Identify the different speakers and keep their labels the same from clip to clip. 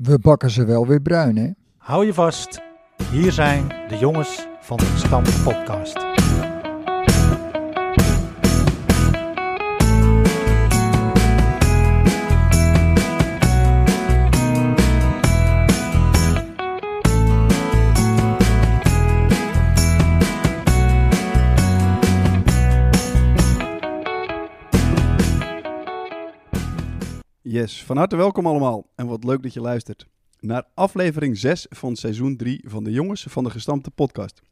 Speaker 1: We bakken ze wel weer bruin, hè?
Speaker 2: Hou je vast, hier zijn de jongens van de Stam Podcast.
Speaker 3: Yes, van harte welkom allemaal en wat leuk dat je luistert. Naar aflevering 6 van seizoen 3 van de Jongens van de Gestampte Podcast.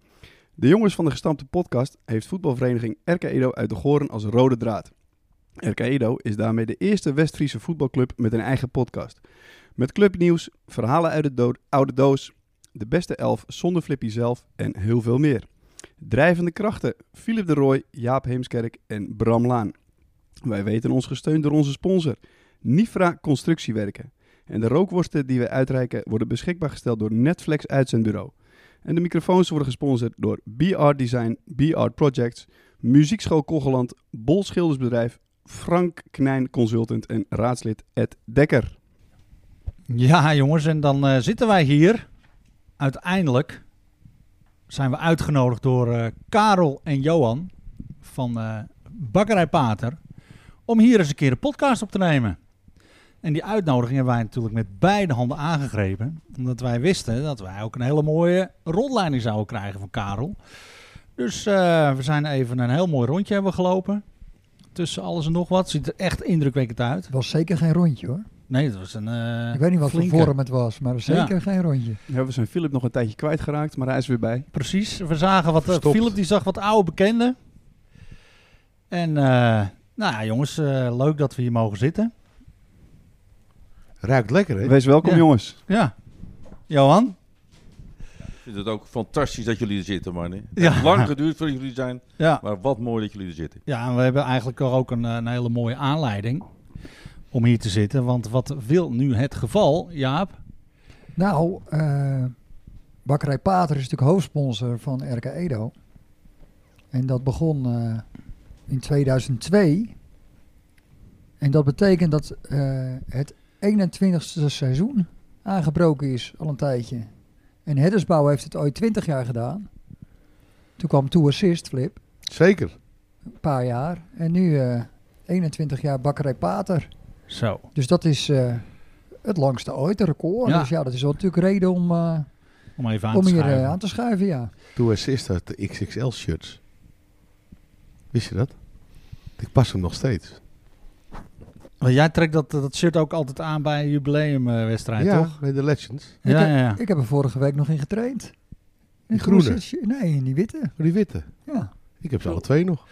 Speaker 3: De Jongens van de Gestampte Podcast heeft voetbalvereniging RK Edo uit de Goren als rode draad. RK Edo is daarmee de eerste West-Friese voetbalclub met een eigen podcast. Met clubnieuws, verhalen uit de dood- oude doos, de beste elf zonder Flippy zelf en heel veel meer. Drijvende krachten, Philip de Rooij, Jaap Heemskerk en Bram Laan. Wij weten ons gesteund door onze sponsor. Nifra Constructiewerken. En de rookworsten die we uitreiken worden beschikbaar gesteld door Netflix Uitzendbureau. En de microfoons worden gesponsord door BR Design, BR Projects, Muziekschool Kogeland, Bol Schildersbedrijf, Frank Knijn Consultant en raadslid Ed Dekker.
Speaker 2: Ja, jongens, en dan eh, zitten wij hier. Uiteindelijk zijn we uitgenodigd door eh, Karel en Johan van eh, Bakkerij Pater om hier eens een keer een podcast op te nemen. En die uitnodiging hebben wij natuurlijk met beide handen aangegrepen, omdat wij wisten dat wij ook een hele mooie rondleiding zouden krijgen van Karel. Dus eh, we zijn even een heel mooi rondje hebben gelopen. Tussen alles en nog wat. Ziet er echt indrukwekkend uit.
Speaker 1: Het was zeker geen rondje, hoor.
Speaker 2: Nee, dat was een. eh,
Speaker 1: Ik weet niet wat
Speaker 2: flinke.
Speaker 1: voor vorm het was, maar zeker geen rondje.
Speaker 3: Ja, we zijn Philip nog een tijdje kwijtgeraakt, maar hij is weer bij.
Speaker 2: Precies, we zagen wat. eh,
Speaker 3: Verstopt.
Speaker 2: Philip die zag wat oude bekenden. En eh, nou ja, jongens, eh, leuk dat we hier mogen zitten.
Speaker 4: Ruikt lekker, hè?
Speaker 3: Wees welkom
Speaker 2: Ja.
Speaker 3: jongens.
Speaker 2: Ja. Johan?
Speaker 5: Ik vind het ook fantastisch dat jullie er zitten, man. hè. Het
Speaker 2: Ja.
Speaker 5: heeft lang geduurd voordat jullie er zijn,
Speaker 2: Ja.
Speaker 5: maar wat mooi dat jullie er zitten.
Speaker 2: Ja, en we hebben eigenlijk ook een, eh, een hele mooie aanleiding om hier te zitten. Want wat wil nu het geval, Jaap?
Speaker 1: Nou, eh, Bakkerij Pater is natuurlijk hoofdsponsor van RK Edo. En dat begon eh, in 2002. En dat betekent dat eh, het 21ste seizoen aangebroken is al een tijdje. En Heddersbouw heeft het ooit 20 jaar gedaan. Toen kwam Two Assist, Flip,
Speaker 4: Zeker.
Speaker 1: een paar jaar. En nu eh, 21 jaar Bakkerij Pater.
Speaker 2: Zo.
Speaker 1: Dus dat is eh, het langste ooit, een record.
Speaker 2: Ja.
Speaker 1: Dus ja, dat is wel natuurlijk reden om... eh,
Speaker 2: Om even aan
Speaker 1: om
Speaker 2: te
Speaker 1: hier
Speaker 2: schuiven.
Speaker 1: eh, aan te schuiven, ja.
Speaker 4: Toen assist had de XXL-shirts. Wist je dat? Ik pas hem nog steeds.
Speaker 2: Want jij trekt dat, dat shirt ook altijd aan bij een jubileumwedstrijd, toch?
Speaker 4: bij de Legends.
Speaker 1: Ik
Speaker 2: Ja,
Speaker 1: heb-
Speaker 2: ja, ja.
Speaker 1: Ik heb er vorige week nog in getraind.
Speaker 4: Die
Speaker 1: In
Speaker 4: groene?
Speaker 1: het shirtje. Nee, in die witte.
Speaker 4: Maar Die witte.
Speaker 1: Ja.
Speaker 4: Ik heb ze alle twee nog.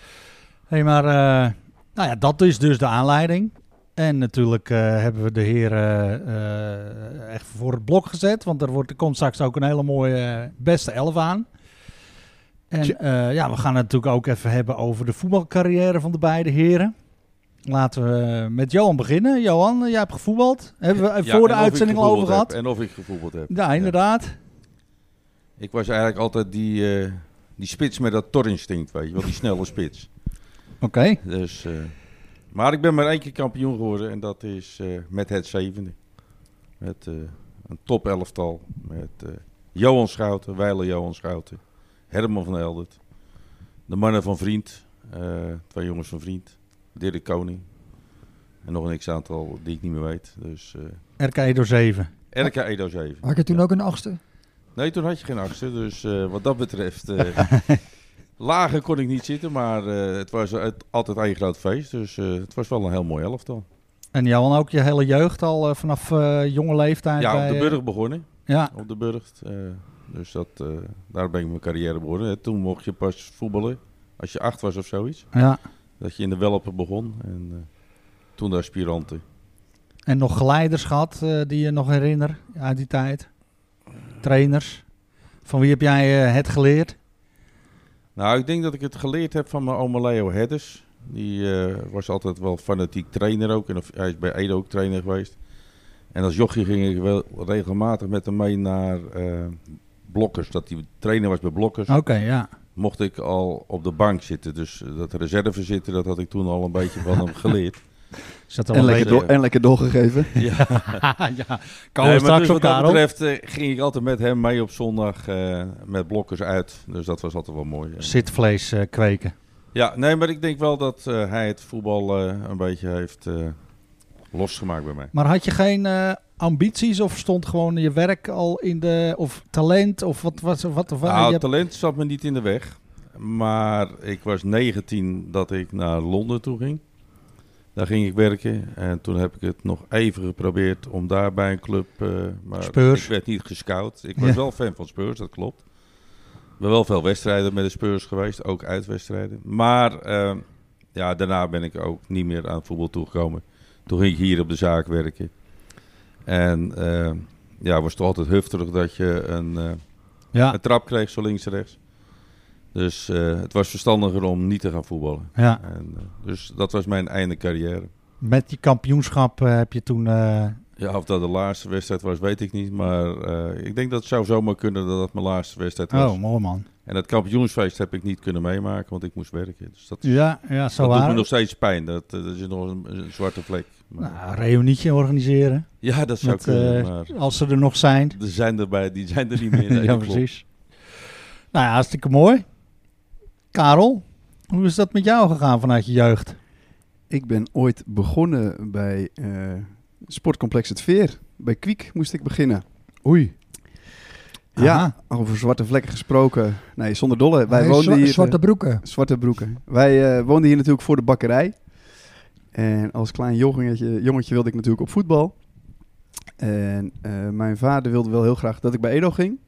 Speaker 2: Hé, maar eh, nou ja, dat is dus de aanleiding. En natuurlijk eh, hebben we de heren eh, echt voor het blok gezet. Want er, wordt, er komt straks ook een hele mooie eh, beste elf aan. En
Speaker 4: Tje.
Speaker 2: eh, ja, we gaan het natuurlijk ook even hebben over de voetbalcarrière van de beide heren. Laten we met Johan beginnen. Johan, eh, jij hebt gevoetbald. Hebben we eh,
Speaker 5: Ja,
Speaker 2: voor de
Speaker 5: en of ik
Speaker 2: uitzending al over
Speaker 5: gevoetbald
Speaker 2: gehad.
Speaker 5: heb, En of ik gevoetbald heb.
Speaker 2: Ja, inderdaad.
Speaker 5: Ik was eigenlijk altijd die, eh, die spits met dat torinstinct, weet je wel, die snelle spits.
Speaker 2: Oké.
Speaker 5: Dus, eh, maar ik ben maar één keer kampioen geworden en dat is eh, met het zevende. Met eh, een top elftal, met eh, Johan Schouten, Weiler Johan Schouten, Herman van Eldert, de mannen van Vriend, eh, twee jongens van Vriend, Dirk Koning en nog een x-aantal die ik niet meer weet. Dus
Speaker 2: RK door 7.
Speaker 5: eh RK Edo 7.
Speaker 1: Had je toen
Speaker 5: Ja.
Speaker 1: ook een achtste?
Speaker 5: Nee, toen had je geen achtste. Dus eh, wat dat betreft. eh, lager kon ik niet zitten, maar eh, het was uit- altijd een groot feest. Dus eh, het was wel een heel mooi elftal.
Speaker 2: En Johan, ook je hele jeugd al eh, vanaf eh, jonge leeftijd.
Speaker 5: ja,
Speaker 2: bij,
Speaker 5: op de
Speaker 2: eh,
Speaker 5: Burg begonnen.
Speaker 2: Ja,
Speaker 5: Op de Burg. eh, dus dat, eh, daar ben ik mijn carrière begonnen. Eh, Toen mocht je pas voetballen als je acht was of zoiets.
Speaker 2: ja.
Speaker 5: Dat je in de Welpen begon. En eh, toen de aspiranten.
Speaker 2: En nog geleiders gehad eh, die je nog herinner uit die tijd? Trainers. Van wie heb jij eh, het geleerd?
Speaker 5: Nou, ik denk dat ik het geleerd heb van mijn oma Leo Hedders. Die eh, was altijd wel fanatiek trainer ook. En of, hij is bij Edo ook trainer geweest. En als jochie ging ik wel regelmatig met hem mee naar eh, Blokkers. Dat hij trainer was bij Blokkers.
Speaker 2: Oké, ja.
Speaker 5: Mocht ik al op de bank zitten. Dus eh, dat reserve zitten, dat had ik toen al een beetje van hem geleerd.
Speaker 2: Zat er
Speaker 3: En
Speaker 2: wel
Speaker 3: lekker,
Speaker 2: een
Speaker 3: door, en lekker doorgegeven.
Speaker 5: Ja.
Speaker 2: beetje- ja, komen we
Speaker 5: Nee, maar
Speaker 2: straks
Speaker 5: dus
Speaker 2: op
Speaker 5: wat dat
Speaker 2: Karel.
Speaker 5: betreft eh, ging ik altijd met hem mee op zondag eh, met blokkers uit. Dus dat was altijd wel mooi. En-
Speaker 2: Zitvlees eh, kweken.
Speaker 5: Ja, nee, maar ik denk wel dat eh, hij het voetbal eh, een beetje heeft eh, losgemaakt bij mij.
Speaker 2: Maar had je geen eh, ambities of stond gewoon je werk al in de... Of talent of wat was... Wat, wat,
Speaker 5: nou,
Speaker 2: je hebt-
Speaker 5: talent zat me niet in de weg. Maar ik was 19 dat ik naar Londen toe ging. Daar ging ik werken. En toen heb ik het nog even geprobeerd om daar bij een club... eh, maar
Speaker 2: Spurs.
Speaker 5: Ik werd niet gescout. Ik was
Speaker 2: Ja.
Speaker 5: wel fan van Spurs, dat klopt. Ik ben wel veel wedstrijden met de Spurs geweest. Ook uitwedstrijden. Maar eh, ja, daarna ben ik ook niet meer aan het voetbal toegekomen. Toen ging ik hier op de zaak werken. En eh, ja, was toch altijd hufterig dat je een... eh,
Speaker 2: ja,
Speaker 5: een trap kreeg, zo links en rechts. Dus eh, het was verstandiger om niet te gaan voetballen.
Speaker 2: ja,
Speaker 5: En, eh, dus dat was mijn einde carrière.
Speaker 2: met die kampioenschap eh, heb je toen... eh,
Speaker 5: Ja, of dat de laatste wedstrijd was, weet ik niet. Maar eh, ik denk dat het zou zomaar kunnen dat dat mijn laatste wedstrijd was.
Speaker 2: oh, mooi man.
Speaker 5: En dat kampioensfeest heb ik niet kunnen meemaken, want ik moest werken. Dus dat,
Speaker 2: Ja, ja zo
Speaker 5: dat doet me
Speaker 2: waar.
Speaker 5: nog steeds pijn. Dat, eh, dat is nog een, een zwarte vlek. Maar-
Speaker 2: Nou, een reunietje organiseren.
Speaker 5: ja, dat zou
Speaker 2: met,
Speaker 5: kunnen,
Speaker 2: eh,
Speaker 5: maar
Speaker 2: Als ze er nog zijn.
Speaker 5: er zijn erbij, die zijn er niet meer. Nee,
Speaker 2: ja,
Speaker 5: dat klopt.
Speaker 2: precies. Nou ja, hartstikke mooi. Karel, hoe is dat met jou gegaan vanuit je jeugd?
Speaker 3: Ik ben ooit begonnen bij eh, Sportcomplex Het Veer. Bij Kwiek moest ik beginnen.
Speaker 4: Oei.
Speaker 3: Ja, over zwarte vlekken gesproken. Nee, zonder dolle. Wij
Speaker 1: Nee,
Speaker 3: woonden
Speaker 1: zwa-
Speaker 3: hier... eh,
Speaker 1: zwarte broeken.
Speaker 3: Zwarte broeken. Wij eh, woonden hier natuurlijk voor de bakkerij. En als klein jongetje, jongetje wilde ik natuurlijk op voetbal. En eh, mijn vader wilde wel heel graag dat ik bij Edo ging.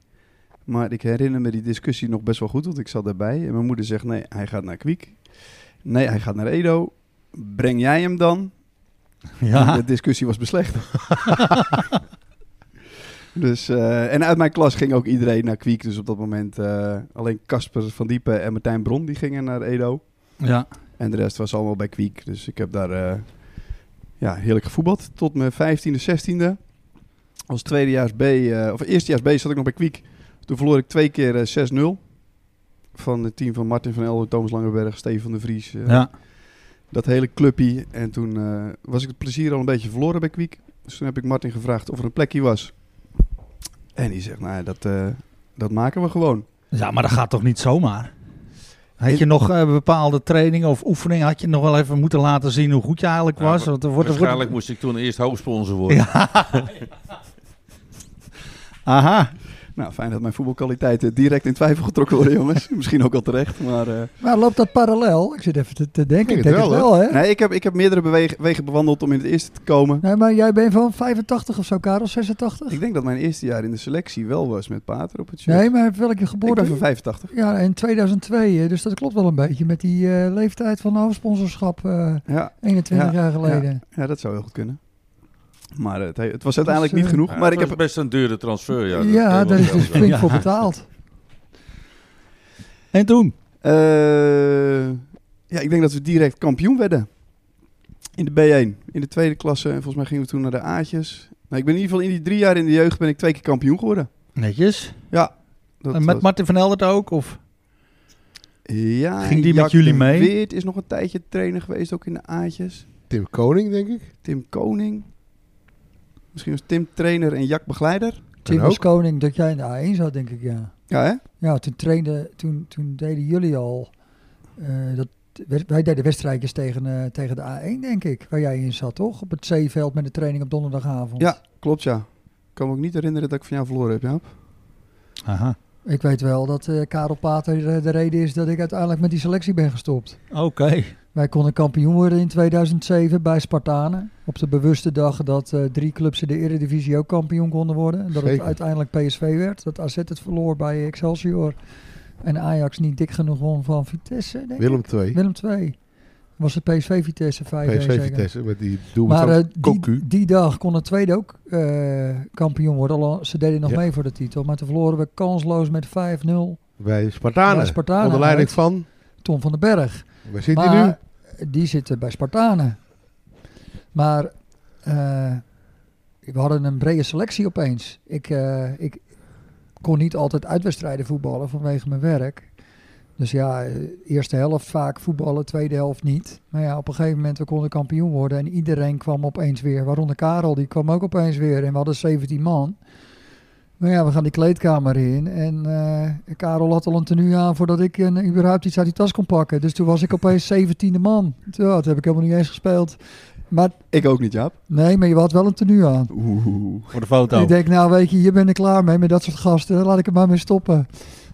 Speaker 3: Maar ik herinner me die discussie nog best wel goed, want ik zat daarbij. En mijn moeder zegt, nee, hij gaat naar Kwiek. Nee, hij gaat naar Edo. Breng jij hem dan?
Speaker 2: Ja,
Speaker 3: De discussie was beslecht. dus, eh, en uit mijn klas ging ook iedereen naar Kwiek. Dus op dat moment eh, alleen Casper van Diepen en Martijn Bron die gingen naar Edo.
Speaker 2: ja.
Speaker 3: En de rest was allemaal bij Kwiek. Dus ik heb daar eh, ja, heerlijk gevoetbald. Tot mijn 15e, 16e. Als tweedejaars B, eh, of eerstejaars B zat ik nog bij Kwiek. Toen verloor ik twee keer eh, 6-0. Van het team van Martin van Elden, Thomas Langeberg, Steven van de Vries. eh,
Speaker 2: ja.
Speaker 3: dat hele clubje. En toen eh, was ik het plezier al een beetje verloren bij Kwiek. Dus toen heb ik Martin gevraagd of er een plekje was. En die zegt, nou, dat, eh, dat maken we gewoon.
Speaker 2: Ja, maar dat gaat toch niet zomaar? Had je
Speaker 3: Ik-
Speaker 2: nog eh, bepaalde trainingen of oefeningen? Had je nog wel even moeten laten zien hoe goed je eigenlijk
Speaker 5: Ja,
Speaker 2: was?
Speaker 5: wa-
Speaker 2: Want er wordt, er wordt-
Speaker 5: Waarschijnlijk moest ik toen eerst hoofdsponsor worden.
Speaker 2: Aha.
Speaker 3: Nou, fijn dat mijn voetbalkwaliteiten direct in twijfel getrokken worden, jongens. Misschien ook al terecht, maar... eh,
Speaker 1: Maar loopt dat parallel? Ik zit even te, te denken.
Speaker 4: Ik
Speaker 1: Ik
Speaker 4: denk
Speaker 1: denk
Speaker 4: het
Speaker 1: het wel, hè?
Speaker 3: Nee, ik heb, ik heb meerdere bewe- wegen bewandeld om in het eerste te komen.
Speaker 1: Nee, maar jij bent van 85 of zo, Karel? 86?
Speaker 3: Ik denk dat mijn eerste jaar in de selectie wel was met Pater op het shirt.
Speaker 1: Nee, maar welke
Speaker 3: ik ben
Speaker 1: geboorte?
Speaker 3: van 85.
Speaker 1: Ja, in 2002. eh, Dus dat klopt wel een beetje met die eh, leeftijd van de hoofdsponsorschap eh,
Speaker 3: Ja,
Speaker 1: 21 jaar geleden.
Speaker 3: ja, dat zou heel goed kunnen. Maar eh, het, het was uiteindelijk niet genoeg.
Speaker 5: Ja,
Speaker 3: maar ik
Speaker 5: het
Speaker 3: heb,
Speaker 5: was best een dure transfer.
Speaker 1: Ja,
Speaker 5: Ja, dat kan je wel
Speaker 1: daar is
Speaker 5: zelf
Speaker 1: dus
Speaker 5: zeggen.
Speaker 1: flink
Speaker 2: Ja.
Speaker 1: voor betaald.
Speaker 2: En toen?
Speaker 3: eh, ja, ik denk dat we direct kampioen werden. In de B1, in de tweede klasse. En volgens mij gingen we toen naar de A'tjes. Nou, ik ben in ieder geval in die drie jaar in de jeugd ben ik twee keer kampioen geworden.
Speaker 2: Netjes.
Speaker 3: Dat
Speaker 2: en met
Speaker 3: was-
Speaker 2: Martin van Eldert ook? Of?
Speaker 3: ja,
Speaker 2: Ging die met
Speaker 3: Jack
Speaker 2: jullie
Speaker 3: de
Speaker 2: mee?
Speaker 3: Weert is nog een tijdje trainer geweest, ook in de A'tjes.
Speaker 4: Tim Koning, denk ik.
Speaker 3: Tim Koning. Misschien was Tim trainer en Jack begeleider.
Speaker 1: Tim
Speaker 4: ook.
Speaker 1: was koning dat jij in de A1 zat, denk ik, ja.
Speaker 3: Ja, hè?
Speaker 1: Ja, toen, trainde, toen, toen deden jullie al... eh, dat, wij deden wedstrijdjes tegen, eh, tegen de A1, denk ik. Waar jij in zat, toch? Op het zeeveld met de training op donderdagavond.
Speaker 3: Ja, klopt ja. Ik kan me ook niet herinneren dat ik van jou verloren heb, Jaap.
Speaker 2: Aha.
Speaker 1: Ik weet wel dat eh, Karel Pater eh, de reden is dat ik uiteindelijk met die selectie ben gestopt.
Speaker 2: Oké.
Speaker 1: Wij konden kampioen worden in 2007 bij Spartanen. Op de bewuste dag dat eh, drie clubs in de Eredivisie ook kampioen konden worden. En dat het
Speaker 4: Zeker.
Speaker 1: uiteindelijk PSV werd. Dat AZ het verloor bij Excelsior. En Ajax niet dik genoeg won van Vitesse, denk ik.
Speaker 4: Willem 2.
Speaker 1: Willem 2. Was het PSV Vitesse 5
Speaker 4: PSV Vitesse met die doel
Speaker 1: Maar eh,
Speaker 4: van Cocu.
Speaker 1: die, die dag kon het tweede ook eh, kampioen worden. Al, ze deden nog
Speaker 4: Ja.
Speaker 1: mee voor de titel. Maar toen verloren we kansloos met 5-0.
Speaker 4: Bij Spartanen.
Speaker 1: Bij Spartanen
Speaker 4: Onder leiding
Speaker 1: uit.
Speaker 4: van...
Speaker 1: Tom van den Berg.
Speaker 4: Waar zit hij nu?
Speaker 1: maar die zitten bij Spartanen. Maar eh, we hadden een brede selectie opeens. Ik, eh, ik kon niet altijd uitwedstrijden voetballen vanwege mijn werk. Dus ja, eh, eerste helft vaak voetballen, tweede helft niet. Maar ja, op een gegeven moment, we konden kampioen worden. En iedereen kwam opeens weer, waaronder Karel, die kwam ook opeens weer. En we hadden 17 man. Maar ja, we gaan die kleedkamer in. En eh, Karel had al een tenue aan voordat ik een, überhaupt iets uit die tas kon pakken. Dus toen was ik opeens 17e man. Toen, dat heb ik helemaal niet eens gespeeld. Maar
Speaker 3: Ik ook niet, Jaap.
Speaker 1: nee, maar je had wel een tenue aan.
Speaker 3: Oeh.
Speaker 2: Voor de foto.
Speaker 1: Ik denk, nou weet je, hier ben ik klaar mee met dat soort gasten. Laat ik er maar mee stoppen.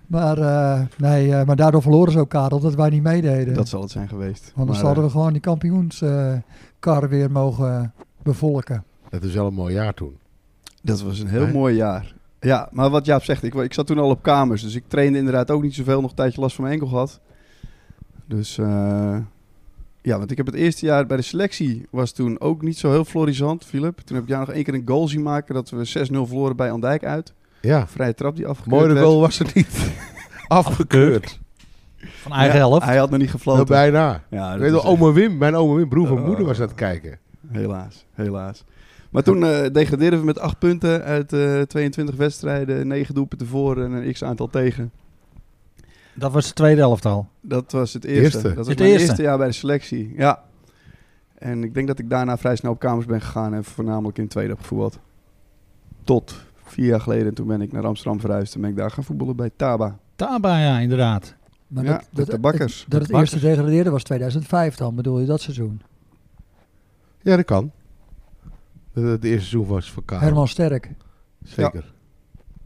Speaker 1: Maar, eh, nee, eh, maar daardoor verloren ze ook, Karel, dat wij niet meededen.
Speaker 3: Dat zal het zijn geweest.
Speaker 1: Anders
Speaker 3: Maar, eh,
Speaker 1: hadden we gewoon die kampioenskar weer mogen bevolken.
Speaker 4: Het is wel een mooi jaar toen.
Speaker 3: eh, Dat was een heel
Speaker 4: Nee.
Speaker 3: mooi jaar. Ja, maar wat Jaap zegt, ik, wa- ik zat toen al op kamers. Dus ik trainde inderdaad ook niet zoveel. Nog een tijdje last van mijn enkel gehad. Dus eh, ja, want ik heb het eerste jaar bij de selectie was toen ook niet zo heel florissant, Philip. Toen heb ik jou nog één keer een goal zien maken dat we 6-0 verloren bij Andijk uit.
Speaker 4: Ja,
Speaker 3: Vrije trap die afgekeurd
Speaker 4: mooie
Speaker 3: werd.
Speaker 4: goal was het niet. Afgekeurd.
Speaker 2: Van eigen
Speaker 3: Ja,
Speaker 2: helft.
Speaker 3: Hij had nog niet
Speaker 4: Nou,
Speaker 3: gefloten.
Speaker 4: bijna.
Speaker 3: Ja, dat
Speaker 4: Weet je,
Speaker 3: is
Speaker 4: wel, oma Wim, mijn oma Wim, broer van
Speaker 3: Oh.
Speaker 4: moeder was aan het kijken.
Speaker 3: Helaas, helaas. Maar toen eh degradeerden we met 8 punten uit eh, 22 wedstrijden, 9 doelpunten voor en een x-aantal tegen.
Speaker 2: Dat was de tweede helft al.
Speaker 3: Dat was het eerste.
Speaker 4: Eerste.
Speaker 3: Dat was
Speaker 2: Het
Speaker 3: mijn
Speaker 2: eerste.
Speaker 3: eerste jaar bij de selectie, ja. En ik denk dat ik daarna vrij snel op kamers ben gegaan en voornamelijk in het tweede heb gevoetbald. Tot vier jaar geleden, en toen ben ik naar Amsterdam verhuisd en ben ik daar gaan voetballen bij Taba.
Speaker 2: Taba, ja, inderdaad.
Speaker 1: Maar
Speaker 3: Ja, met de bakkers.
Speaker 1: Dat, dat het eerste degradeerde was 2005 dan, bedoel je dat seizoen?
Speaker 4: Ja, dat kan. Dat het eerste seizoen was voor Karel.
Speaker 1: Herman Sterk.
Speaker 4: Zeker.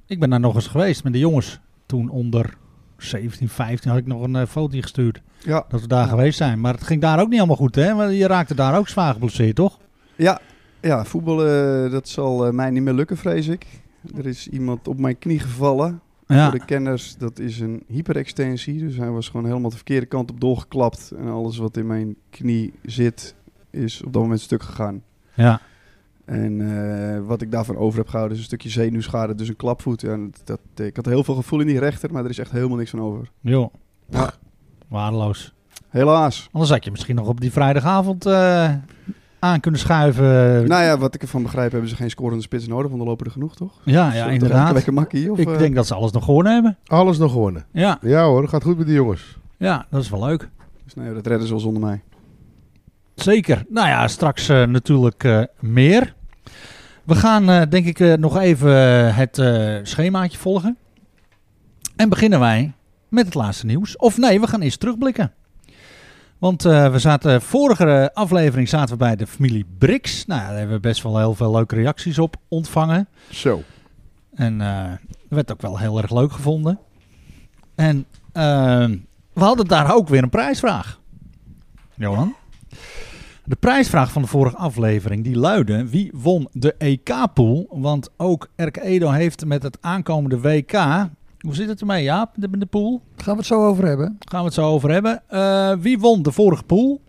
Speaker 2: Ik ben daar nog eens geweest met de jongens. Toen onder 17, 15 had ik nog een eh, foto gestuurd
Speaker 3: Ja,
Speaker 2: dat we daar
Speaker 3: Ja.
Speaker 2: geweest zijn. Maar het ging daar ook niet allemaal goed, hè? Want je raakte daar ook zwaar geblesseerd, toch?
Speaker 3: ja, ja voetballen, eh, dat zal eh, mij niet meer lukken, vrees ik. Er is iemand op mijn knie gevallen.
Speaker 2: Ja,
Speaker 3: Voor de kenners, dat is een hyperextensie. Dus hij was gewoon helemaal de verkeerde kant op doorgeklapt. En alles wat in mijn knie zit, is op dat moment stuk gegaan.
Speaker 2: ja.
Speaker 3: En eh, wat ik daarvan over heb gehouden is een stukje zenuwschade, dus een klapvoet. Ja, en dat, dat- ik had heel veel gevoel in die rechter, maar er is echt helemaal niks van over.
Speaker 2: joh.
Speaker 3: Ja.
Speaker 2: Waardeloos.
Speaker 3: Helaas.
Speaker 2: Anders had je misschien nog op die vrijdagavond eh, aan kunnen schuiven.
Speaker 3: Nou ja, wat ik ervan begrijp, hebben ze geen scorende spits nodig, want er lopen er genoeg, toch?
Speaker 2: ja,
Speaker 3: Is
Speaker 2: Nou ja,
Speaker 3: dat
Speaker 2: inderdaad.
Speaker 3: Lekker makkie, of,
Speaker 2: ik
Speaker 3: eh,
Speaker 2: denk dat ze alles nog gewonnen hebben.
Speaker 4: Alles nog gewonnen.
Speaker 2: Ja,
Speaker 4: Ja hoor, gaat goed met die jongens.
Speaker 2: ja, dat is wel leuk.
Speaker 3: Dus nee, dat redden ze wel zonder mij.
Speaker 2: Zeker. Nou ja, straks eh, natuurlijk eh, meer. We gaan eh, denk ik eh, nog even eh, het eh, schemaatje volgen. En beginnen wij met het laatste nieuws. Of nee, we gaan eerst terugblikken. Want eh, we zaten vorige eh, aflevering zaten we bij de familie Brix. Nou ja, daar hebben we best wel heel veel leuke reacties op ontvangen.
Speaker 4: Zo.
Speaker 2: En eh werd ook wel heel erg leuk gevonden. En eh, we hadden daar ook weer een prijsvraag. Johan? De prijsvraag van de vorige aflevering die luidde: wie won de EK-pool? Want ook Erk Edo heeft met het aankomende WK. Hoe zit het ermee, Jaap? De, de pool?
Speaker 1: Daar gaan we het zo over hebben.
Speaker 2: Gaan we het zo over hebben. Eh, wie won de vorige pool?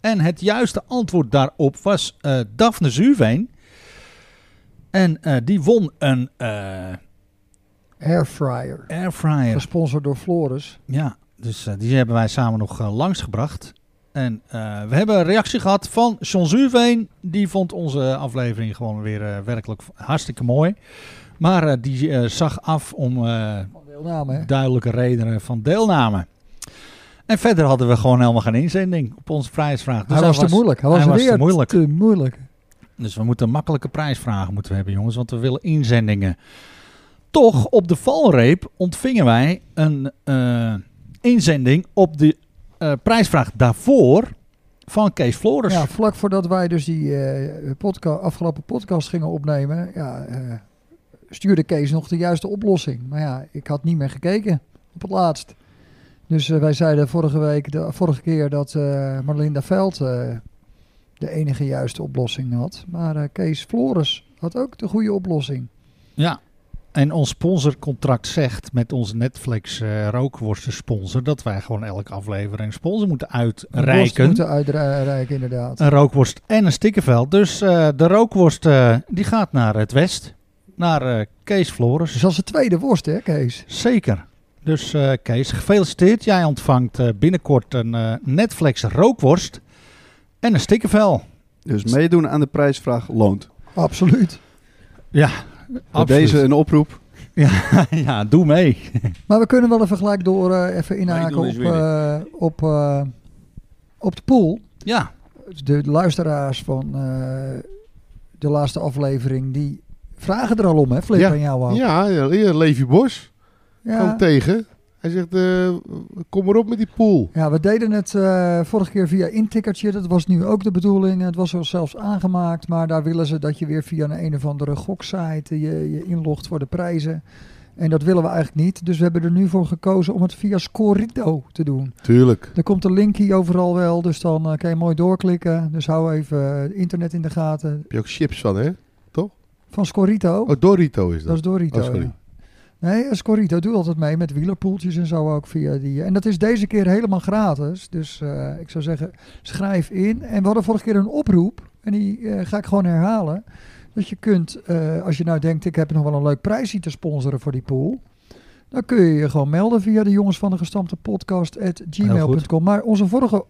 Speaker 2: En het juiste antwoord daarop was eh Daphne Zuurveen. En eh, die won een eh,
Speaker 1: Airfryer.
Speaker 2: Airfryer.
Speaker 1: Gesponsord door Floris.
Speaker 2: Ja, dus eh, die hebben wij samen nog langs langsgebracht. En eh, we hebben een reactie gehad van John Zuurveen. Die vond onze aflevering gewoon weer eh, werkelijk hartstikke mooi. Maar eh, die eh, zag af om eh,
Speaker 1: Van deelname, hè?
Speaker 2: duidelijke redenen van deelname. En verder hadden we gewoon helemaal geen inzending op onze prijsvraag. Dus
Speaker 1: hij was te moeilijk. Hij was,
Speaker 2: hij was te
Speaker 1: weer
Speaker 2: moeilijk.
Speaker 1: te moeilijk.
Speaker 2: Dus we moeten makkelijke prijsvragen moeten we hebben, jongens, want we willen inzendingen. Toch, op de valreep ontvingen wij een eh, inzending op de eh, prijsvraag daarvoor van Kees Flores.
Speaker 1: Ja, vlak voordat wij dus die eh, podca- afgelopen podcast gingen opnemen, ja, eh, stuurde Kees nog de juiste oplossing. Maar ja, ik had niet meer gekeken op het laatst. Dus eh, wij zeiden vorige week, de vorige keer dat eh Marlinda Veld eh, de enige juiste oplossing had. Maar eh, Kees Flores had ook de goede oplossing.
Speaker 2: Ja. En ons sponsorcontract zegt met onze Netflix eh rookworstensponsor dat wij gewoon elke aflevering sponsor moeten
Speaker 1: Een
Speaker 2: uitreiken.
Speaker 1: worst moeten uitreiken inderdaad.
Speaker 2: Een rookworst en een stikkerveld. Dus eh, de rookworst eh, die gaat naar het west, naar eh, Kees Flores.
Speaker 1: Dus als de tweede worst, hè, Kees?
Speaker 2: Zeker. Dus eh, Kees, gefeliciteerd. Jij ontvangt eh, binnenkort een eh, Netflix rookworst en een stikkervel.
Speaker 3: Dus meedoen aan de prijsvraag loont.
Speaker 1: Absoluut.
Speaker 2: Ja,
Speaker 3: Met
Speaker 2: absoluut.
Speaker 3: deze een oproep.
Speaker 2: Ja, ja doe mee.
Speaker 1: Maar we kunnen wel even gelijk door eh, even inhaken
Speaker 5: doen
Speaker 1: op,
Speaker 5: is winnen.
Speaker 1: eh, op, eh, op de pool.
Speaker 2: Ja,
Speaker 1: De luisteraars van eh, de laatste aflevering, die vragen er al om, hè? Flip
Speaker 4: Ja.
Speaker 1: en jou ook.
Speaker 4: Ja, ja, hier, Levi Bos kwam
Speaker 1: ja.
Speaker 4: tegen. Hij zegt, eh, kom maar op met die pool.
Speaker 1: Ja, we deden het eh, vorige keer via intikkertje. Dat was nu ook de bedoeling. Het was al zelfs aangemaakt. Maar daar willen ze dat je weer via een, een of andere goksite je, je inlogt voor de prijzen. En dat willen we eigenlijk niet. Dus we hebben er nu voor gekozen om het via Scorito te doen.
Speaker 4: Tuurlijk.
Speaker 1: Er komt een linkje overal wel. Dus dan eh, kan je mooi doorklikken. Dus hou even eh, internet in de gaten.
Speaker 4: Heb je ook chips van, hè?
Speaker 1: Van Scorito.
Speaker 4: Oh, Dorito is
Speaker 1: Oh. Dat
Speaker 4: dat.
Speaker 1: is Dorito.
Speaker 4: Oh, sorry.
Speaker 1: ja. Nee, eh, Scorito doet altijd mee met wielerpoeltjes en zo ook via die. eh, En dat is deze keer helemaal gratis. Dus eh, ik zou zeggen, schrijf in. En we hadden vorige keer een oproep. En die eh, ga ik gewoon herhalen. Dat je kunt, eh, als je nou denkt, ik heb nog wel een leuk prijsje te sponsoren voor die pool. Dan kun je je gewoon melden via de jongens van de gestampte podcast at
Speaker 2: Heel
Speaker 1: gmail.com. Maar onze vorige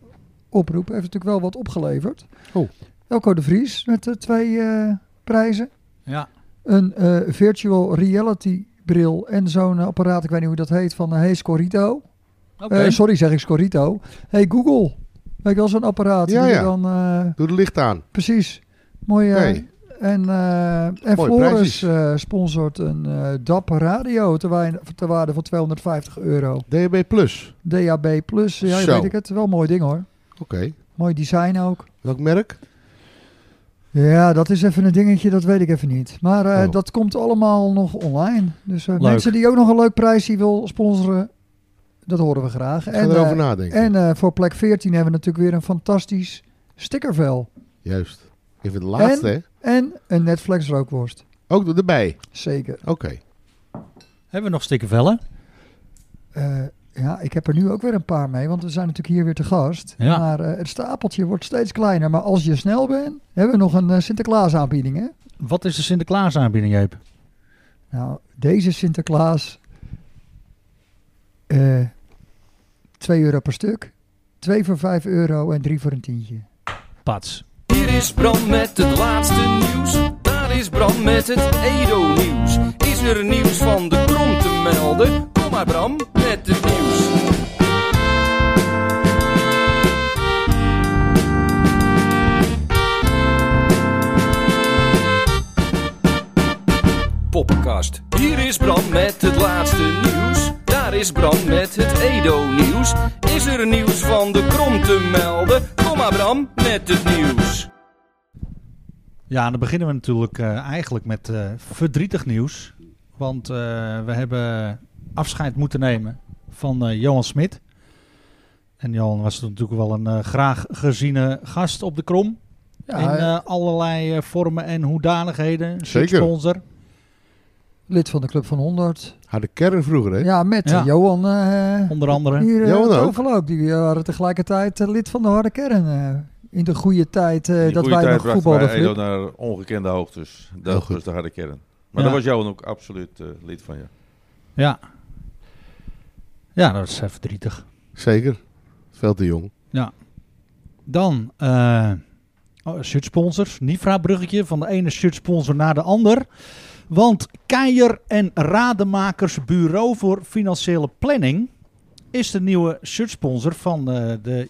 Speaker 1: oproep heeft natuurlijk wel wat opgeleverd.
Speaker 4: Oh.
Speaker 1: Elko de Vries met eh, twee eh, prijzen
Speaker 2: ja.
Speaker 1: een eh, virtual reality bril en zo'n eh, apparaat, ik weet niet hoe dat heet, van eh, Hey Scorito.
Speaker 2: Oké.
Speaker 1: Eh, sorry, zeg ik Scorito. Hey Google. Weet je wel, zo'n apparaat.
Speaker 4: Ja,
Speaker 1: die je
Speaker 4: ja.
Speaker 1: Dan, eh,
Speaker 4: Doe de licht aan.
Speaker 1: precies. Mooi. eh,
Speaker 4: Oké.
Speaker 1: En, eh en
Speaker 4: Mooie
Speaker 1: Floris
Speaker 4: prijsjes.
Speaker 1: eh, sponsort een eh, DAP radio ter, wijn- ter waarde van 250 euro.
Speaker 4: DHB Plus.
Speaker 1: DAB+, plus, ja,
Speaker 4: Zo.
Speaker 1: weet ik het. Wel een mooi ding hoor.
Speaker 4: Oké.
Speaker 1: Mooi design ook.
Speaker 4: Welk merk?
Speaker 1: Ja, dat is even een dingetje, dat weet ik even niet. Maar eh,
Speaker 4: Oh.
Speaker 1: dat komt allemaal nog online. Dus eh,
Speaker 2: Leuk.
Speaker 1: mensen die ook nog een leuk prijsje wil sponsoren, dat horen we graag.
Speaker 4: Ik ga
Speaker 1: En,
Speaker 4: erover
Speaker 1: eh,
Speaker 4: nadenken.
Speaker 1: en eh, voor plek 14 hebben we natuurlijk weer een fantastisch stickervel.
Speaker 4: Juist. Even de laatste, hè?
Speaker 1: En een Netflix rookworst.
Speaker 4: Ook erbij.
Speaker 1: Zeker.
Speaker 4: Oké.
Speaker 2: Hebben we nog stikkenvellen?
Speaker 1: Eh, ja, ik heb er nu ook weer een paar mee, want we zijn natuurlijk hier weer te gast.
Speaker 2: Ja.
Speaker 1: Maar eh, het stapeltje wordt steeds kleiner. Maar als je snel bent, hebben we nog een eh, Sinterklaas aanbieding, hè?
Speaker 2: Wat is de Sinterklaas aanbieding, Jeep?
Speaker 1: Nou, deze Sinterklaas. eh 2 euro per stuk. 2 voor 5 euro en 3 voor een tientje.
Speaker 2: Pats.
Speaker 6: Hier is Bram met het laatste nieuws. Daar is Bram met het Edo-nieuws. Is er nieuws van de krom te melden? Kom maar Bram met het nieuws. Poppenkast. Hier is Bram met het laatste nieuws. Daar is Bram met het Edo-nieuws. Is er nieuws van de krom te melden? Kom maar Bram met het nieuws.
Speaker 2: Ja, dan beginnen we natuurlijk eh, eigenlijk met eh, verdrietig nieuws. Want eh, we hebben afscheid moeten nemen van eh, Johan Smit. En Johan was toen natuurlijk wel een eh, graag geziene gast op de krom.
Speaker 1: Ja,
Speaker 2: in eh, allerlei eh, vormen en hoedanigheden.
Speaker 4: Zeker.
Speaker 2: Sponsor.
Speaker 1: lid van de Club van 100.
Speaker 4: Harde kern vroeger, hè?
Speaker 1: Ja, met eh,
Speaker 2: Ja.
Speaker 1: Johan. eh
Speaker 2: Onder andere.
Speaker 1: hier eh,
Speaker 4: Johan
Speaker 1: aan
Speaker 4: ook.
Speaker 1: tafel ook. Die eh, waren tegelijkertijd eh, lid van de harde kern. eh, in de goede tijd eh,
Speaker 5: In
Speaker 1: dat
Speaker 5: goede
Speaker 1: wij
Speaker 5: tijd
Speaker 1: nog
Speaker 5: brachten
Speaker 1: voetbalden.
Speaker 5: wij Edo
Speaker 1: Flip.
Speaker 5: naar ongekende hoogtes.
Speaker 4: Heel
Speaker 5: Dat
Speaker 4: goed.
Speaker 5: was de harde kern.
Speaker 2: Ja.
Speaker 5: Maar daar was Johan ook absoluut eh, lid van, ja.
Speaker 2: Ja. Ja, dat is eh, verdrietig.
Speaker 4: Zeker. Veel te jong.
Speaker 2: Dan eh oh, shirtsponsors. Nifra bruggetje van de ene shirtsponsor naar de ander. Want Keijer en Rademakers Bureau voor Financiële Planning is de nieuwe shirtsponsor van eh, de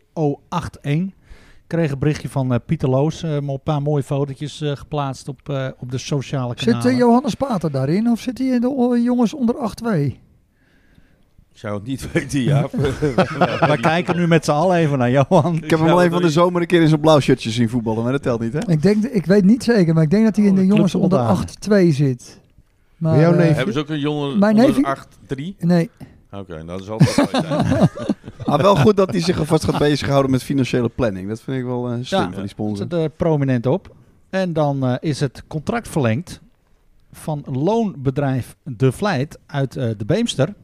Speaker 2: JO81. Ik kreeg een berichtje van eh, Pieter Loos. eh, maar een paar mooie fotootjes eh, geplaatst op, eh, op de sociale kanalen.
Speaker 1: Zit eh, Johannes Pater daarin of zit hij in de o- jongens onder 8-2?
Speaker 5: Ik zou het niet weten, ja.
Speaker 2: We kijken nu met z'n allen even naar Johan.
Speaker 3: Ik heb hem al even van de zomer een keer in zo'n blauw shirtje zien voetballen, maar dat telt niet, hè?
Speaker 1: Ik, denk, ik weet niet zeker, maar ik denk dat hij in
Speaker 2: Oh,
Speaker 1: de
Speaker 2: de
Speaker 1: jongens
Speaker 2: club
Speaker 1: onder
Speaker 2: onder
Speaker 1: 8-2 zit. Maar,
Speaker 4: jouw
Speaker 1: eh,
Speaker 4: neef?
Speaker 5: Hebben ze ook een jongen
Speaker 1: Mijn
Speaker 5: onder
Speaker 1: neefje-
Speaker 5: 8-3?
Speaker 1: Nee,
Speaker 5: Oké, nou, dat is altijd mooi zijn.
Speaker 3: Maar wel goed dat hij zich alvast gaat bezighouden met financiële planning. Dat vind ik wel eh, slim
Speaker 2: Ja.
Speaker 3: van die
Speaker 2: zet
Speaker 3: sponsor.
Speaker 2: er prominent op. En dan eh, is het contract verlengd van loonbedrijf De Vlijt uit eh, de Beemster.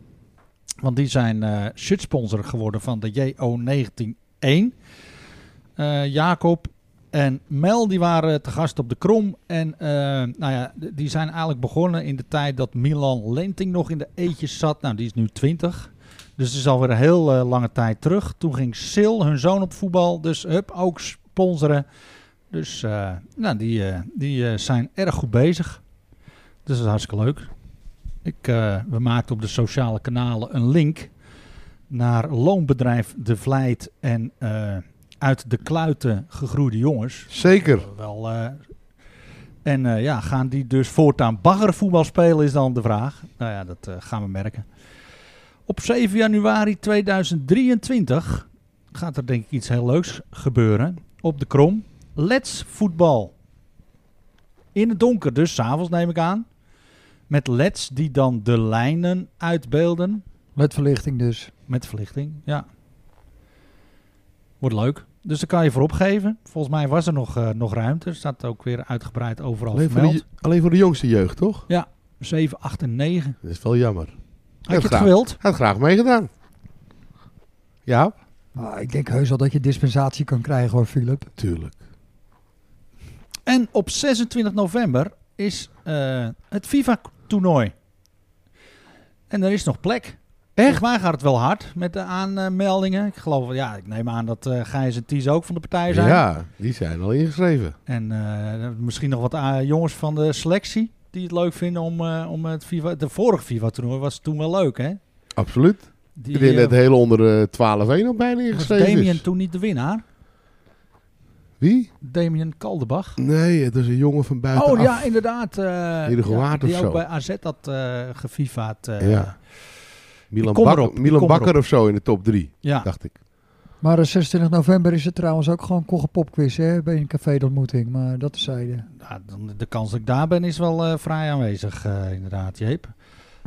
Speaker 2: Want die zijn eh shirtsponsor geworden van de JO191. Eh, Jacob en Mel die waren te gast op de Krom. En eh, nou ja, d- die zijn eigenlijk begonnen in de tijd dat Milan Lenting nog in de eetjes zat. Nou, die is nu 20. Dus het is alweer een heel eh, lange tijd terug. Toen ging Sil, hun zoon, op voetbal. Dus hup, ook sponsoren. Dus eh, nou, die, eh, die eh, zijn erg goed bezig. Dus dat is hartstikke leuk. Ik, eh, we maakten op de sociale kanalen een link naar loonbedrijf De Vlijt en eh, uit de kluiten gegroeide jongens.
Speaker 4: Zeker.
Speaker 2: Wel, eh, en eh, ja, gaan die dus voortaan baggervoetbal spelen is dan de vraag. Nou ja, dat eh, gaan we merken. Op 7 januari 2023 gaat er denk ik iets heel leuks gebeuren op de Krom. Let's voetbal. In het donker dus, s'avonds neem ik aan. Met leds die dan de lijnen uitbeelden.
Speaker 1: Ledverlichting dus.
Speaker 2: Met verlichting, ja. Wordt leuk. Dus daar kan je voor opgeven. Volgens mij was er nog, eh, nog ruimte. Staat ook weer uitgebreid overal
Speaker 4: Alleen voor, de,
Speaker 2: vermeld.
Speaker 4: alleen voor de jongste jeugd, toch?
Speaker 2: 7, 8 en 9.
Speaker 4: Dat is wel jammer.
Speaker 2: Had je het
Speaker 4: graag.
Speaker 2: gewild?
Speaker 4: Hij had graag meegedaan. Ja,
Speaker 1: Maar Ah, ik denk heus wel dat je dispensatie kan krijgen hoor, Philip.
Speaker 4: tuurlijk.
Speaker 2: En op 26 november is eh, het FIFA-toernooi. En er is nog plek. Echt? Mij gaat het wel hard met de aanmeldingen. Ik geloof, ja, ik neem aan dat eh Gijs en Ties ook van de partij zijn.
Speaker 4: Ja, die zijn al ingeschreven.
Speaker 2: En eh, misschien nog wat ah, jongens van de selectie die het leuk vinden om, eh, om het FIFA... De vorige FIFA-toernooi was toen wel leuk, hè?
Speaker 4: Absoluut.
Speaker 2: Die,
Speaker 4: Ik denk
Speaker 2: eh,
Speaker 4: dat de hele onder eh, 12-1 al bijna
Speaker 2: was
Speaker 4: ingeschreven
Speaker 2: Damien
Speaker 4: is.
Speaker 2: toen niet de winnaar?
Speaker 4: Wie?
Speaker 2: Damien Kaldebach.
Speaker 4: Nee, het is een jongen van buitenaf.
Speaker 2: Oh ja, inderdaad. eh,
Speaker 4: Uruguayaard
Speaker 2: ja, die
Speaker 4: of
Speaker 2: ook
Speaker 4: zo.
Speaker 2: bij AZ had eh gefifaat. ja.
Speaker 4: Ja.
Speaker 2: Die
Speaker 4: Milan,
Speaker 2: kom
Speaker 4: Bak-
Speaker 2: erop, die
Speaker 4: Milan
Speaker 2: kom
Speaker 4: Bakker
Speaker 2: erop.
Speaker 4: of zo in de top 3,
Speaker 2: ja.
Speaker 4: dacht ik.
Speaker 1: Maar eh, 26 november is het trouwens ook gewoon kogelpopquiz hè, bij een café de ontmoeting. Maar dat zeiden.
Speaker 2: Nou, dan- de kans dat ik daar ben is wel eh, vrij aanwezig, eh, inderdaad, Jeep.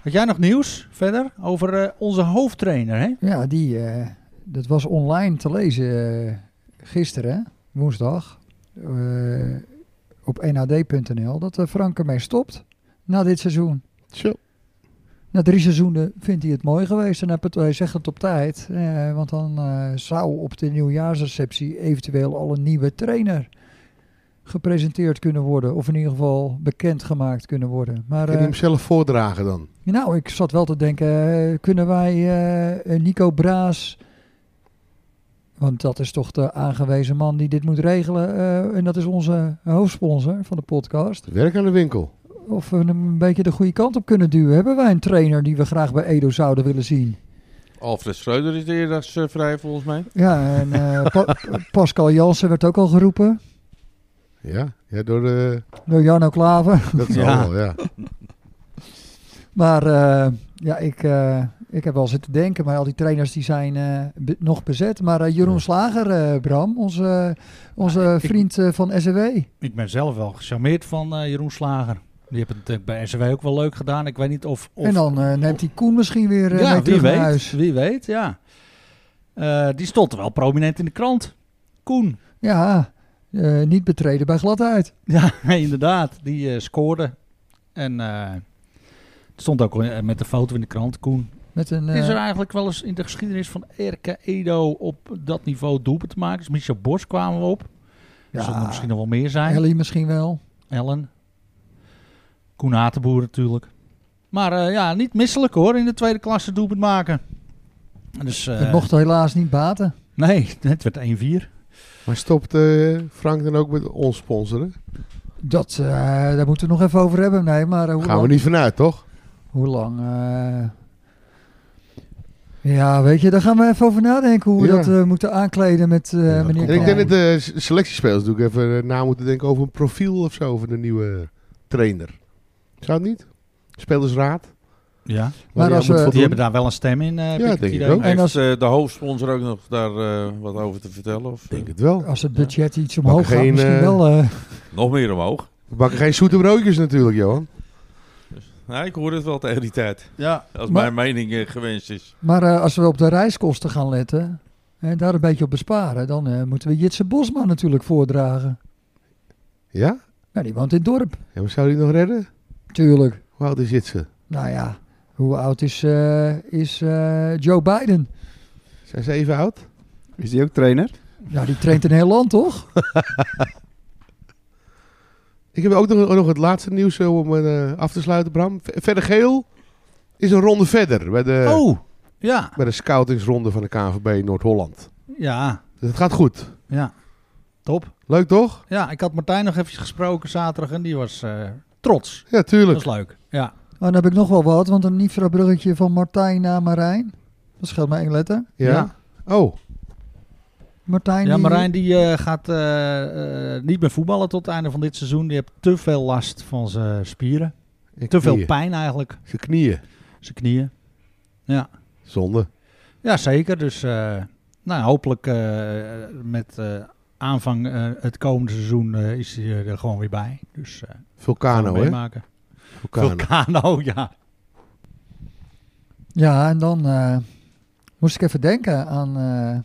Speaker 2: Had jij nog nieuws verder over eh, onze hoofdtrainer, hè?
Speaker 1: Ja, die, eh, dat was online te lezen eh, gisteren, hè, woensdag, eh, op nhd.nl, dat eh, Frank ermee stopt na dit seizoen.
Speaker 4: Zo.
Speaker 1: Na drie seizoenen vindt hij het mooi geweest en hij- hij zegt het op tijd. eh, want dan eh, zou op de nieuwjaarsreceptie eventueel al een nieuwe trainer gepresenteerd kunnen worden. Of in ieder geval bekendgemaakt kunnen worden. Maar,
Speaker 4: Kan je
Speaker 1: eh,
Speaker 4: hem zelf voordragen dan?
Speaker 1: nou, ik zat wel te denken, eh, kunnen wij eh, Nico Braas, want dat is toch de aangewezen man die dit moet regelen, eh, en dat is onze hoofdsponsor van de podcast,
Speaker 4: Werk aan de winkel.
Speaker 1: of we hem een beetje de goede kant op kunnen duwen. Hebben wij een trainer die we graag bij Edo zouden willen zien?
Speaker 5: Alfred Schreuder is de eerdags eh, vrij volgens mij.
Speaker 1: Ja, en eh, Pa- Pascal Jansen werd ook al geroepen
Speaker 4: Ja, ja door de...
Speaker 1: door Jarno Klaver.
Speaker 4: Dat is
Speaker 2: Ja.
Speaker 4: al wel, ja.
Speaker 1: Maar eh, ja, ik, eh, ik heb wel zitten denken, maar al die trainers die zijn eh, be- nog bezet. Maar eh, Jeroen
Speaker 4: Ja.
Speaker 1: Slager, eh, Bram, onze, onze vriend eh, van SEW.
Speaker 2: Ik ben zelf wel gecharmeerd van eh, Jeroen Slager. Die heeft het eh, bij SW ook wel leuk gedaan. Ik weet niet of... of
Speaker 1: En dan eh, neemt hij Koen misschien weer eh,
Speaker 2: ja,
Speaker 1: mee
Speaker 2: wie
Speaker 1: terug
Speaker 2: weet,
Speaker 1: naar huis.
Speaker 2: wie weet, ja. Eh, die stond er wel prominent in de krant. Koen.
Speaker 1: Ja, eh, niet betreden bij gladheid.
Speaker 2: Ja, inderdaad. Die eh, scoorde. En eh, het stond ook eh, met de foto in de krant, Koen.
Speaker 1: Met een, eh,
Speaker 2: Is er eigenlijk wel eens in de geschiedenis van RK Edo op dat niveau doelpunt te maken? Dus Michel Bos kwamen we op. Er zullen er
Speaker 1: ja,
Speaker 2: misschien nog wel meer zijn.
Speaker 1: Ellie misschien wel.
Speaker 2: Ellen. Koen Hatenboer natuurlijk. Maar eh, ja, niet misselijk hoor, in de tweede klasse doelpunt maken. Dus, eh,
Speaker 1: Het mocht helaas niet baten.
Speaker 2: Nee, het werd 1-4.
Speaker 4: Maar stopt eh, Frank dan ook met ons sponsoren?
Speaker 1: Dat, eh, daar moeten we nog even over hebben. Nee, maar eh, hoe
Speaker 4: Gaan we
Speaker 1: lang-
Speaker 4: niet vanuit, toch?
Speaker 1: Hoe lang? eh, Ja, weet je, daar gaan we even over nadenken hoe we
Speaker 4: Ja.
Speaker 1: dat eh, moeten aankleden met eh,
Speaker 2: dat
Speaker 1: meneer
Speaker 2: komt
Speaker 4: En ik denk
Speaker 1: Knol.
Speaker 4: dat de s- selectiespelers natuurlijk even eh, na moeten denken over een profiel of zo. Over de nieuwe trainer. Zou het niet? Spelersraad.
Speaker 2: Ja.
Speaker 1: Maar
Speaker 4: jij
Speaker 1: als
Speaker 4: moet
Speaker 1: we-
Speaker 2: Die
Speaker 4: voldoen.
Speaker 2: hebben daar wel een stem in. eh, heb
Speaker 4: Ja,
Speaker 2: ik het
Speaker 4: denk ik
Speaker 2: idee.
Speaker 4: ook.
Speaker 5: Heeft
Speaker 1: En als-
Speaker 5: eh, de hoofdsponsor ook nog daar eh, wat over te vertellen? Of,
Speaker 4: Ik
Speaker 5: eh,
Speaker 4: denk het wel.
Speaker 1: Als het
Speaker 5: Ja.
Speaker 1: budget iets
Speaker 4: Mag
Speaker 1: omhoog
Speaker 4: geen,
Speaker 1: gaat, misschien
Speaker 4: eh,
Speaker 1: wel. eh,
Speaker 5: nog meer omhoog.
Speaker 4: We bakken geen zoete broodjes natuurlijk, Johan.
Speaker 5: Nou, ik hoor het wel tegen die tijd.
Speaker 2: Ja.
Speaker 5: Als
Speaker 1: Maar-
Speaker 5: mijn mening eh, gewenst is.
Speaker 1: maar eh, als we op de reiskosten gaan letten en daar een beetje op besparen, dan eh, moeten we Jitse Bosma natuurlijk voordragen.
Speaker 4: Ja?
Speaker 1: Nou, die woont in het dorp,
Speaker 4: ja maar zou die nog redden?
Speaker 1: tuurlijk.
Speaker 4: Hoe oud is Jitse?
Speaker 1: Nou ja, hoe oud is, eh, is eh, Joe Biden?
Speaker 4: Zijn ze even oud?
Speaker 3: Is die ook trainer?
Speaker 1: Nou, die traint een heel land, toch?
Speaker 4: Ik heb ook nog, nog het laatste nieuws eh, om eh, af te sluiten, Bram. Ver- Verder geel is een ronde verder bij de,
Speaker 2: oh, ja.
Speaker 4: bij de scoutingsronde van de KNVB Noord-Holland.
Speaker 2: Ja,
Speaker 4: Dus het gaat goed.
Speaker 2: ja. Top.
Speaker 4: Leuk toch?
Speaker 2: Ja, ik had Martijn nog even gesproken zaterdag en die was eh, trots.
Speaker 4: Ja,
Speaker 2: Dat
Speaker 4: tuurlijk.
Speaker 2: was leuk. Ja.
Speaker 1: Maar Oh, dan heb ik nog wel wat, want een Nifra-bruggetje van Martijn naar Marijn. Dat scheelt maar één letter.
Speaker 4: Ja?
Speaker 2: Ja.
Speaker 4: Oh,
Speaker 1: Martijn,
Speaker 2: Ja,
Speaker 1: die-
Speaker 2: Marijn die eh, gaat eh, eh, niet meer voetballen tot het einde van dit seizoen. Die heeft te veel last van zijn spieren.
Speaker 4: en
Speaker 2: Te veel
Speaker 4: knieën.
Speaker 2: pijn eigenlijk,
Speaker 4: Zijn knieën.
Speaker 2: zijn knieën.
Speaker 4: Zonde.
Speaker 2: Ja, zeker. Dus eh, nou, hopelijk eh, met eh, aanvang eh, het komende seizoen eh, is hij er gewoon weer bij. Dus eh,
Speaker 4: Vulcano, hè?
Speaker 2: meemaken.
Speaker 4: Vulcano.
Speaker 2: Vulcano, ja.
Speaker 1: Ja, en dan eh, moest ik even denken aan, eh,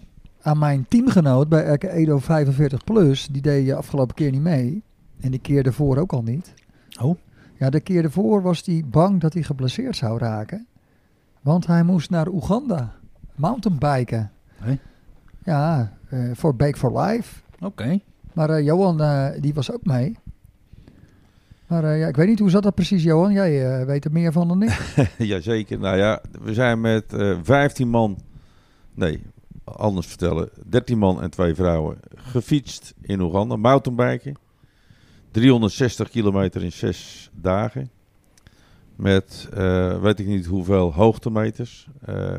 Speaker 1: aan mijn teamgenoot bij RK Edo 45 Plus. Die deed je afgelopen keer niet mee. En die keer daarvoor ook al niet.
Speaker 2: Oh.
Speaker 1: Ja, de keer daarvoor was hij bang dat hij geblesseerd zou raken. Want hij moest naar Oeganda mountainbiken.
Speaker 2: Hé?
Speaker 1: Ja, eh, voor Bake for Life.
Speaker 2: Oké.
Speaker 1: Maar eh, Johan, eh, die was ook mee. Maar eh, ja, ik weet niet, hoe zat dat precies, Johan? Jij eh, weet er meer van dan ik.
Speaker 5: Jazeker. Nou ja, we zijn met eh 15 man, nee, anders vertellen, 13 man en twee vrouwen gefietst in Oeganda, mountainbiken. 360 kilometer in zes dagen. Met eh, weet ik niet hoeveel hoogtemeters. Eh,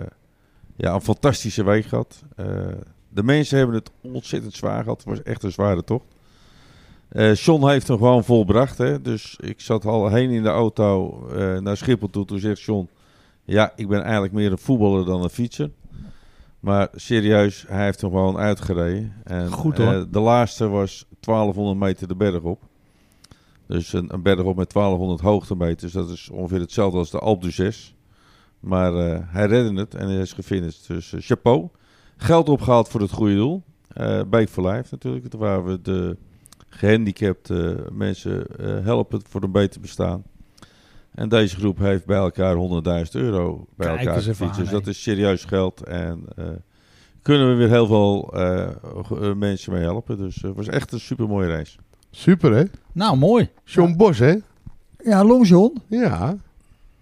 Speaker 5: ja, een fantastische week gehad. Eh, de mensen hebben het ontzettend zwaar gehad. Het was echt een zware tocht. Eh John heeft hem gewoon volbracht. Hè? Dus ik zat al heen in de auto eh, naar Schiphol toe. Toen zegt John, ja, ik ben eigenlijk meer een voetballer dan een fietser. Maar serieus, hij heeft hem gewoon uitgereden. En,
Speaker 2: Goed, hoor.
Speaker 5: eh, de laatste was 1200 meter de berg op. Dus een, een berg op met 1200 hoogtemeters. Dat is ongeveer hetzelfde als de Alpe d'Huez. Maar eh, hij redde het en hij is gefinished. Dus eh, chapeau. Geld opgehaald voor het goede doel. Eh Bake for Life natuurlijk. Waar we de gehandicapte mensen eh, helpen voor een beter bestaan. En deze groep heeft bij elkaar 100.000 euro bij
Speaker 2: Kijk
Speaker 5: elkaar
Speaker 2: eens even
Speaker 5: gefietst.
Speaker 2: aan,
Speaker 5: Dus
Speaker 2: hé.
Speaker 5: dat is serieus geld. En eh, kunnen we weer heel veel eh, ge- eh, mensen mee helpen. Dus eh, het was echt een super mooie reis.
Speaker 4: Super, hè?
Speaker 2: Nou, mooi.
Speaker 4: John Bos, hè?
Speaker 1: Ja, Long John.
Speaker 4: Ja,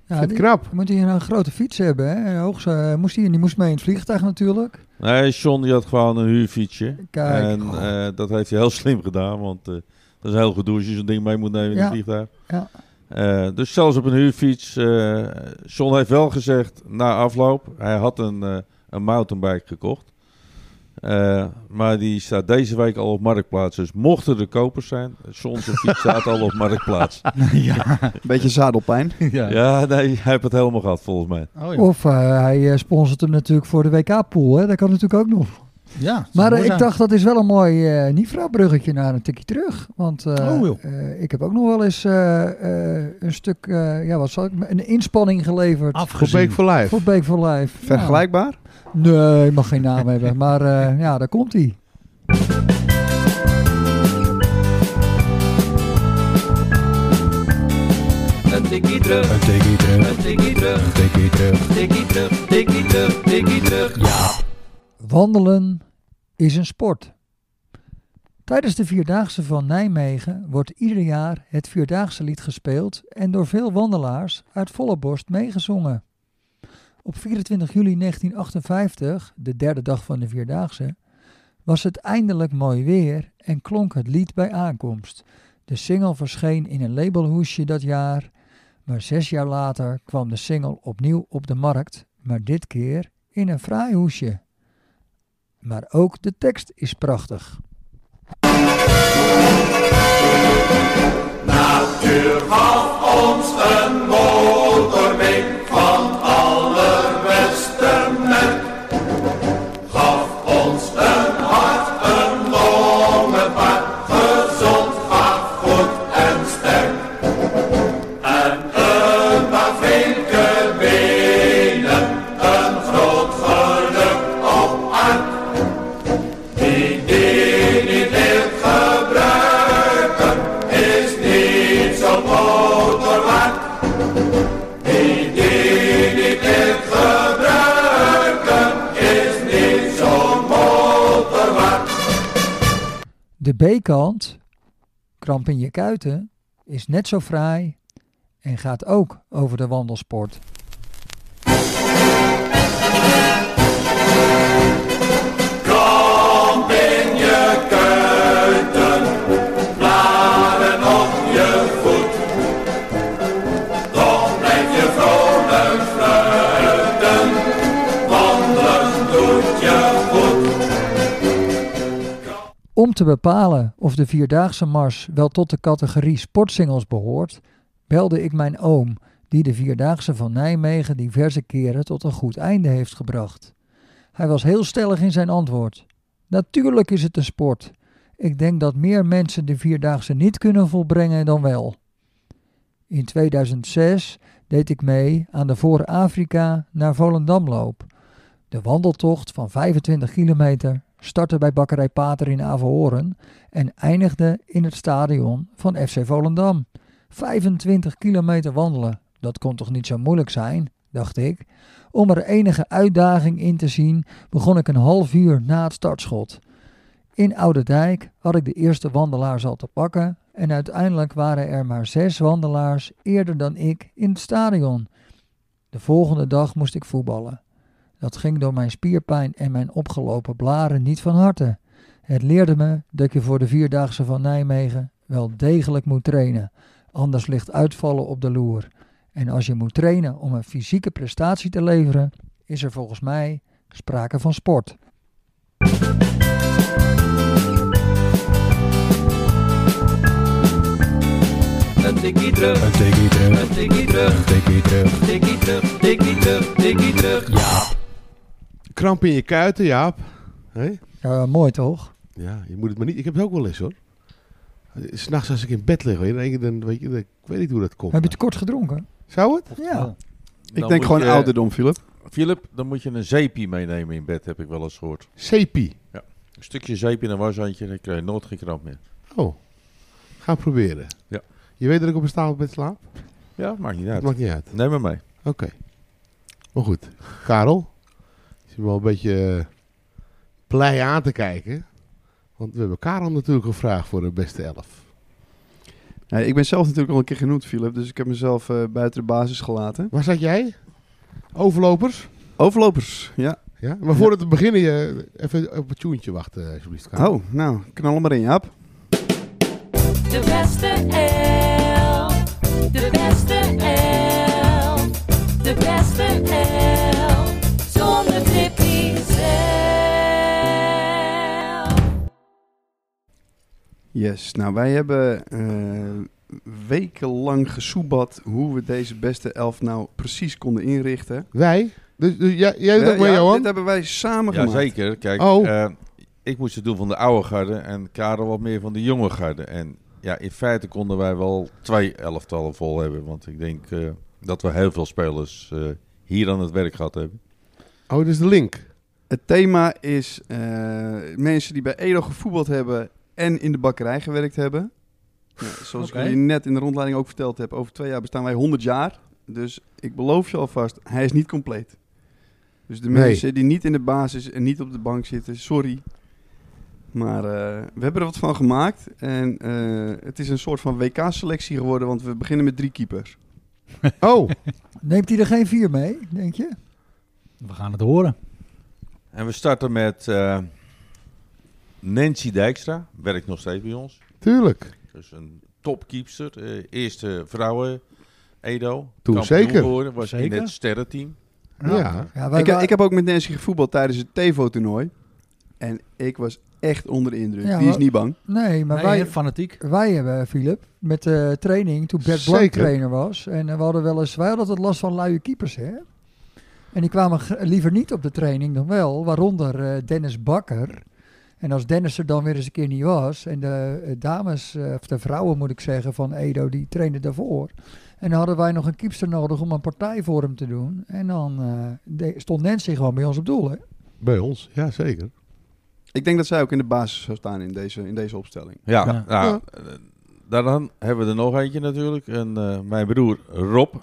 Speaker 1: Ja,
Speaker 4: vind
Speaker 1: die-
Speaker 4: ik knap.
Speaker 1: Dan Moet hij een grote fiets hebben, hè? En Hoog, eh, moest hij, en die moest mee in het vliegtuig natuurlijk.
Speaker 5: Nee, John die had gewoon een huurfietsje.
Speaker 1: Kijk,
Speaker 5: En eh, dat heeft hij heel slim gedaan, want eh, dat is heel gedoe als je zo'n ding mee moet nemen in
Speaker 1: Ja,
Speaker 5: het vliegtuig.
Speaker 1: ja.
Speaker 5: Eh, dus zelfs op een huurfiets. eh John heeft wel gezegd, na afloop, hij had een, eh, een mountainbike gekocht. Eh, maar die staat deze week al op Marktplaats. Dus mochten er kopers zijn, John zijn fiets staat al op Marktplaats.
Speaker 2: ja.
Speaker 3: Beetje zadelpijn.
Speaker 2: ja.
Speaker 5: Ja, nee, hij heeft het helemaal gehad volgens mij.
Speaker 2: Oh, ja.
Speaker 1: Of eh, hij eh, sponsort hem natuurlijk voor de WK-pool, hè? Dat kan natuurlijk ook nog.
Speaker 2: Ja, dat zou
Speaker 1: Maar eh,
Speaker 2: mooi
Speaker 1: ik
Speaker 2: zijn.
Speaker 1: dacht, dat is wel een mooi eh Nifra-bruggetje naar een tikje terug. Want eh,
Speaker 2: Oh, joh.
Speaker 1: eh, ik heb ook nog wel eens eh, eh, een stuk, eh, ja, wat zal ik, een inspanning geleverd
Speaker 4: Voor
Speaker 2: Afgezien.
Speaker 4: Beek voor Life.
Speaker 1: voor Beek voor Life.
Speaker 3: Vergelijkbaar?
Speaker 1: Nou, nee, ik mag geen naam hebben, maar eh, ja, daar komt hij.
Speaker 6: Een tikkie terug,
Speaker 7: Een tikkie terug,
Speaker 6: een tikkie terug,
Speaker 7: een tikkie terug.
Speaker 6: tikkie terug, tikkie terug, tikkie terug.
Speaker 1: Wandelen is een sport. Tijdens de Vierdaagse van Nijmegen wordt ieder jaar het Vierdaagse lied gespeeld en door veel wandelaars uit volle borst meegezongen. Op 24 juli 1958, de derde dag van de Vierdaagse, was het eindelijk mooi weer en klonk het lied bij aankomst. De single verscheen in een labelhoesje dat jaar, maar zes jaar later kwam de single opnieuw op de markt, maar dit keer in een fraai hoesje. Maar ook de tekst is prachtig. De B-kant, Kramp in je kuiten, is net zo fraai en gaat ook over de wandelsport.
Speaker 6: je
Speaker 1: te bepalen of de Vierdaagse Mars wel tot de categorie sportsingles behoort, belde ik mijn oom, die de Vierdaagse van Nijmegen diverse keren tot een goed einde heeft gebracht. Hij was heel stellig in zijn antwoord. Natuurlijk is het een sport. Ik denk dat meer mensen de Vierdaagse niet kunnen volbrengen dan wel. In 2006 deed ik mee aan de Voor Afrika naar Volendamloop. De wandeltocht van 25 kilometer startte bij Bakkerij Pater in Averhoorn en eindigde in het stadion van FC Volendam. 25 kilometer wandelen, dat kon toch niet zo moeilijk zijn, dacht ik. Om er enige uitdaging in te zien, begon ik een half uur na het startschot. In Oude Dijk had ik de eerste wandelaars al te pakken en uiteindelijk waren er maar zes wandelaars eerder dan ik in het stadion. De volgende dag moest ik voetballen. Dat ging door mijn spierpijn en mijn opgelopen blaren niet van harte. Het leerde me dat je voor de Vierdaagse van Nijmegen wel degelijk moet trainen. Anders ligt uitvallen op de loer. En als je moet trainen om een fysieke prestatie te leveren, is er volgens mij sprake van sport.
Speaker 6: Een tikkie terug,
Speaker 7: Een tikkie terug,
Speaker 6: een tikkie terug,
Speaker 7: een tikkie terug.
Speaker 6: tikkie terug, tikkie terug, tikkie terug.
Speaker 4: Kramp in je kuiten, Jaap. Hé?
Speaker 1: Ja, mooi toch?
Speaker 4: Ja, je moet het maar niet. Ik heb het ook wel eens hoor. S'nachts als ik in bed lig, weet je, dan, denk ik, dan weet je, dan- ik weet niet hoe dat komt.
Speaker 1: Heb je te kort gedronken?
Speaker 4: Zou het?
Speaker 1: Ja.
Speaker 3: Ik denk gewoon ouderdom, Philip.
Speaker 5: eh, Philip, dan moet je een zeepie meenemen in bed, heb ik wel eens gehoord.
Speaker 4: CP.
Speaker 5: Een stukje zeep in een washandje, dan krijg je nooit geen kramp meer.
Speaker 4: Oh, gaan proberen.
Speaker 5: Ja.
Speaker 4: Je weet dat ik op een staand bed slaap?
Speaker 5: Ja, maakt niet
Speaker 4: Dat
Speaker 5: uit.
Speaker 4: maakt niet uit.
Speaker 5: Neem maar mee.
Speaker 4: Oké. Maar goed, Karel. Je zit wel een beetje eh, blij aan te kijken. Want we hebben Karel natuurlijk gevraagd voor de beste elf.
Speaker 3: Ja, ik ben zelf natuurlijk al een keer genoemd, Philip. Dus ik heb mezelf eh, buiten de basis gelaten.
Speaker 4: Waar zat jij? Overlopers?
Speaker 3: Overlopers, ja.
Speaker 4: Ja? Maar voordat we beginnen, je, even op het tuentje wachten, alsjeblieft. Karel.
Speaker 3: Oh, nou, knal hem maar in, Jaap.
Speaker 8: De beste elf. De beste elf. De beste elf. Zonder Tippy zelf.
Speaker 3: Yes, nou wij hebben eh, wekenlang gesoebat hoe we deze beste elf nou precies konden inrichten.
Speaker 4: Wij? Dus, dus jij, jij doet ook mee,
Speaker 3: Eh, Ja,
Speaker 4: Johan?
Speaker 3: Dit hebben wij samen gemaakt.
Speaker 5: Jazeker, kijk.
Speaker 4: Oh.
Speaker 5: eh, ik moest het doen van de oude garde en Karel wat meer van de jonge garde. En ja, in feite konden wij wel twee elftallen vol hebben. Want ik denk eh, dat we heel veel spelers eh, hier aan het werk gehad hebben.
Speaker 4: Oh, dat is de link.
Speaker 3: Het thema is eh, mensen die bij Edo gevoetbald hebben en in de bakkerij gewerkt hebben. Ja, zoals
Speaker 2: Oké.
Speaker 3: ik jullie net in de rondleiding ook verteld heb, over twee jaar bestaan wij 100 jaar. Dus ik beloof je alvast, hij is niet compleet. Dus de
Speaker 4: Nee.
Speaker 3: mensen die niet in de basis en niet op de bank zitten, sorry. Maar eh, we hebben er wat van gemaakt. En eh, het is een soort van WK-selectie geworden, want we beginnen met drie keepers.
Speaker 4: Oh,
Speaker 1: Neemt hij er geen vier mee, denk je?
Speaker 2: We gaan het horen.
Speaker 5: En we starten met eh, Nancy Dijkstra. Werkt nog steeds bij ons.
Speaker 4: tuurlijk.
Speaker 5: Dus een topkeepster. eh, eerste vrouwen Edo.
Speaker 4: Toen
Speaker 5: Kampioen
Speaker 4: zeker.
Speaker 5: geworden, was in
Speaker 2: Zeker.
Speaker 5: het sterrenteam.
Speaker 4: Ja.
Speaker 1: Ja, wij
Speaker 3: Ik, heb-
Speaker 1: wa-
Speaker 3: ik heb ook met Nancy gevoetbald tijdens het TEVO-toernooi. En ik was echt onder de indruk.
Speaker 1: Ja,
Speaker 3: Die is
Speaker 1: maar-
Speaker 3: niet bang.
Speaker 1: nee, maar
Speaker 2: Maar
Speaker 1: wij,
Speaker 2: fanatiek.
Speaker 1: Wij hebben, Filip, met de training toen Bert Blank
Speaker 4: Zeker.
Speaker 1: trainer was. En eh, we hadden wel eens, wij hadden altijd last van luie keepers, hè? En die kwamen g- liever niet op de training dan wel, waaronder eh, Dennis Bakker. En als Dennis er dan weer eens een keer niet was, en de eh, dames, eh, of de vrouwen moet ik zeggen, van Edo, die trainden daarvoor. En dan hadden wij nog een keepster nodig om een partij voor hem te doen. En dan eh, de- stond Nancy gewoon bij ons op doel, hè?
Speaker 4: Bij ons, ja zeker.
Speaker 3: Ik denk dat zij ook in de basis zou staan in deze, in deze opstelling.
Speaker 5: Ja,
Speaker 2: Ja.
Speaker 5: nou, eh, daaraan hebben we er nog eentje natuurlijk. En eh, mijn broer Rob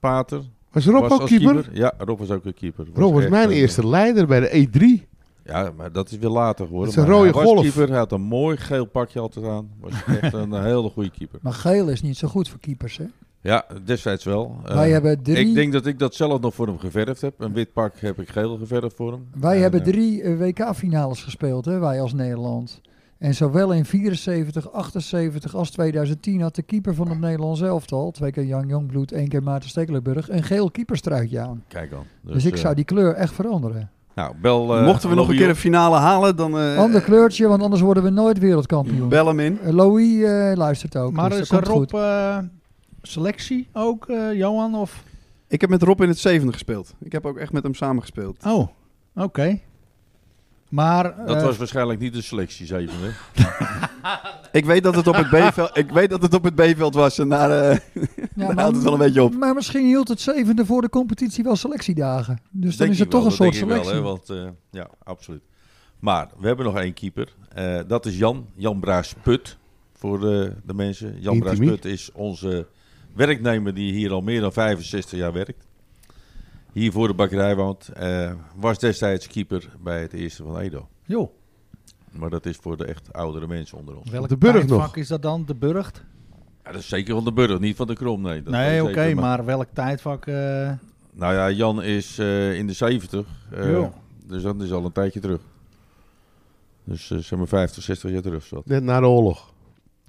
Speaker 5: Pater.
Speaker 4: Was Rob
Speaker 5: was
Speaker 4: ook
Speaker 5: als
Speaker 4: keeper?
Speaker 5: Ja, Rob was ook een keeper.
Speaker 4: Rob was
Speaker 5: echt eh,
Speaker 4: mijn
Speaker 5: een-
Speaker 4: eerste leider bij de E E3.
Speaker 5: Ja, maar dat is weer later geworden.
Speaker 4: Dat is een
Speaker 5: Maar
Speaker 4: rode
Speaker 5: hij was
Speaker 4: golf.
Speaker 5: keeper, hij had een mooi geel pakje altijd aan. Was echt een hele goede keeper.
Speaker 1: Maar geel is niet zo goed voor keepers, hè?
Speaker 5: Ja, destijds wel. Eh,
Speaker 1: wij hebben drie...
Speaker 5: Ik denk dat ik dat zelf nog voor hem geverfd heb. Een wit pak heb ik geel geverfd voor hem.
Speaker 1: Wij
Speaker 5: En,
Speaker 1: hebben
Speaker 5: eh,
Speaker 1: drie eh, WK-finales gespeeld, hè, wij als Nederland. En zowel in 74, 78 als 2010 had de keeper van het Nederlands elftal, twee keer Jan Jongbloed, één keer Maarten Stekelenburg, een geel keeperstruitje aan.
Speaker 5: Kijk dan.
Speaker 1: Dus, ik
Speaker 5: eh,
Speaker 1: zou die kleur echt veranderen.
Speaker 5: Nou, bel... eh,
Speaker 3: Mochten we nog een
Speaker 5: Lobby
Speaker 3: keer een finale halen, dan eh,
Speaker 1: Ander kleurtje, want anders worden we nooit wereldkampioen.
Speaker 3: bel hem in.
Speaker 1: Eh, Louis eh, luistert ook.
Speaker 2: Maar
Speaker 1: dus
Speaker 2: is
Speaker 1: dat
Speaker 2: er
Speaker 1: komt goed.
Speaker 2: Rob eh, selectie ook, eh, Johan? Of?
Speaker 3: Ik heb met Rob in het zevende gespeeld. Ik heb ook echt met hem samen gespeeld.
Speaker 2: Oh, oké. Maar
Speaker 5: op. Dat
Speaker 2: eh,
Speaker 5: was waarschijnlijk niet de selectie, zeven, hè?
Speaker 3: Ik weet dat het op het B-veld, ik weet dat het op het B-veld was en daar, eh,
Speaker 1: Ja,
Speaker 3: daar houdt het wel een beetje op.
Speaker 1: Maar misschien hield het zevende voor de competitie wel selectiedagen. Dus dan
Speaker 5: Denk
Speaker 1: is het
Speaker 5: ik
Speaker 1: toch
Speaker 5: wel,
Speaker 1: een
Speaker 5: dat
Speaker 1: soort
Speaker 5: denk ik
Speaker 1: selectie.
Speaker 5: Wel, hè, want, eh, ja, absoluut. Maar we hebben nog één keeper. Eh, dat is Jan. Jan Braas Put. Voor eh, de mensen. Jan Braas
Speaker 4: Intimie.
Speaker 5: Put is onze werknemer die hier al meer dan 65 jaar werkt. Hier voor de bakkerij woont. Eh, was destijds keeper bij het eerste van Edo.
Speaker 2: joh,
Speaker 5: Maar dat is voor de echt oudere mensen onder ons.
Speaker 2: welk
Speaker 4: de Burg
Speaker 2: tijdvak
Speaker 4: nog.
Speaker 2: is dat dan? De Burgt?
Speaker 5: Ja, dat is zeker van de Burg, niet van de Krom. Nee, dat weet
Speaker 2: Nee,
Speaker 5: ik
Speaker 2: oké,
Speaker 5: zeker,
Speaker 2: maar... welk tijdvak? eh,
Speaker 5: Nou ja, Jan is eh, in de 70. eh,
Speaker 2: Joh.
Speaker 5: dus dat is al een tijdje terug. Dus eh, zeg maar 50, 60 jaar terug zat.
Speaker 4: Net na de oorlog.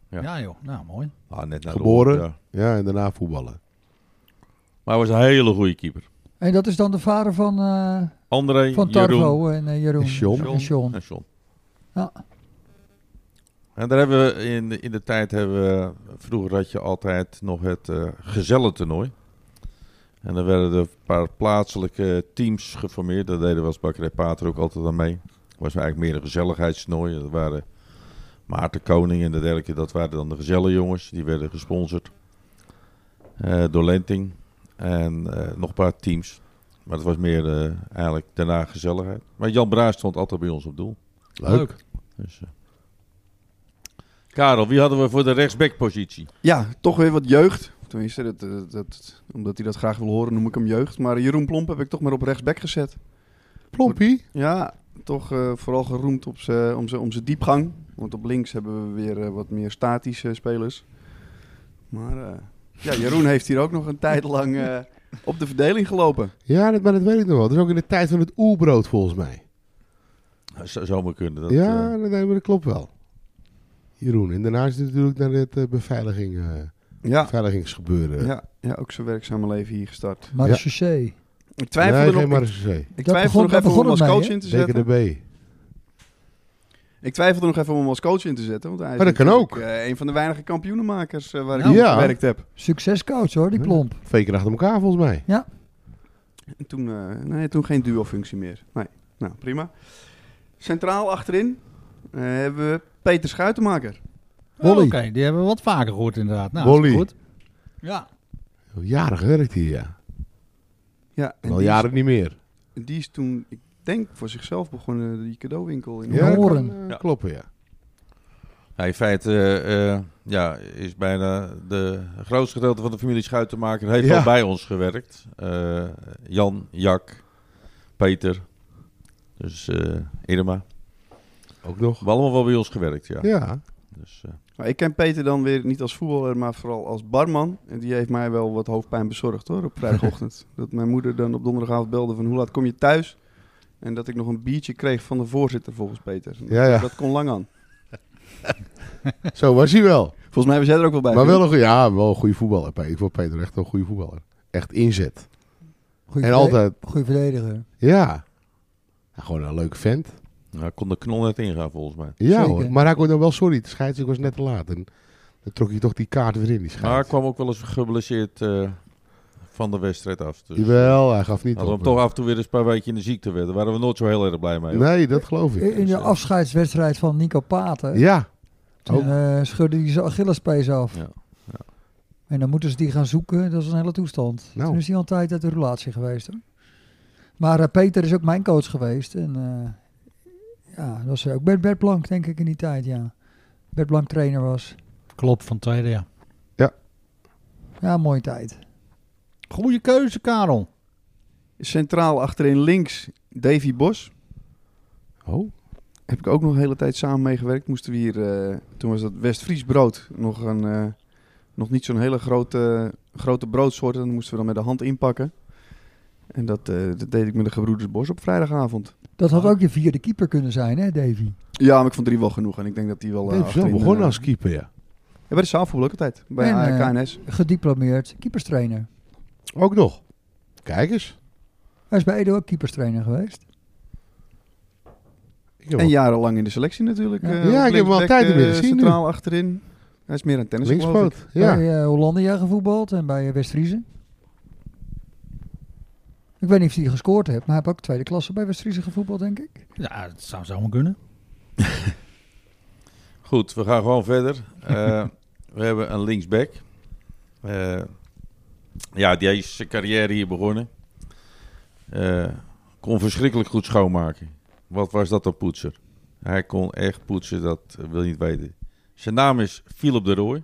Speaker 5: Ja.
Speaker 2: ja. joh, nou mooi.
Speaker 5: Ah, net na de
Speaker 4: Geboren.
Speaker 5: oorlog, ja.
Speaker 4: Ja, en daarna voetballen.
Speaker 5: Maar hij was een hele goede keeper.
Speaker 1: En dat is dan de vader van, eh,
Speaker 5: André,
Speaker 1: van
Speaker 5: Jeroen
Speaker 1: Tarvo en eh, Jeroen.
Speaker 4: En John.
Speaker 1: En John.
Speaker 5: en John.
Speaker 1: Ja.
Speaker 5: En daar hebben we in de, in de tijd hebben we, vroeger had je altijd nog het eh gezellentoernooi. En dan werden er een paar plaatselijke teams geformeerd. Daar deden we als Bakkerij Pater ook altijd aan mee. Het was eigenlijk meer een gezelligheidstoernooi. Dat waren Maarten Koning en de dergelijke. Dat waren dan de gezelle jongens. Die werden gesponsord eh, door Lenting. En eh, nog een paar teams. Maar het was meer eh, eigenlijk daarna gezelligheid. Maar Jan Braas stond altijd bij ons op doel.
Speaker 4: Leuk.
Speaker 5: Dus, eh. Karel, wie hadden we voor de rechtsbackpositie?
Speaker 3: Ja, toch weer wat jeugd. Tenminste, dat, dat, dat- omdat hij dat graag wil horen, noem ik hem jeugd. Maar Jeroen Plomp heb ik toch maar op rechtsback gezet.
Speaker 4: Plompie.
Speaker 3: Ja, toch eh, vooral geroemd op z'n- om zijn om z'n diepgang. Want op links hebben we weer eh, wat meer statische spelers. Maar eh, ja, Jeroen heeft hier ook nog een tijd lang eh, op de verdeling gelopen.
Speaker 4: Ja, dat, maar dat weet ik nog wel. Dat is ook in de tijd van het oerbrood volgens mij.
Speaker 5: Dat zou zomaar kunnen. Dat,
Speaker 4: ja,
Speaker 5: eh,
Speaker 4: dat, nee, maar dat klopt wel. Jeroen. En daarna is het natuurlijk naar het eh, beveiliging, eh,
Speaker 3: Ja,
Speaker 4: beveiligingsgebeuren.
Speaker 3: ja, ja ook zijn werkzame leven hier gestart.
Speaker 1: Maar
Speaker 4: Ja.
Speaker 1: de Sucé.
Speaker 3: Ik
Speaker 4: nee,
Speaker 3: twijfelde
Speaker 4: geen
Speaker 3: nog, ik,
Speaker 4: Marseille.
Speaker 3: ik
Speaker 1: Dat
Speaker 3: twijfelde
Speaker 1: begon-
Speaker 3: nog even
Speaker 1: dat
Speaker 3: om hem
Speaker 1: begon
Speaker 3: als
Speaker 1: het
Speaker 3: coach
Speaker 1: mee,
Speaker 3: in te
Speaker 4: Zeker de
Speaker 3: zetten.
Speaker 4: B.
Speaker 3: Ik twijfelde nog even om hem als coach in te zetten. Want hij is
Speaker 4: Maar dat kan
Speaker 3: natuurlijk, eh, een van de weinige kampioenenmakers eh, waar ik
Speaker 4: Nou.
Speaker 3: op
Speaker 4: Ja.
Speaker 3: gewerkt heb.
Speaker 1: Succescoach hoor, die
Speaker 4: Ja.
Speaker 1: plomp.
Speaker 4: Twee keer achter elkaar volgens mij.
Speaker 3: En toen, eh, nee, toen geen duo-functie meer. Nee, nou prima. Centraal achterin eh, hebben we Peter Schuitenmaker.
Speaker 2: Oh, Oké,
Speaker 1: Wolly.
Speaker 2: die hebben we wat vaker gehoord inderdaad. Nou,
Speaker 4: Wolly.
Speaker 2: is goed. Ja,
Speaker 4: Al Jaren gewerkt hier, ja.
Speaker 3: Ja, en
Speaker 4: Al
Speaker 3: die,
Speaker 4: jaren niet meer.
Speaker 3: Is, die is toen, ik denk, voor zichzelf begonnen, die cadeauwinkel. In
Speaker 1: Ja.
Speaker 4: dat
Speaker 1: Horen.
Speaker 4: kan, eh,
Speaker 5: Ja.
Speaker 4: Kloppen, ja.
Speaker 5: hij nou, in feite eh, eh, ja, is bijna de grootste gedeelte van de familie Schuitenmaker. Heeft
Speaker 4: Ja.
Speaker 5: al bij ons gewerkt. Eh, Jan, Jak, Peter, dus eh, Irma.
Speaker 4: Ook nog.
Speaker 5: We allemaal wel bij ons gewerkt, ja.
Speaker 4: Ja.
Speaker 5: Dus, eh,
Speaker 3: Maar ik ken Peter dan weer niet als voetballer, maar vooral als barman. En die heeft mij wel wat hoofdpijn bezorgd hoor, op vrijdagochtend. dat mijn moeder dan op donderdagavond belde van hoe laat kom je thuis? En dat ik nog een biertje kreeg van de voorzitter volgens Peter.
Speaker 4: Ja, ja.
Speaker 3: Dat kon lang aan.
Speaker 4: Zo was hij wel.
Speaker 3: Volgens mij was jij er ook wel bij.
Speaker 4: Maar
Speaker 3: Phil.
Speaker 4: wel een, goe- ja, wel een goede voetballer. Pe- Ik vond Peter echt wel een goede voetballer. Echt inzet.
Speaker 1: Goeie verde-
Speaker 4: En altijd,
Speaker 1: Goeie verdediger.
Speaker 4: ja. Ja, Gewoon een leuk vent.
Speaker 5: hij nou, kon de knol net ingaan volgens mij.
Speaker 4: Ja
Speaker 1: Zeker.
Speaker 4: hoor. Maar hij kon dan wel, sorry, de scheids, ik was net te laat. En dan trok hij toch die kaart weer in, die
Speaker 5: Maar hij
Speaker 4: scheids.
Speaker 5: kwam ook wel eens geblesseerd eh, van de wedstrijd af. Dus,
Speaker 4: Jawel, hij gaf niet
Speaker 5: Hadden we
Speaker 4: op.
Speaker 5: hem toch af en toe weer eens een paar weken in de ziekte werden. Daar waren we nooit zo heel erg blij mee. hoor.
Speaker 4: Nee, dat geloof ik.
Speaker 1: In de afscheidswedstrijd van Nico Paten
Speaker 4: Ja,
Speaker 1: toen, eh, schudde hij zijn Achillespees af.
Speaker 5: Ja,
Speaker 1: En dan moeten ze die gaan zoeken, dat is een hele toestand.
Speaker 4: Nou.
Speaker 1: Toen is hij al een tijd uit de relatie geweest hoor. Maar eh, Peter is ook mijn coach geweest. En eh, ja, dat was ook Bert, Bert Blank denk ik in die tijd, ja. Bert Blank trainer was.
Speaker 2: klopt, van tweede, ja.
Speaker 1: Ja, mooie tijd.
Speaker 2: Goeie keuze, Karel.
Speaker 3: Centraal achterin links Davy Bos.
Speaker 4: oh,
Speaker 3: Heb ik ook nog de hele tijd samen meegewerkt. Moesten we hier, eh, toen was dat West-Fries brood, nog, een, eh, nog niet zo'n hele grote, grote broodsoort. En dat moesten we dan met de hand inpakken. En dat, eh, dat deed ik met de gebroeders Bos op vrijdagavond.
Speaker 1: Dat
Speaker 5: Nou.
Speaker 1: had ook je vierde keeper kunnen zijn, hè, Davy?
Speaker 3: Ja, maar ik vond drie wel genoeg. En ik denk dat die wel... eh,
Speaker 4: hij heeft zo
Speaker 3: achterin,
Speaker 4: begonnen
Speaker 3: eh,
Speaker 4: als keeper, ja.
Speaker 3: ja, bij de zaalvoetbal ook altijd. Bij
Speaker 1: En, eh,
Speaker 3: AKNS.
Speaker 1: Gediplomeerd keeperstrainer.
Speaker 4: Ook nog. Kijk eens.
Speaker 1: Hij is bij Edo ook keeperstrainer geweest.
Speaker 4: Ik heb
Speaker 3: En
Speaker 4: wel-
Speaker 3: jarenlang in de selectie natuurlijk.
Speaker 1: Ja.
Speaker 3: eh,
Speaker 1: Ja,
Speaker 4: ik heb hem
Speaker 3: linksback,
Speaker 4: altijd
Speaker 3: eh,
Speaker 4: weer gezien nu.
Speaker 3: Centraal achterin. Hij is meer een tennis, geloof ik.
Speaker 4: linkspoot. Ja.
Speaker 1: Bij eh, Hollandia gevoetbald en bij eh, West-Vriezen. Ik weet niet of hij gescoord heeft, maar hij heeft ook tweede klasse bij West-Vriezen gevoetbald, denk ik.
Speaker 2: Ja, dat zou zomaar kunnen.
Speaker 5: Goed, we gaan gewoon verder. Eh, we hebben een linksback. Eh, ja, die is zijn carrière hier begonnen. Eh, kon verschrikkelijk goed schoonmaken. Wat was dat een poetser? Hij kon echt poetsen, dat eh, wil je niet weten. Zijn naam is Philip de Rooij.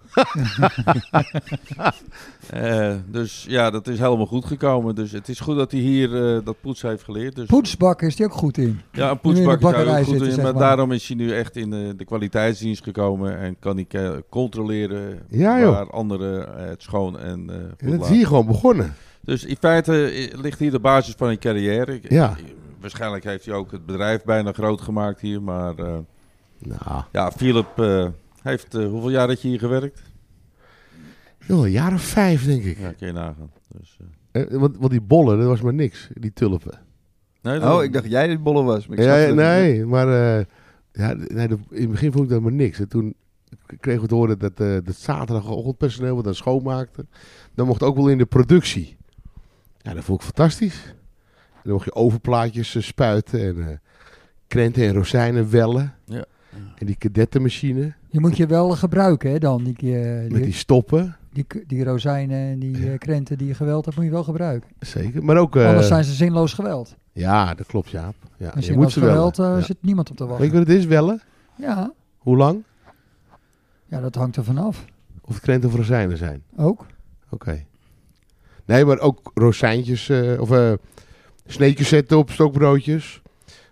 Speaker 5: Eh, dus ja, dat is helemaal goed gekomen. Dus het is goed dat hij hier eh, dat poetsen heeft geleerd. Dus
Speaker 1: Poetsbak is die ook goed in.
Speaker 5: ja, een
Speaker 1: Nu in de
Speaker 5: poetsbak zou
Speaker 1: bakkerij
Speaker 5: heel goed
Speaker 1: zitten,
Speaker 5: in,
Speaker 1: zeg
Speaker 5: maar,
Speaker 1: maar.
Speaker 5: daarom is hij nu echt in de, de kwaliteitsdienst gekomen en kan hij eh, controleren
Speaker 4: Ja, joh.
Speaker 5: waar anderen eh, het schoon en eh, goed
Speaker 4: En dat is
Speaker 5: laten.
Speaker 4: hier gewoon begonnen.
Speaker 5: Dus in feite eh, ligt hier de basis van een carrière. Ik-
Speaker 4: Ja.
Speaker 5: ik- Waarschijnlijk heeft hij ook het bedrijf bijna groot gemaakt hier, maar eh,
Speaker 4: Nou,
Speaker 5: ja, Philip eh, heeft, eh, hoeveel jaar dat je hier gewerkt?
Speaker 4: joh, een jaar of vijf, denk ik.
Speaker 5: Ja, kun je nagaan. Dus, eh,
Speaker 4: Eh, Want, want die bollen, dat was maar niks. Die tulpen.
Speaker 5: nee,
Speaker 3: Oh, ik dacht jij dit bolle was. maar ik
Speaker 4: Ja,
Speaker 3: snap
Speaker 4: ja,
Speaker 3: het niet.
Speaker 4: nee, maar eh, ja, nee, dat- in het begin vond ik dat maar niks. En toen kregen we te horen dat, eh dat zaterdagochtend personeel wat dan schoonmaakte. Dan mocht ook wel in de productie. Ja, dat vond ik fantastisch. En dan mocht je overplaatjes eh, spuiten en eh, krenten en rozijnen wellen.
Speaker 5: Ja.
Speaker 4: En die kadettenmachine
Speaker 1: Je moet je wel gebruiken, hè, dan. Die, eh,
Speaker 4: met
Speaker 1: die,
Speaker 4: die stoppen.
Speaker 1: die, die, rozijnen en die eh, krenten die je geweld hebt, moet je wel gebruiken.
Speaker 4: Zeker. Maar ook... eh,
Speaker 1: Anders zijn ze zinloos geweld.
Speaker 4: Ja, dat klopt, Jaap. Ja,
Speaker 1: En
Speaker 4: je moet
Speaker 1: zinloos
Speaker 4: ze wel.
Speaker 1: geweld eh, zit niemand op te
Speaker 4: Weet je
Speaker 1: wachten.
Speaker 4: wat het is, wellen?
Speaker 1: Ja.
Speaker 4: Hoe lang?
Speaker 1: ja, dat hangt er vanaf.
Speaker 4: Of het krenten of rozijnen zijn.
Speaker 1: Ook.
Speaker 4: Oké. Nee, maar ook rozijntjes eh, of eh sneetjes zetten op stokbroodjes.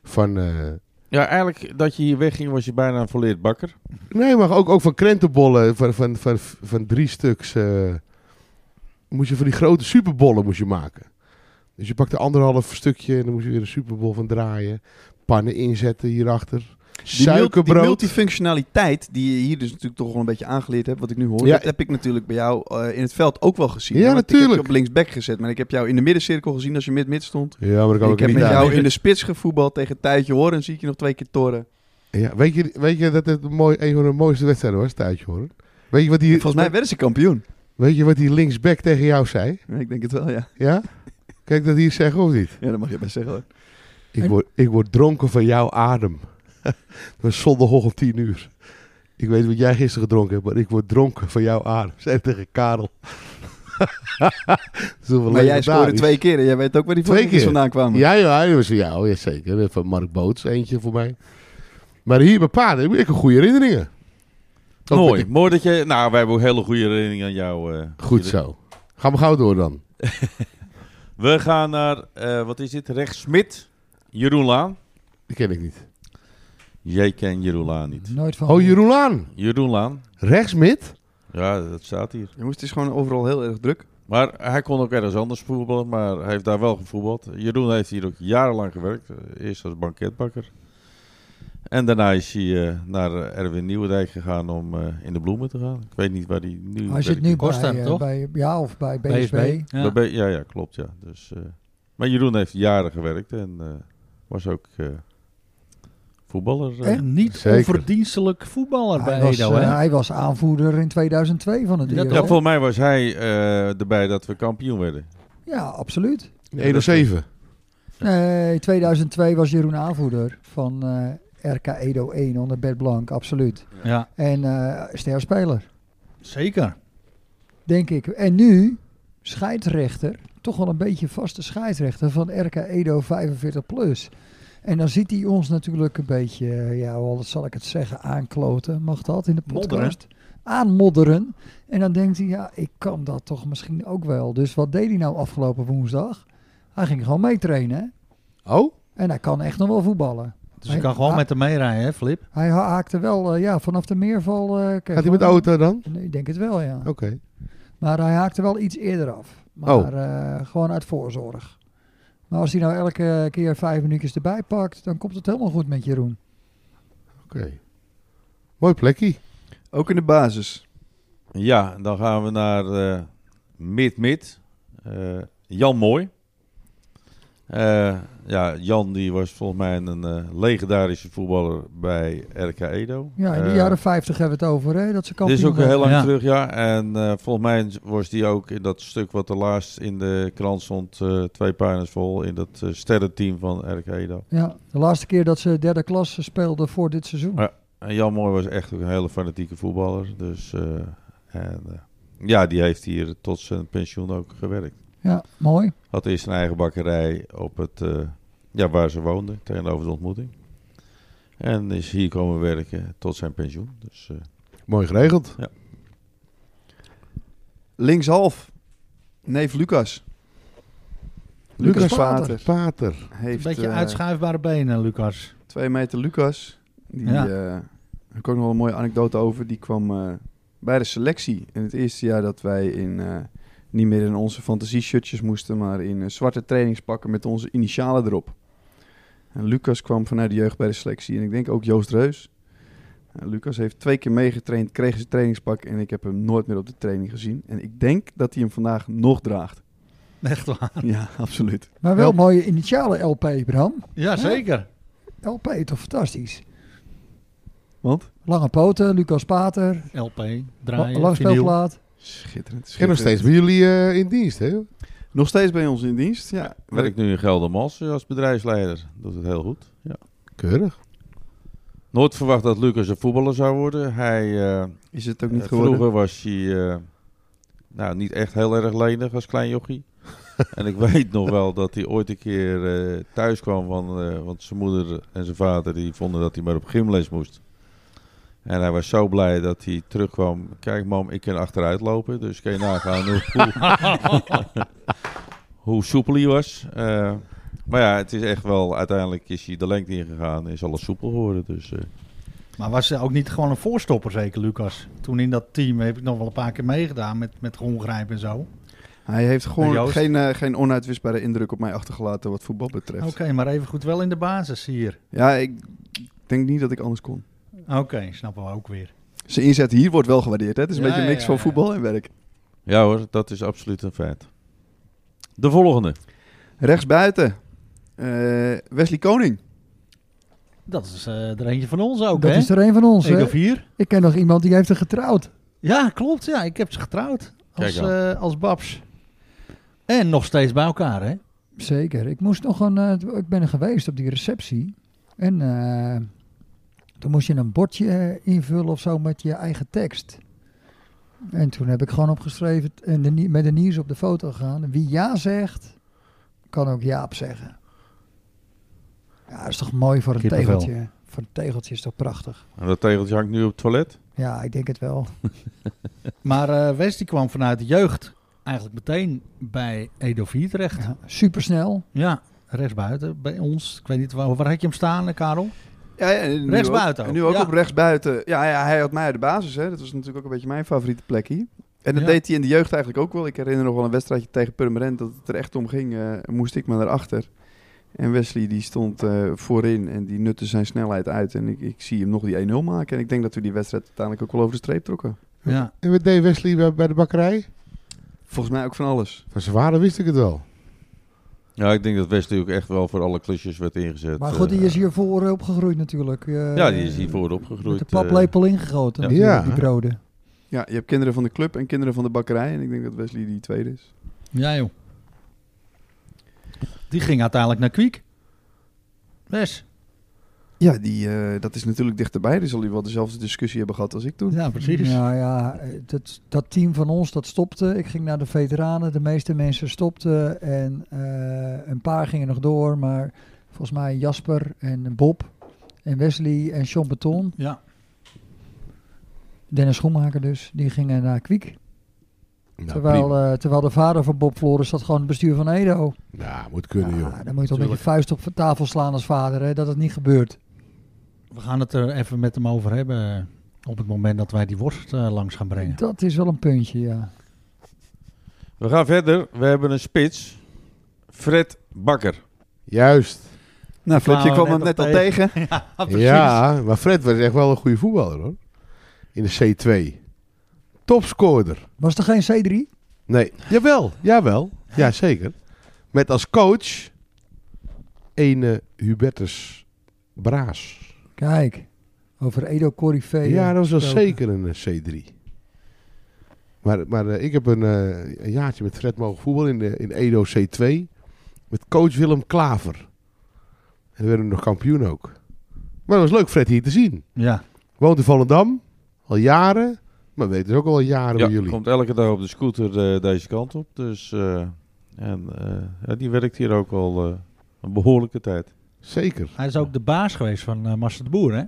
Speaker 4: Van, eh,
Speaker 5: Ja, eigenlijk dat je hier wegging was je bijna een volleerd bakker.
Speaker 4: nee, maar ook, ook van krentenbollen van, van, van, van drie stuks. eh, moest je van die grote superbollen moest je maken. Dus je pakte anderhalf stukje en dan moest je weer een superbol van draaien. Pannen inzetten hierachter.
Speaker 3: Die, mul- die
Speaker 4: Suikerbrood.
Speaker 3: multifunctionaliteit die je hier dus natuurlijk toch wel een beetje aangeleerd hebt, wat ik nu hoor,
Speaker 4: Ja.
Speaker 3: dat heb ik natuurlijk bij jou eh, in het veld ook wel gezien.
Speaker 4: Ja,
Speaker 3: Want Ik heb
Speaker 4: natuurlijk.
Speaker 3: je op linksback gezet, maar ik heb jou in de middencirkel gezien als je mid-mid stond.
Speaker 4: ja, maar dat kan
Speaker 3: ik heb
Speaker 4: niet
Speaker 3: met
Speaker 4: uit.
Speaker 3: jou in de spits gevoetbald tegen Tijdje Horen, zie ik je nog twee keer torren.
Speaker 4: Ja, weet, je, weet je dat het een mooi, een van de mooiste wedstrijden was, Tuitje hoor. Weet je wat die,
Speaker 3: Volgens mij werden ze kampioen.
Speaker 4: weet je wat die linksback tegen jou zei?
Speaker 3: Ik denk het wel, ja.
Speaker 4: Ja? Kijk dat hier zeggen of niet?
Speaker 3: Ja, dat mag je best zeggen hoor.
Speaker 4: Ik
Speaker 1: En-
Speaker 4: word, ik word dronken van jouw adem. Het was zondagochtend 10 uur. Ik weet wat jij gisteren gedronken hebt, maar ik word dronken van jouw adem. Zei tegen Karel. Dat is wel
Speaker 3: Maar jij
Speaker 4: legendarisch.
Speaker 3: scoorde twee keer en jij weet ook waar die
Speaker 4: Twee
Speaker 3: voorzetjes
Speaker 4: keer.
Speaker 3: vandaan kwamen.
Speaker 4: Ja, ja, hij was van jou, ja, zeker. Van Mark Boots, eentje voor mij. Maar hier bij Paard heb ik een goede herinneringen.
Speaker 3: Oh,
Speaker 4: Ook met
Speaker 5: Mooi,
Speaker 4: die-
Speaker 5: mooi dat je... Nou, wij hebben ook hele goede herinnering aan jou. eh,
Speaker 4: Goed
Speaker 5: Philip.
Speaker 4: zo. Ga maar gauw door dan.
Speaker 5: We gaan naar, eh, wat is dit, rechts Smit, Jeroen Laan.
Speaker 4: Die ken ik niet.
Speaker 5: Jij kent Jeroen Laan niet.
Speaker 1: Nooit van.
Speaker 4: Oh, Jeroen Laan.
Speaker 5: Mhm. Jeroen Laan,
Speaker 4: Rechtsmid?
Speaker 5: ja, dat staat hier.
Speaker 3: Jongens, het is gewoon overal heel erg druk.
Speaker 5: Maar hij kon ook ergens anders voetballen, maar hij heeft daar wel gevoetbald. Jeroen heeft hier ook jarenlang gewerkt. eh, Eerst als banketbakker. En daarna is hij eh, naar eh, Erwin Nieuwendijk gegaan om eh, in de bloemen te gaan. Ik weet niet waar hij nu
Speaker 1: Hij zit
Speaker 5: werkt.
Speaker 1: nu bij,
Speaker 2: Kost hem,
Speaker 1: eh,
Speaker 2: toch?
Speaker 1: bij, ja, of bij BSB.
Speaker 5: Ja,
Speaker 2: Ja.
Speaker 5: bij- ja, ja, klopt, ja. Dus, eh, maar Jeroen heeft jaren gewerkt en eh, was ook eh, voetballer. eh.
Speaker 2: Een niet
Speaker 4: Zeker.
Speaker 2: onverdienstelijk voetballer
Speaker 1: Hij
Speaker 2: Oh, bij
Speaker 1: was,
Speaker 2: Edo,
Speaker 1: eh,
Speaker 2: hè?
Speaker 1: hij was aanvoerder in 2002 van het
Speaker 2: Ja,
Speaker 1: duo.
Speaker 5: Ja, volgens mij was hij eh, erbij dat we kampioen werden.
Speaker 1: Ja, absoluut. Eh,
Speaker 4: 1 of 7.
Speaker 1: Nee, 2002 was Jeroen aanvoerder van eh, RK Edo 1 onder Bert Blank, absoluut.
Speaker 2: Ja,
Speaker 1: En eh sterspeler,
Speaker 2: zeker.
Speaker 1: denk ik. En nu scheidsrechter, toch wel een beetje vaste scheidsrechter van RK Edo 45+. Plus. En dan ziet hij ons natuurlijk een beetje, eh, ja, wat zal ik het zeggen, aankloten. Mag dat in de podcast?
Speaker 2: Modderen.
Speaker 1: Aanmodderen. En dan denkt hij, ja, ik kan dat toch misschien ook wel. Dus wat deed hij nou afgelopen woensdag? Hij ging gewoon meetrainen, hè?
Speaker 4: Oh?
Speaker 1: En hij kan echt nog wel voetballen.
Speaker 2: Dus je kan gewoon
Speaker 1: Ah.
Speaker 2: met hem meerijden, hè, Flip?
Speaker 1: Hij ha- haakte wel eh, ja, vanaf de meerval. eh, kijk,
Speaker 4: Gaat hij met de auto dan?
Speaker 1: Nee, ik denk het wel, ja.
Speaker 4: Oké.
Speaker 1: Maar hij haakte wel iets eerder af. Maar
Speaker 4: Oh.
Speaker 1: eh, gewoon uit voorzorg. Maar als hij nou elke keer vijf minuutjes erbij pakt, dan komt het helemaal goed met Jeroen.
Speaker 4: Oké. Mooi plekje.
Speaker 3: Ook in de basis.
Speaker 5: Ja, dan gaan we naar eh, mid-mid. Eh, Jan Mooi. Eh, ja, Jan die was volgens mij een eh, legendarische voetballer bij RK Edo.
Speaker 1: Ja, in de
Speaker 5: Eh,
Speaker 1: jaren 50 hebben we het over, hè? Dat ze
Speaker 5: Dit
Speaker 1: kampioen
Speaker 5: is ook
Speaker 1: werden.
Speaker 5: heel lang
Speaker 2: Ja.
Speaker 5: terug, ja. En eh, volgens mij was die ook in dat stuk wat er laatst in de krant stond, eh, twee pagina's vol, in dat eh, sterrenteam van RK Edo.
Speaker 1: Ja, de laatste keer dat ze derde klasse speelden voor dit seizoen.
Speaker 5: Ja. En Jan Mooi was echt ook een hele fanatieke voetballer. Dus eh, en, eh, ja, die heeft hier tot zijn pensioen ook gewerkt.
Speaker 1: Ja, mooi.
Speaker 5: Had eerst een eigen bakkerij op het, eh, ja, waar ze woonde, tegenover de ontmoeting. En is hier komen werken tot zijn pensioen. Dus, eh,
Speaker 4: Mooi geregeld.
Speaker 3: Linkshalf. Neef Lucas.
Speaker 1: Lucas
Speaker 3: Lucas
Speaker 1: Pater.
Speaker 3: Vater
Speaker 4: Pater.
Speaker 2: Een
Speaker 3: heeft
Speaker 2: beetje
Speaker 3: eh,
Speaker 2: uitschuifbare benen, Lucas.
Speaker 3: twee meter Lucas. Die,
Speaker 2: Ja.
Speaker 3: eh heb ik ook nog wel een mooie anekdote over. Die kwam eh, bij de selectie in het eerste jaar dat wij in, eh, niet meer in onze fantasie-shirtjes moesten, maar in eh, zwarte trainingspakken met onze initialen erop. En Lucas kwam vanuit de jeugd bij de selectie en ik denk ook Joost Reus. En Lucas heeft twee keer meegetraind, kreeg zijn trainingspak en ik heb hem nooit meer op de training gezien. En ik denk dat hij hem vandaag nog draagt.
Speaker 2: Echt waar.
Speaker 3: Ja, absoluut.
Speaker 1: Maar wel mooie initiale LP, Bram.
Speaker 2: Ja, zeker.
Speaker 1: LP, toch fantastisch.
Speaker 3: Want?
Speaker 1: Lange poten, Lucas Pater,
Speaker 2: LP,
Speaker 1: la-
Speaker 2: draaien, vinyl.
Speaker 1: langspeelplaat.
Speaker 3: Schitterend. schitterend.
Speaker 4: En nog steeds bij jullie eh, in dienst, hè?
Speaker 3: Nog steeds bij ons in dienst, ja.
Speaker 5: werkt nu in Geldermals eh, als bedrijfsleider. Doet het heel goed. Ja.
Speaker 4: Keurig.
Speaker 5: Nooit verwacht dat Lucas een voetballer zou worden. Hij, eh,
Speaker 3: Is het ook niet
Speaker 5: eh,
Speaker 3: geworden?
Speaker 5: vroeger was hij eh, nou, niet echt heel erg lenig als klein jochie. en ik weet nog wel dat hij ooit een keer eh, thuis kwam. Van, eh, want zijn moeder en zijn vader die vonden dat hij maar op gymles moest. En hij was zo blij dat hij terugkwam. Kijk mam, ik kan achteruit lopen. Dus kan je nagaan hoe, hoe- hoe soepel hij was. Eh, maar ja, het is echt wel... Uiteindelijk is hij de lengte ingegaan. Is alles soepel geworden. Dus... eh,
Speaker 2: Maar was ze ook niet gewoon een voorstopper, zeker, Lucas? Toen in dat team heb ik nog wel een paar keer meegedaan met, met Ongrijp en zo.
Speaker 3: Hij heeft gewoon
Speaker 2: Joost?
Speaker 3: geen, eh, geen onuitwisbare indruk op mij achtergelaten wat voetbal betreft.
Speaker 2: Oké, maar even goed wel in de basis hier.
Speaker 3: Ja, ik denk niet dat ik anders kon.
Speaker 2: Oké, snappen we ook weer.
Speaker 3: Zijn inzet hier wordt wel gewaardeerd. Hè? Het is een
Speaker 2: Ja,
Speaker 3: beetje een mix
Speaker 2: ja,
Speaker 3: van
Speaker 2: ja.
Speaker 3: voetbal en werk.
Speaker 5: Ja hoor, dat is absoluut een feit. De volgende.
Speaker 3: Rechtsbuiten. Eh Wesley Koning.
Speaker 2: Dat is eh, er eentje van ons ook,
Speaker 1: dat
Speaker 2: hè?
Speaker 1: is er een van ons,
Speaker 2: Ik
Speaker 1: hè?
Speaker 2: of hier?
Speaker 1: Ik ken nog iemand die heeft er getrouwd.
Speaker 2: Ja, klopt. Ja, ik heb ze getrouwd. Als,
Speaker 5: Kijk
Speaker 2: eh, als babs. En nog steeds bij elkaar, hè?
Speaker 1: Zeker. Ik moest nog een. eh, ik ben er geweest op die receptie. En eh, toen moest je een bordje eh, invullen of zo met je eigen tekst. En toen heb ik gewoon opgeschreven t- en de, nie- met de niers op de foto gegaan. Wie ja zegt, kan ook Jaap zeggen. Ja, dat is toch mooi voor een
Speaker 2: Kippenvel.
Speaker 1: tegeltje. Voor een tegeltje is toch prachtig.
Speaker 5: En dat tegeltje hangt nu op het toilet.
Speaker 1: Ja, ik denk het wel.
Speaker 2: Maar eh West die kwam vanuit de jeugd eigenlijk meteen bij Edo 4 terecht. Ja,
Speaker 1: Ja, supersnel.
Speaker 2: rechtsbuiten bij ons. Ik weet niet, waar, waar had je hem staan, eh, Karel?
Speaker 3: Ja, ja, en nu
Speaker 2: Rechtsbuiten
Speaker 3: ook-
Speaker 2: ook,
Speaker 3: En nu ook
Speaker 2: ja.
Speaker 3: op rechtsbuiten. Ja, ja, hij had mij uit de basis. Hè? Dat was natuurlijk ook een beetje mijn favoriete plek hier. En dat
Speaker 2: Ja.
Speaker 3: deed hij in de jeugd eigenlijk ook wel. Ik herinner nog wel een wedstrijdje tegen Purmerend. Dat het er echt om ging. eh, moest ik maar naar achter. En Wesley die stond eh, voorin en die nutte zijn snelheid uit. En ik, ik zie hem nog die 1-0 maken. En ik denk dat we die wedstrijd uiteindelijk ook wel over de streep trokken.
Speaker 2: Ja.
Speaker 4: En met Dave Wesley bij, bij de bakkerij?
Speaker 3: Volgens mij ook van alles.
Speaker 4: Van zijn vader wist ik het wel.
Speaker 5: Ja, ik denk dat Wesley ook echt wel voor alle klusjes werd ingezet.
Speaker 1: Maar goed, die
Speaker 5: Eh,
Speaker 1: is hiervoor eh, opgegroeid natuurlijk. Eh,
Speaker 5: Ja, die is hiervoor opgegroeid. eh.
Speaker 1: Met de paplepel ingegoten
Speaker 5: Ja.
Speaker 1: natuurlijk,
Speaker 4: Ja.
Speaker 1: die broden.
Speaker 3: Ja, je hebt kinderen van de club en kinderen van de bakkerij. En ik denk dat Wesley die tweede is.
Speaker 2: Ja, joh. Die ging uiteindelijk naar Kwiek. Wes.
Speaker 3: Ja, die, eh, dat is natuurlijk dichterbij. Dus zal hij wel dezelfde discussie hebben gehad als ik toen.
Speaker 2: Ja, precies.
Speaker 1: Nou ja, eh, dat, dat team van ons dat stopte. Ik ging naar de veteranen. De meeste mensen stopten. En eh, een paar gingen nog door. Maar volgens mij Jasper en Bob en Wesley en Sean Beton.
Speaker 2: Ja.
Speaker 1: Dennis Schoenmaker dus. Die gingen naar Kwiek.
Speaker 4: Nou,
Speaker 1: terwijl,
Speaker 4: prima.
Speaker 1: eh, terwijl de vader van Bob Floris zat gewoon in het bestuur van Edo.
Speaker 4: Nou, moet kunnen, joh.
Speaker 1: Ah, dan moet je toch met je
Speaker 2: Tuurlijk.
Speaker 1: vuist op tafel slaan als vader. Hè, dat het niet gebeurt.
Speaker 2: We gaan het er even met hem over hebben eh, op het moment dat wij die worst eh, langs gaan brengen.
Speaker 1: Dat is wel een puntje, ja.
Speaker 5: eh. We gaan verder. We hebben een spits. Fred Bakker.
Speaker 4: Juist.
Speaker 3: Nou, Flipje
Speaker 2: Kwamen
Speaker 3: kwam
Speaker 2: we
Speaker 3: hem
Speaker 2: net
Speaker 3: net al
Speaker 2: al
Speaker 3: tegen.
Speaker 1: Ah,
Speaker 4: Ah, Ja, maar Fred was echt wel een goede voetballer, hoor. In de C2. Topscorer.
Speaker 1: Was er geen C3?
Speaker 4: Nee. Jawel, jawel. Jazeker. Met als coach ene Hubertus Braas.
Speaker 1: Kijk, over Edo Corrivee.
Speaker 4: Ja, dat was wel
Speaker 1: gesproken.
Speaker 4: zeker een eh, C3. Maar, maar eh, ik heb een, eh, een jaartje met Fred mogen voetballen in, de- in Edo C2. Met coach Willem Klaver. En we werden nog kampioen ook. Maar het was leuk Fred hier te zien.
Speaker 2: Ja.
Speaker 4: Woont in Volendam. Al jaren. Maar we weten dus ook al jaren bij jullie.
Speaker 5: komt elke dag op de scooter eh, deze kant op. Dus, eh, en eh, ja, die werkt hier ook al eh, een behoorlijke tijd.
Speaker 4: Zeker.
Speaker 2: Hij is ook de baas geweest van eh Marcel de Boer, hè?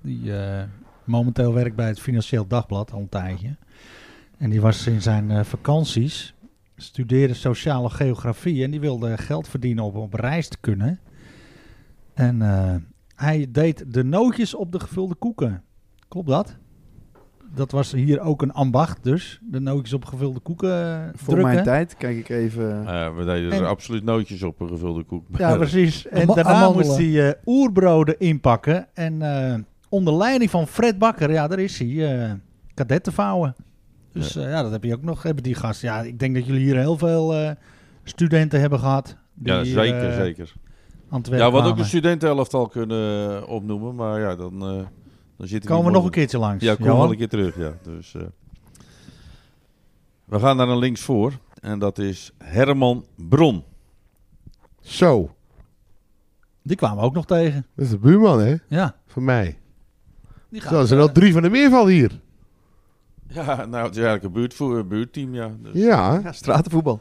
Speaker 2: Die eh, momenteel werkt bij het Financieel Dagblad al een tijdje. En die was in zijn eh, vakanties, studeerde sociale geografie en die wilde geld verdienen om op reis te kunnen. En eh, hij deed de nootjes op de gevulde koeken. Klopt dat? Dat was hier ook een ambacht, dus de nootjes op gevulde koeken eh,
Speaker 3: Voor
Speaker 2: drukken.
Speaker 3: mijn tijd kijk ik even.
Speaker 5: Eh, we deden er
Speaker 2: En-
Speaker 5: absoluut nootjes op een gevulde koek.
Speaker 2: Ja, precies. En
Speaker 1: Ama-
Speaker 2: daarna
Speaker 1: amandelen.
Speaker 2: moest hij eh, oerbroden inpakken. En eh, onder leiding van Fred Bakker, ja, daar is hij, eh kadetten vouwen. Dus eh, ja, dat heb je ook nog, hebben die gasten. Ja, ik denk dat jullie hier heel veel eh, studenten hebben gehad. Die,
Speaker 5: ja, zeker,
Speaker 2: eh,
Speaker 5: zeker.
Speaker 2: Aan het werk
Speaker 5: Ja, we hadden ook
Speaker 2: kwamen.
Speaker 5: een studentenelftal kunnen eh, opnoemen, maar ja, dan, eh dan zitten
Speaker 2: Komen we nog een keertje langs.
Speaker 5: Ja, kom
Speaker 2: Johan?
Speaker 5: wel een keer terug, ja. Dus, eh, we gaan naar een linksvoor en dat is Herman Bron.
Speaker 4: Zo.
Speaker 2: Die kwamen we ook nog tegen.
Speaker 4: Dat is de buurman hè.
Speaker 2: Ja.
Speaker 4: Van mij.
Speaker 2: Die eh,
Speaker 4: Zo, er zijn al drie van de meerval hier.
Speaker 5: Ja, nou, het is eigenlijk een buurtvoer, buurtteam, ja. Dus,
Speaker 4: Ja.
Speaker 3: Ja, stratenvoetbal.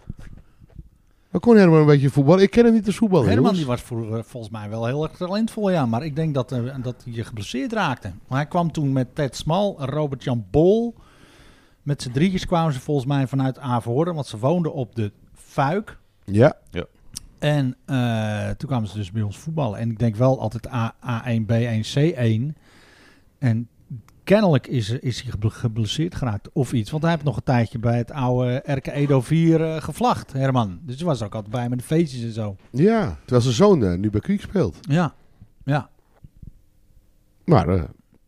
Speaker 4: Dan kon Herman een beetje voetballen. Ik ken hem niet als voetballer.
Speaker 2: Herman
Speaker 4: jongens.
Speaker 2: die was vroeger volgens mij wel heel erg talentvol, ja. Maar ik denk dat, eh, dat hij geblesseerd raakte. Maar hij kwam toen met Ted Smal, Robert-Jan Bol. Met z'n drietjes kwamen ze volgens mij vanuit Averhoorn, want ze woonden op de Fuik.
Speaker 4: Ja.
Speaker 2: En eh, toen kwamen ze dus bij ons voetballen. En ik denk wel altijd A, A1, B1, C1. En kennelijk is, is hij geble- geblesseerd geraakt of iets. Want hij heeft nog een tijdje bij het oude RK Edo 4 eh, gevlacht, Herman. Dus hij was er ook altijd bij met de feestjes en zo.
Speaker 4: Ja. Terwijl zijn zoon eh, nu bij Kriek speelt.
Speaker 2: Ja, ja.
Speaker 4: Maar eh,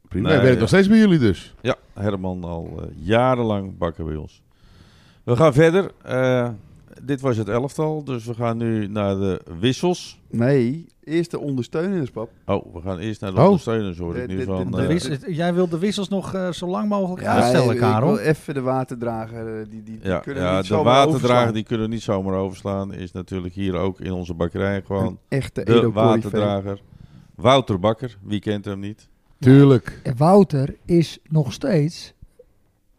Speaker 4: prima.
Speaker 5: Nee,
Speaker 4: Hij werkt
Speaker 5: ja.
Speaker 4: nog steeds bij jullie dus.
Speaker 5: ja, Herman al eh, jarenlang bakken bij ons. We gaan verder. Eh, dit was het elftal, dus we gaan nu naar de wissels.
Speaker 3: Nee, eerst de ondersteuners, pap.
Speaker 5: Oh, we gaan eerst naar de
Speaker 4: Oh.
Speaker 5: ondersteuners, hoor ik
Speaker 3: De-
Speaker 5: nu
Speaker 3: de-
Speaker 5: van.
Speaker 3: de-
Speaker 5: eh,
Speaker 2: De wis- het- jij wil de wissels nog eh, zo lang mogelijk uitstellen,
Speaker 3: ik-
Speaker 2: Karel.
Speaker 3: Ik wil even de waterdrager. eh, Die, die, die
Speaker 5: ja,
Speaker 3: kunnen
Speaker 5: ja
Speaker 3: niet
Speaker 5: de
Speaker 3: zomaar
Speaker 5: waterdrager
Speaker 3: overslaan.
Speaker 5: die kunnen niet zomaar overslaan. Is natuurlijk hier ook in onze bakkerij gewoon
Speaker 3: Een echte
Speaker 5: de,
Speaker 3: Edo Corrivee.
Speaker 5: waterdrager. Wouter Bakker, wie kent hem niet?
Speaker 4: Tuurlijk.
Speaker 1: En Wouter is nog steeds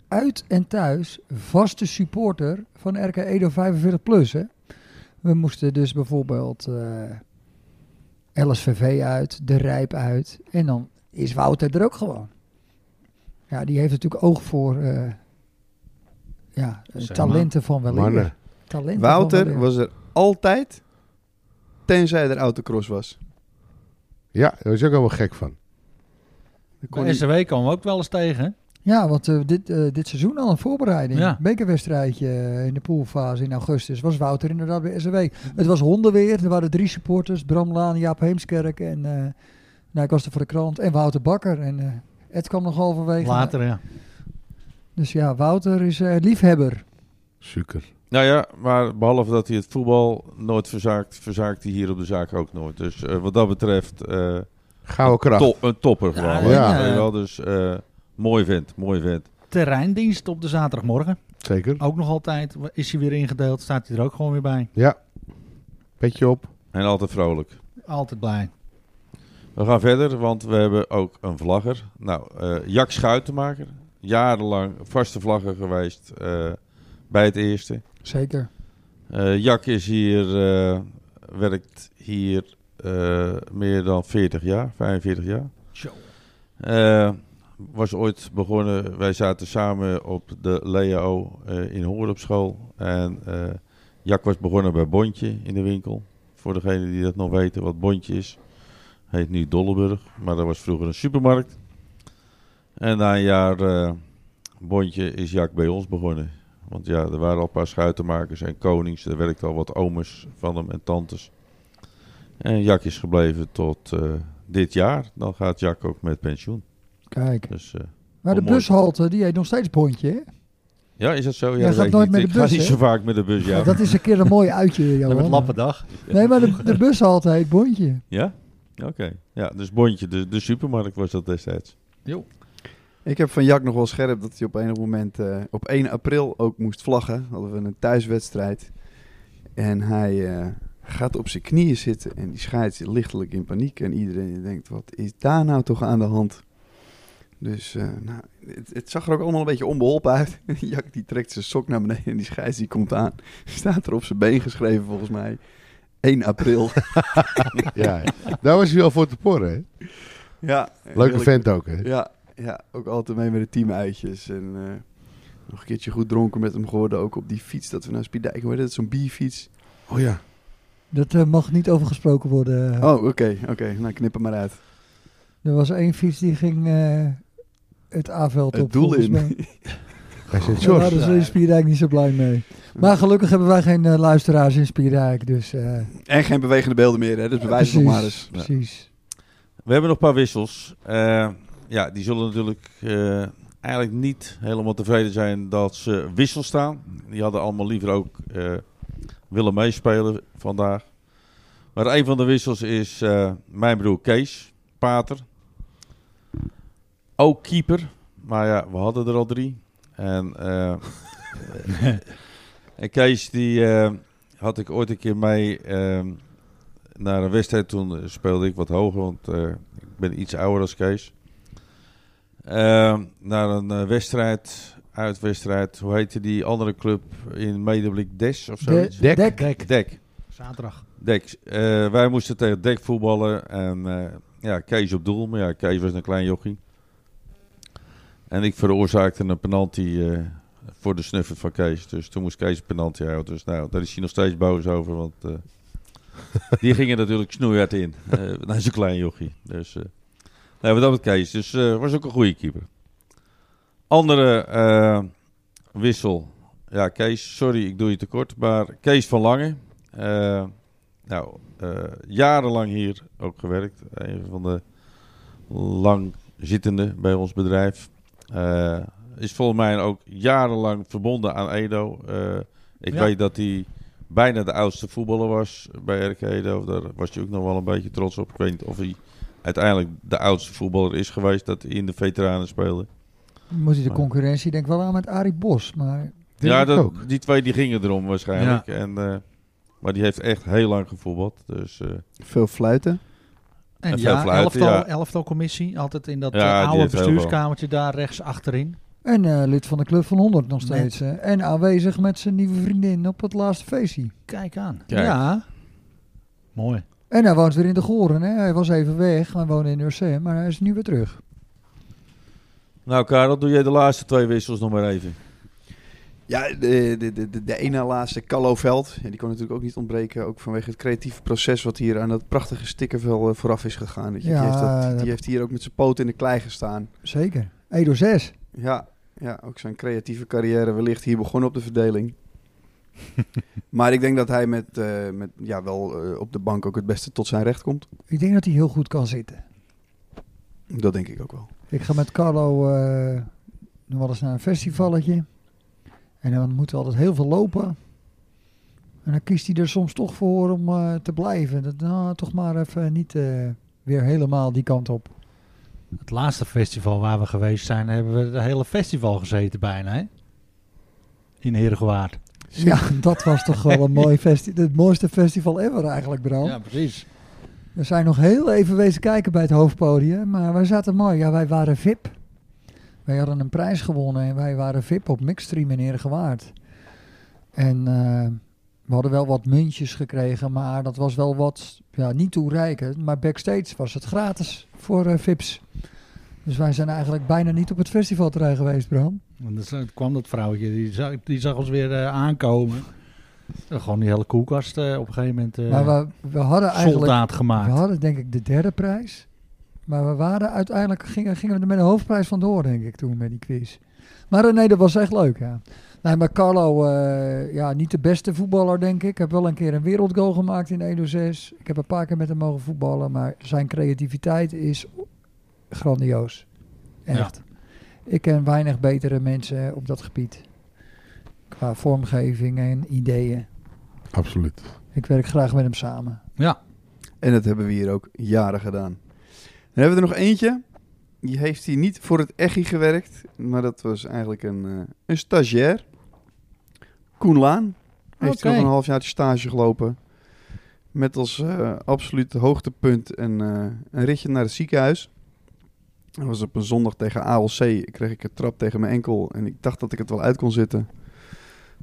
Speaker 1: uit en thuis vaste supporter van RK Edo 45 Plus. Hè? We moesten dus bijvoorbeeld eh LSVV uit, De Rijp uit. En dan is Wouter er ook gewoon. Ja, die heeft natuurlijk oog voor eh, ja, eh,
Speaker 2: Zeg maar.
Speaker 1: talenten van wel
Speaker 4: Mannen.
Speaker 1: Talenten van
Speaker 3: Wouter
Speaker 1: weleer.
Speaker 3: was er altijd, tenzij er autocross was.
Speaker 4: Ja, daar was je ook helemaal gek van.
Speaker 3: Dan kon
Speaker 2: Bij
Speaker 3: hij-
Speaker 2: SW komen we ook wel eens tegen. hè?
Speaker 1: Ja, want eh, dit, eh, dit seizoen al een voorbereiding.
Speaker 2: Ja.
Speaker 1: Bekerwedstrijdje eh, in de poolfase in augustus. Was Wouter inderdaad bij SW. Het was hondenweer. Er waren drie supporters. Bram Laan, Jaap Heemskerk en... eh nou, ik was er voor de krant. En Wouter Bakker. En eh, Ed kwam nog halverwege.
Speaker 2: Later, ja.
Speaker 1: Dus ja, Wouter is eh, liefhebber.
Speaker 4: Suiker.
Speaker 5: Nou ja, maar behalve dat hij het voetbal nooit verzaakt, verzaakt hij hier op de zaak ook nooit. Dus eh, wat dat betreft, eh,
Speaker 4: Gouden kracht.
Speaker 5: to- een topper gewoon.
Speaker 2: Ja,
Speaker 5: hoor.
Speaker 4: ja.
Speaker 5: Weet je wel, dus eh, mooi vent, mooi vent.
Speaker 2: Terreindienst op de zaterdagmorgen.
Speaker 4: Zeker.
Speaker 2: Ook nog altijd. Is hij weer ingedeeld, staat hij er ook gewoon weer bij.
Speaker 4: Ja. Petje op.
Speaker 5: En altijd vrolijk.
Speaker 2: Altijd blij.
Speaker 5: We gaan verder, want we hebben ook een vlagger. Nou, eh Jack Schuitenmaker. Jarenlang vaste vlagger geweest eh, bij het eerste.
Speaker 1: Zeker.
Speaker 5: Eh, Jack is hier, eh, werkt hier eh, meer dan 40 jaar, 45 jaar.
Speaker 2: Zo.
Speaker 5: Eh, was ooit begonnen, wij zaten samen op de Leo eh, in Hoorn op school. En eh, Jack was begonnen bij Bontje in de winkel. Voor degenen die dat nog weten wat Bontje is. Heet nu Dolleburg, maar dat was vroeger een supermarkt. En na een jaar eh, Bontje is Jack bij ons begonnen. Want ja, er waren al een paar schuitenmakers en konings. Er werkten al wat omers van hem en tantes. En Jack is gebleven tot eh, dit jaar. Dan gaat Jack ook met pensioen.
Speaker 1: Kijk.
Speaker 5: Dus eh,
Speaker 1: Maar de
Speaker 5: Wel mooi.
Speaker 1: bushalte, die heet nog steeds Bontje. hè?
Speaker 5: Ja, is dat zo? Ja,
Speaker 1: Jij
Speaker 5: dat
Speaker 1: gaat
Speaker 5: weet
Speaker 1: nooit
Speaker 5: ik
Speaker 1: met
Speaker 5: niet.
Speaker 1: de
Speaker 5: Ik ga
Speaker 1: bus,
Speaker 5: niet
Speaker 1: hè?
Speaker 5: zo vaak met de bus, ja.
Speaker 1: Dat is een keer een mooi uitje,
Speaker 2: Met
Speaker 1: Johan.
Speaker 2: Lappendag.
Speaker 1: Nee, maar de, de bus altijd, bondje.
Speaker 5: Ja? Oké. Ja, dus Bondje, de, de supermarkt was dat destijds.
Speaker 3: Ik heb van Jack nog wel scherp dat hij op enig moment eh, op 1 april ook moest vlaggen. Hadden we een thuiswedstrijd. En hij eh, gaat op zijn knieën zitten en die scheidt zich lichtelijk in paniek. En iedereen denkt, wat is daar nou toch aan de hand? Dus eh, nou, het, het zag er ook allemaal een beetje onbeholpen uit. Jack die trekt zijn sok naar beneden en die scheids die komt aan. Staat er op zijn been geschreven volgens mij. 1 april.
Speaker 4: Ja, daar was hij wel voor te porren. Hè?
Speaker 3: ja,
Speaker 4: Leuke
Speaker 3: heerlijk.
Speaker 4: vent ook, hè?
Speaker 3: Ja, ja, ook altijd mee met de teamuitjes. En eh, nog een keertje goed dronken met hem geworden. Ook op die fiets dat we naar Spiedijk hoorden. Dat is zo'n bierfiets.
Speaker 4: Oh ja.
Speaker 1: Dat eh, mag niet over gesproken worden. eh,
Speaker 3: Oh, oké, oké. Nou, knip hem maar uit.
Speaker 1: Er was één fiets die ging eh, het A-veld op.
Speaker 3: Het doel
Speaker 1: volgens
Speaker 3: in.
Speaker 1: mij.
Speaker 4: Hij zegt,
Speaker 1: Daar
Speaker 4: George,
Speaker 1: waren ze in Spierdijk niet zo blij mee. Maar gelukkig hebben wij geen eh, luisteraars in Spierdijk, dus... eh
Speaker 3: En geen bewegende beelden meer, hè. Dus bewijs het nog maar eens.
Speaker 1: Precies.
Speaker 5: We hebben nog een paar wissels. Eh, ja, die zullen natuurlijk eh, eigenlijk niet helemaal tevreden zijn dat ze wissel staan. Die hadden allemaal liever ook eh, willen meespelen vandaag. Maar een van de wissels is eh, mijn broer Kees, Pater. Ook keeper. Maar ja, we hadden er al drie. En, eh, en Kees, die eh, had ik ooit een keer mee... ehm, naar een wedstrijd toen eh, speelde ik wat hoger, want eh, ik ben iets ouder als Kees. Ehm, naar een eh, wedstrijd, uitwedstrijd, hoe heette die andere club in Medeblik Des of
Speaker 1: De,
Speaker 5: zoiets?
Speaker 1: dek.
Speaker 2: Dek.
Speaker 5: Dek.
Speaker 2: Zaterdag.
Speaker 5: Dek, eh, wij moesten tegen Dek voetballen en eh, ja, Kees op doel. Maar ja, Kees was een klein jochie. En ik veroorzaakte een penalty eh, voor de snuffert van Kees. Dus toen moest Kees een penalty houden. Dus nou, daar is hij nog steeds boos over, want eh, die gingen natuurlijk snoeihard in. Eh dat is een klein jochie. Dus eh nee, wat dat met Kees. Dus eh, was ook een goede keeper. Andere eh, wissel. Ja, Kees, sorry, ik doe je tekort. Maar Kees van Lange. eh, nou, eh, jarenlang hier ook gewerkt. Een van de langzittenden bij ons bedrijf. Eh, is volgens mij ook jarenlang verbonden aan Edo. Eh, ik
Speaker 2: Ja.
Speaker 5: weet dat hij bijna de oudste voetballer was bij RK Edo. Daar was hij ook nog wel een beetje trots op. Ik weet niet of hij uiteindelijk de oudste voetballer is geweest dat hij in de veteranen speelde.
Speaker 1: Moet je de concurrentie denk ik wel aan met Arie Bos, maar...
Speaker 4: denk
Speaker 5: ja,
Speaker 4: ik
Speaker 5: dat,
Speaker 4: ook.
Speaker 5: die twee die gingen erom waarschijnlijk. En, eh, maar die heeft echt heel lang gevoetbald. Dus, eh,
Speaker 3: Veel fluiten.
Speaker 2: En,
Speaker 5: En veel
Speaker 2: ja,
Speaker 5: fluiten,
Speaker 2: elftal,
Speaker 5: ja.
Speaker 2: elftal commissie. Altijd in dat
Speaker 5: Ja,
Speaker 2: eh,
Speaker 5: die
Speaker 2: oude
Speaker 5: heeft heel
Speaker 2: bestuurskamertje daar rechts achterin.
Speaker 1: En eh, lid van de Club van 100 nog
Speaker 2: Net.
Speaker 1: steeds. eh. en aanwezig met zijn nieuwe vriendin op het laatste feestje.
Speaker 2: Kijk aan.
Speaker 5: Kijk.
Speaker 2: Ja. Mooi.
Speaker 1: En hij woont weer in de Goren. Hè? Hij was even weg. Hij woonde in Ursem, maar hij is nu weer terug.
Speaker 5: Nou, Karel, doe jij de laatste twee wissels nog maar even.
Speaker 3: Ja, de, de, de, de, de ene laatste, Callo Veld. Ja, die kon natuurlijk ook niet ontbreken. Ook vanwege het creatieve proces wat hier aan dat prachtige stikkervel eh, vooraf is gegaan. Weet je,
Speaker 1: Ja,
Speaker 3: die, heeft dat-
Speaker 1: dat-
Speaker 3: die heeft hier ook met zijn poot in de klei gestaan.
Speaker 1: Zeker. 1 door 6.
Speaker 3: Ja, ja, ook zijn creatieve carrière wellicht hier begonnen op de verdeling. maar ik denk dat hij met, eh, met ja, wel eh, op de bank ook het beste tot zijn recht komt.
Speaker 1: Ik denk dat hij heel goed kan zitten.
Speaker 3: Dat denk ik ook wel.
Speaker 1: Ik ga met Carlo eh, nog wel eens naar een festivalletje. En dan moeten we altijd heel veel lopen. En dan kiest hij er soms toch voor om eh, te blijven. Dat, nou, toch maar even niet eh, weer helemaal die kant op.
Speaker 2: Het laatste festival waar we geweest zijn, hebben we de hele festival gezeten bijna. Hè? In Herengewaard.
Speaker 1: Ja, dat was toch wel een mooi festival. Het mooiste festival ever eigenlijk, Bram.
Speaker 2: precies.
Speaker 1: We zijn nog heel even wezen kijken bij het hoofdpodium, maar wij zaten mooi. Ja, wij waren VIP. Wij hadden een prijs gewonnen en wij waren VIP op Mixstream in Eergewaard. En eh, we hadden wel wat muntjes gekregen, maar dat was wel wat, ja, niet toereikend. Maar backstage was het gratis voor eh, VIPs. Dus wij zijn eigenlijk bijna niet op het festivalterrein geweest, Bram.
Speaker 2: Want dan zo- kwam dat vrouwtje, die zag, die zag ons weer eh, aankomen. En gewoon die hele koelkast eh, op een gegeven moment eh
Speaker 1: Maar we, we hadden eigenlijk
Speaker 2: soldaat
Speaker 1: We
Speaker 2: gemaakt.
Speaker 1: hadden denk ik de derde prijs. Maar we waren uiteindelijk, gingen, gingen we er met een hoofdprijs vandoor, denk ik, toen met die quiz. Maar eh, nee, dat was echt leuk, ja. Nee, maar Carlo, eh, ja, niet de beste voetballer, denk ik. Ik heb wel een keer een wereldgoal gemaakt in 1 6 Ik heb een paar keer met hem mogen voetballen, maar zijn creativiteit is grandioos. Echt. Ik ken weinig betere mensen op dat gebied. Qua vormgeving en ideeën.
Speaker 4: Absoluut.
Speaker 1: Ik werk graag met hem samen.
Speaker 2: Ja,
Speaker 3: En dat hebben we hier ook jaren gedaan. Dan hebben we er nog eentje. Die heeft hier niet voor het Echi gewerkt, maar dat was eigenlijk een, eh, een stagiair. Koen Laan heeft
Speaker 2: Oké.
Speaker 3: nog een half jaar stage gelopen. Met als eh, absoluut hoogtepunt een, eh, een ritje naar het ziekenhuis. Dat was op een zondag tegen ALC. Kreeg ik een trap tegen mijn enkel en ik dacht dat ik het wel uit kon zitten.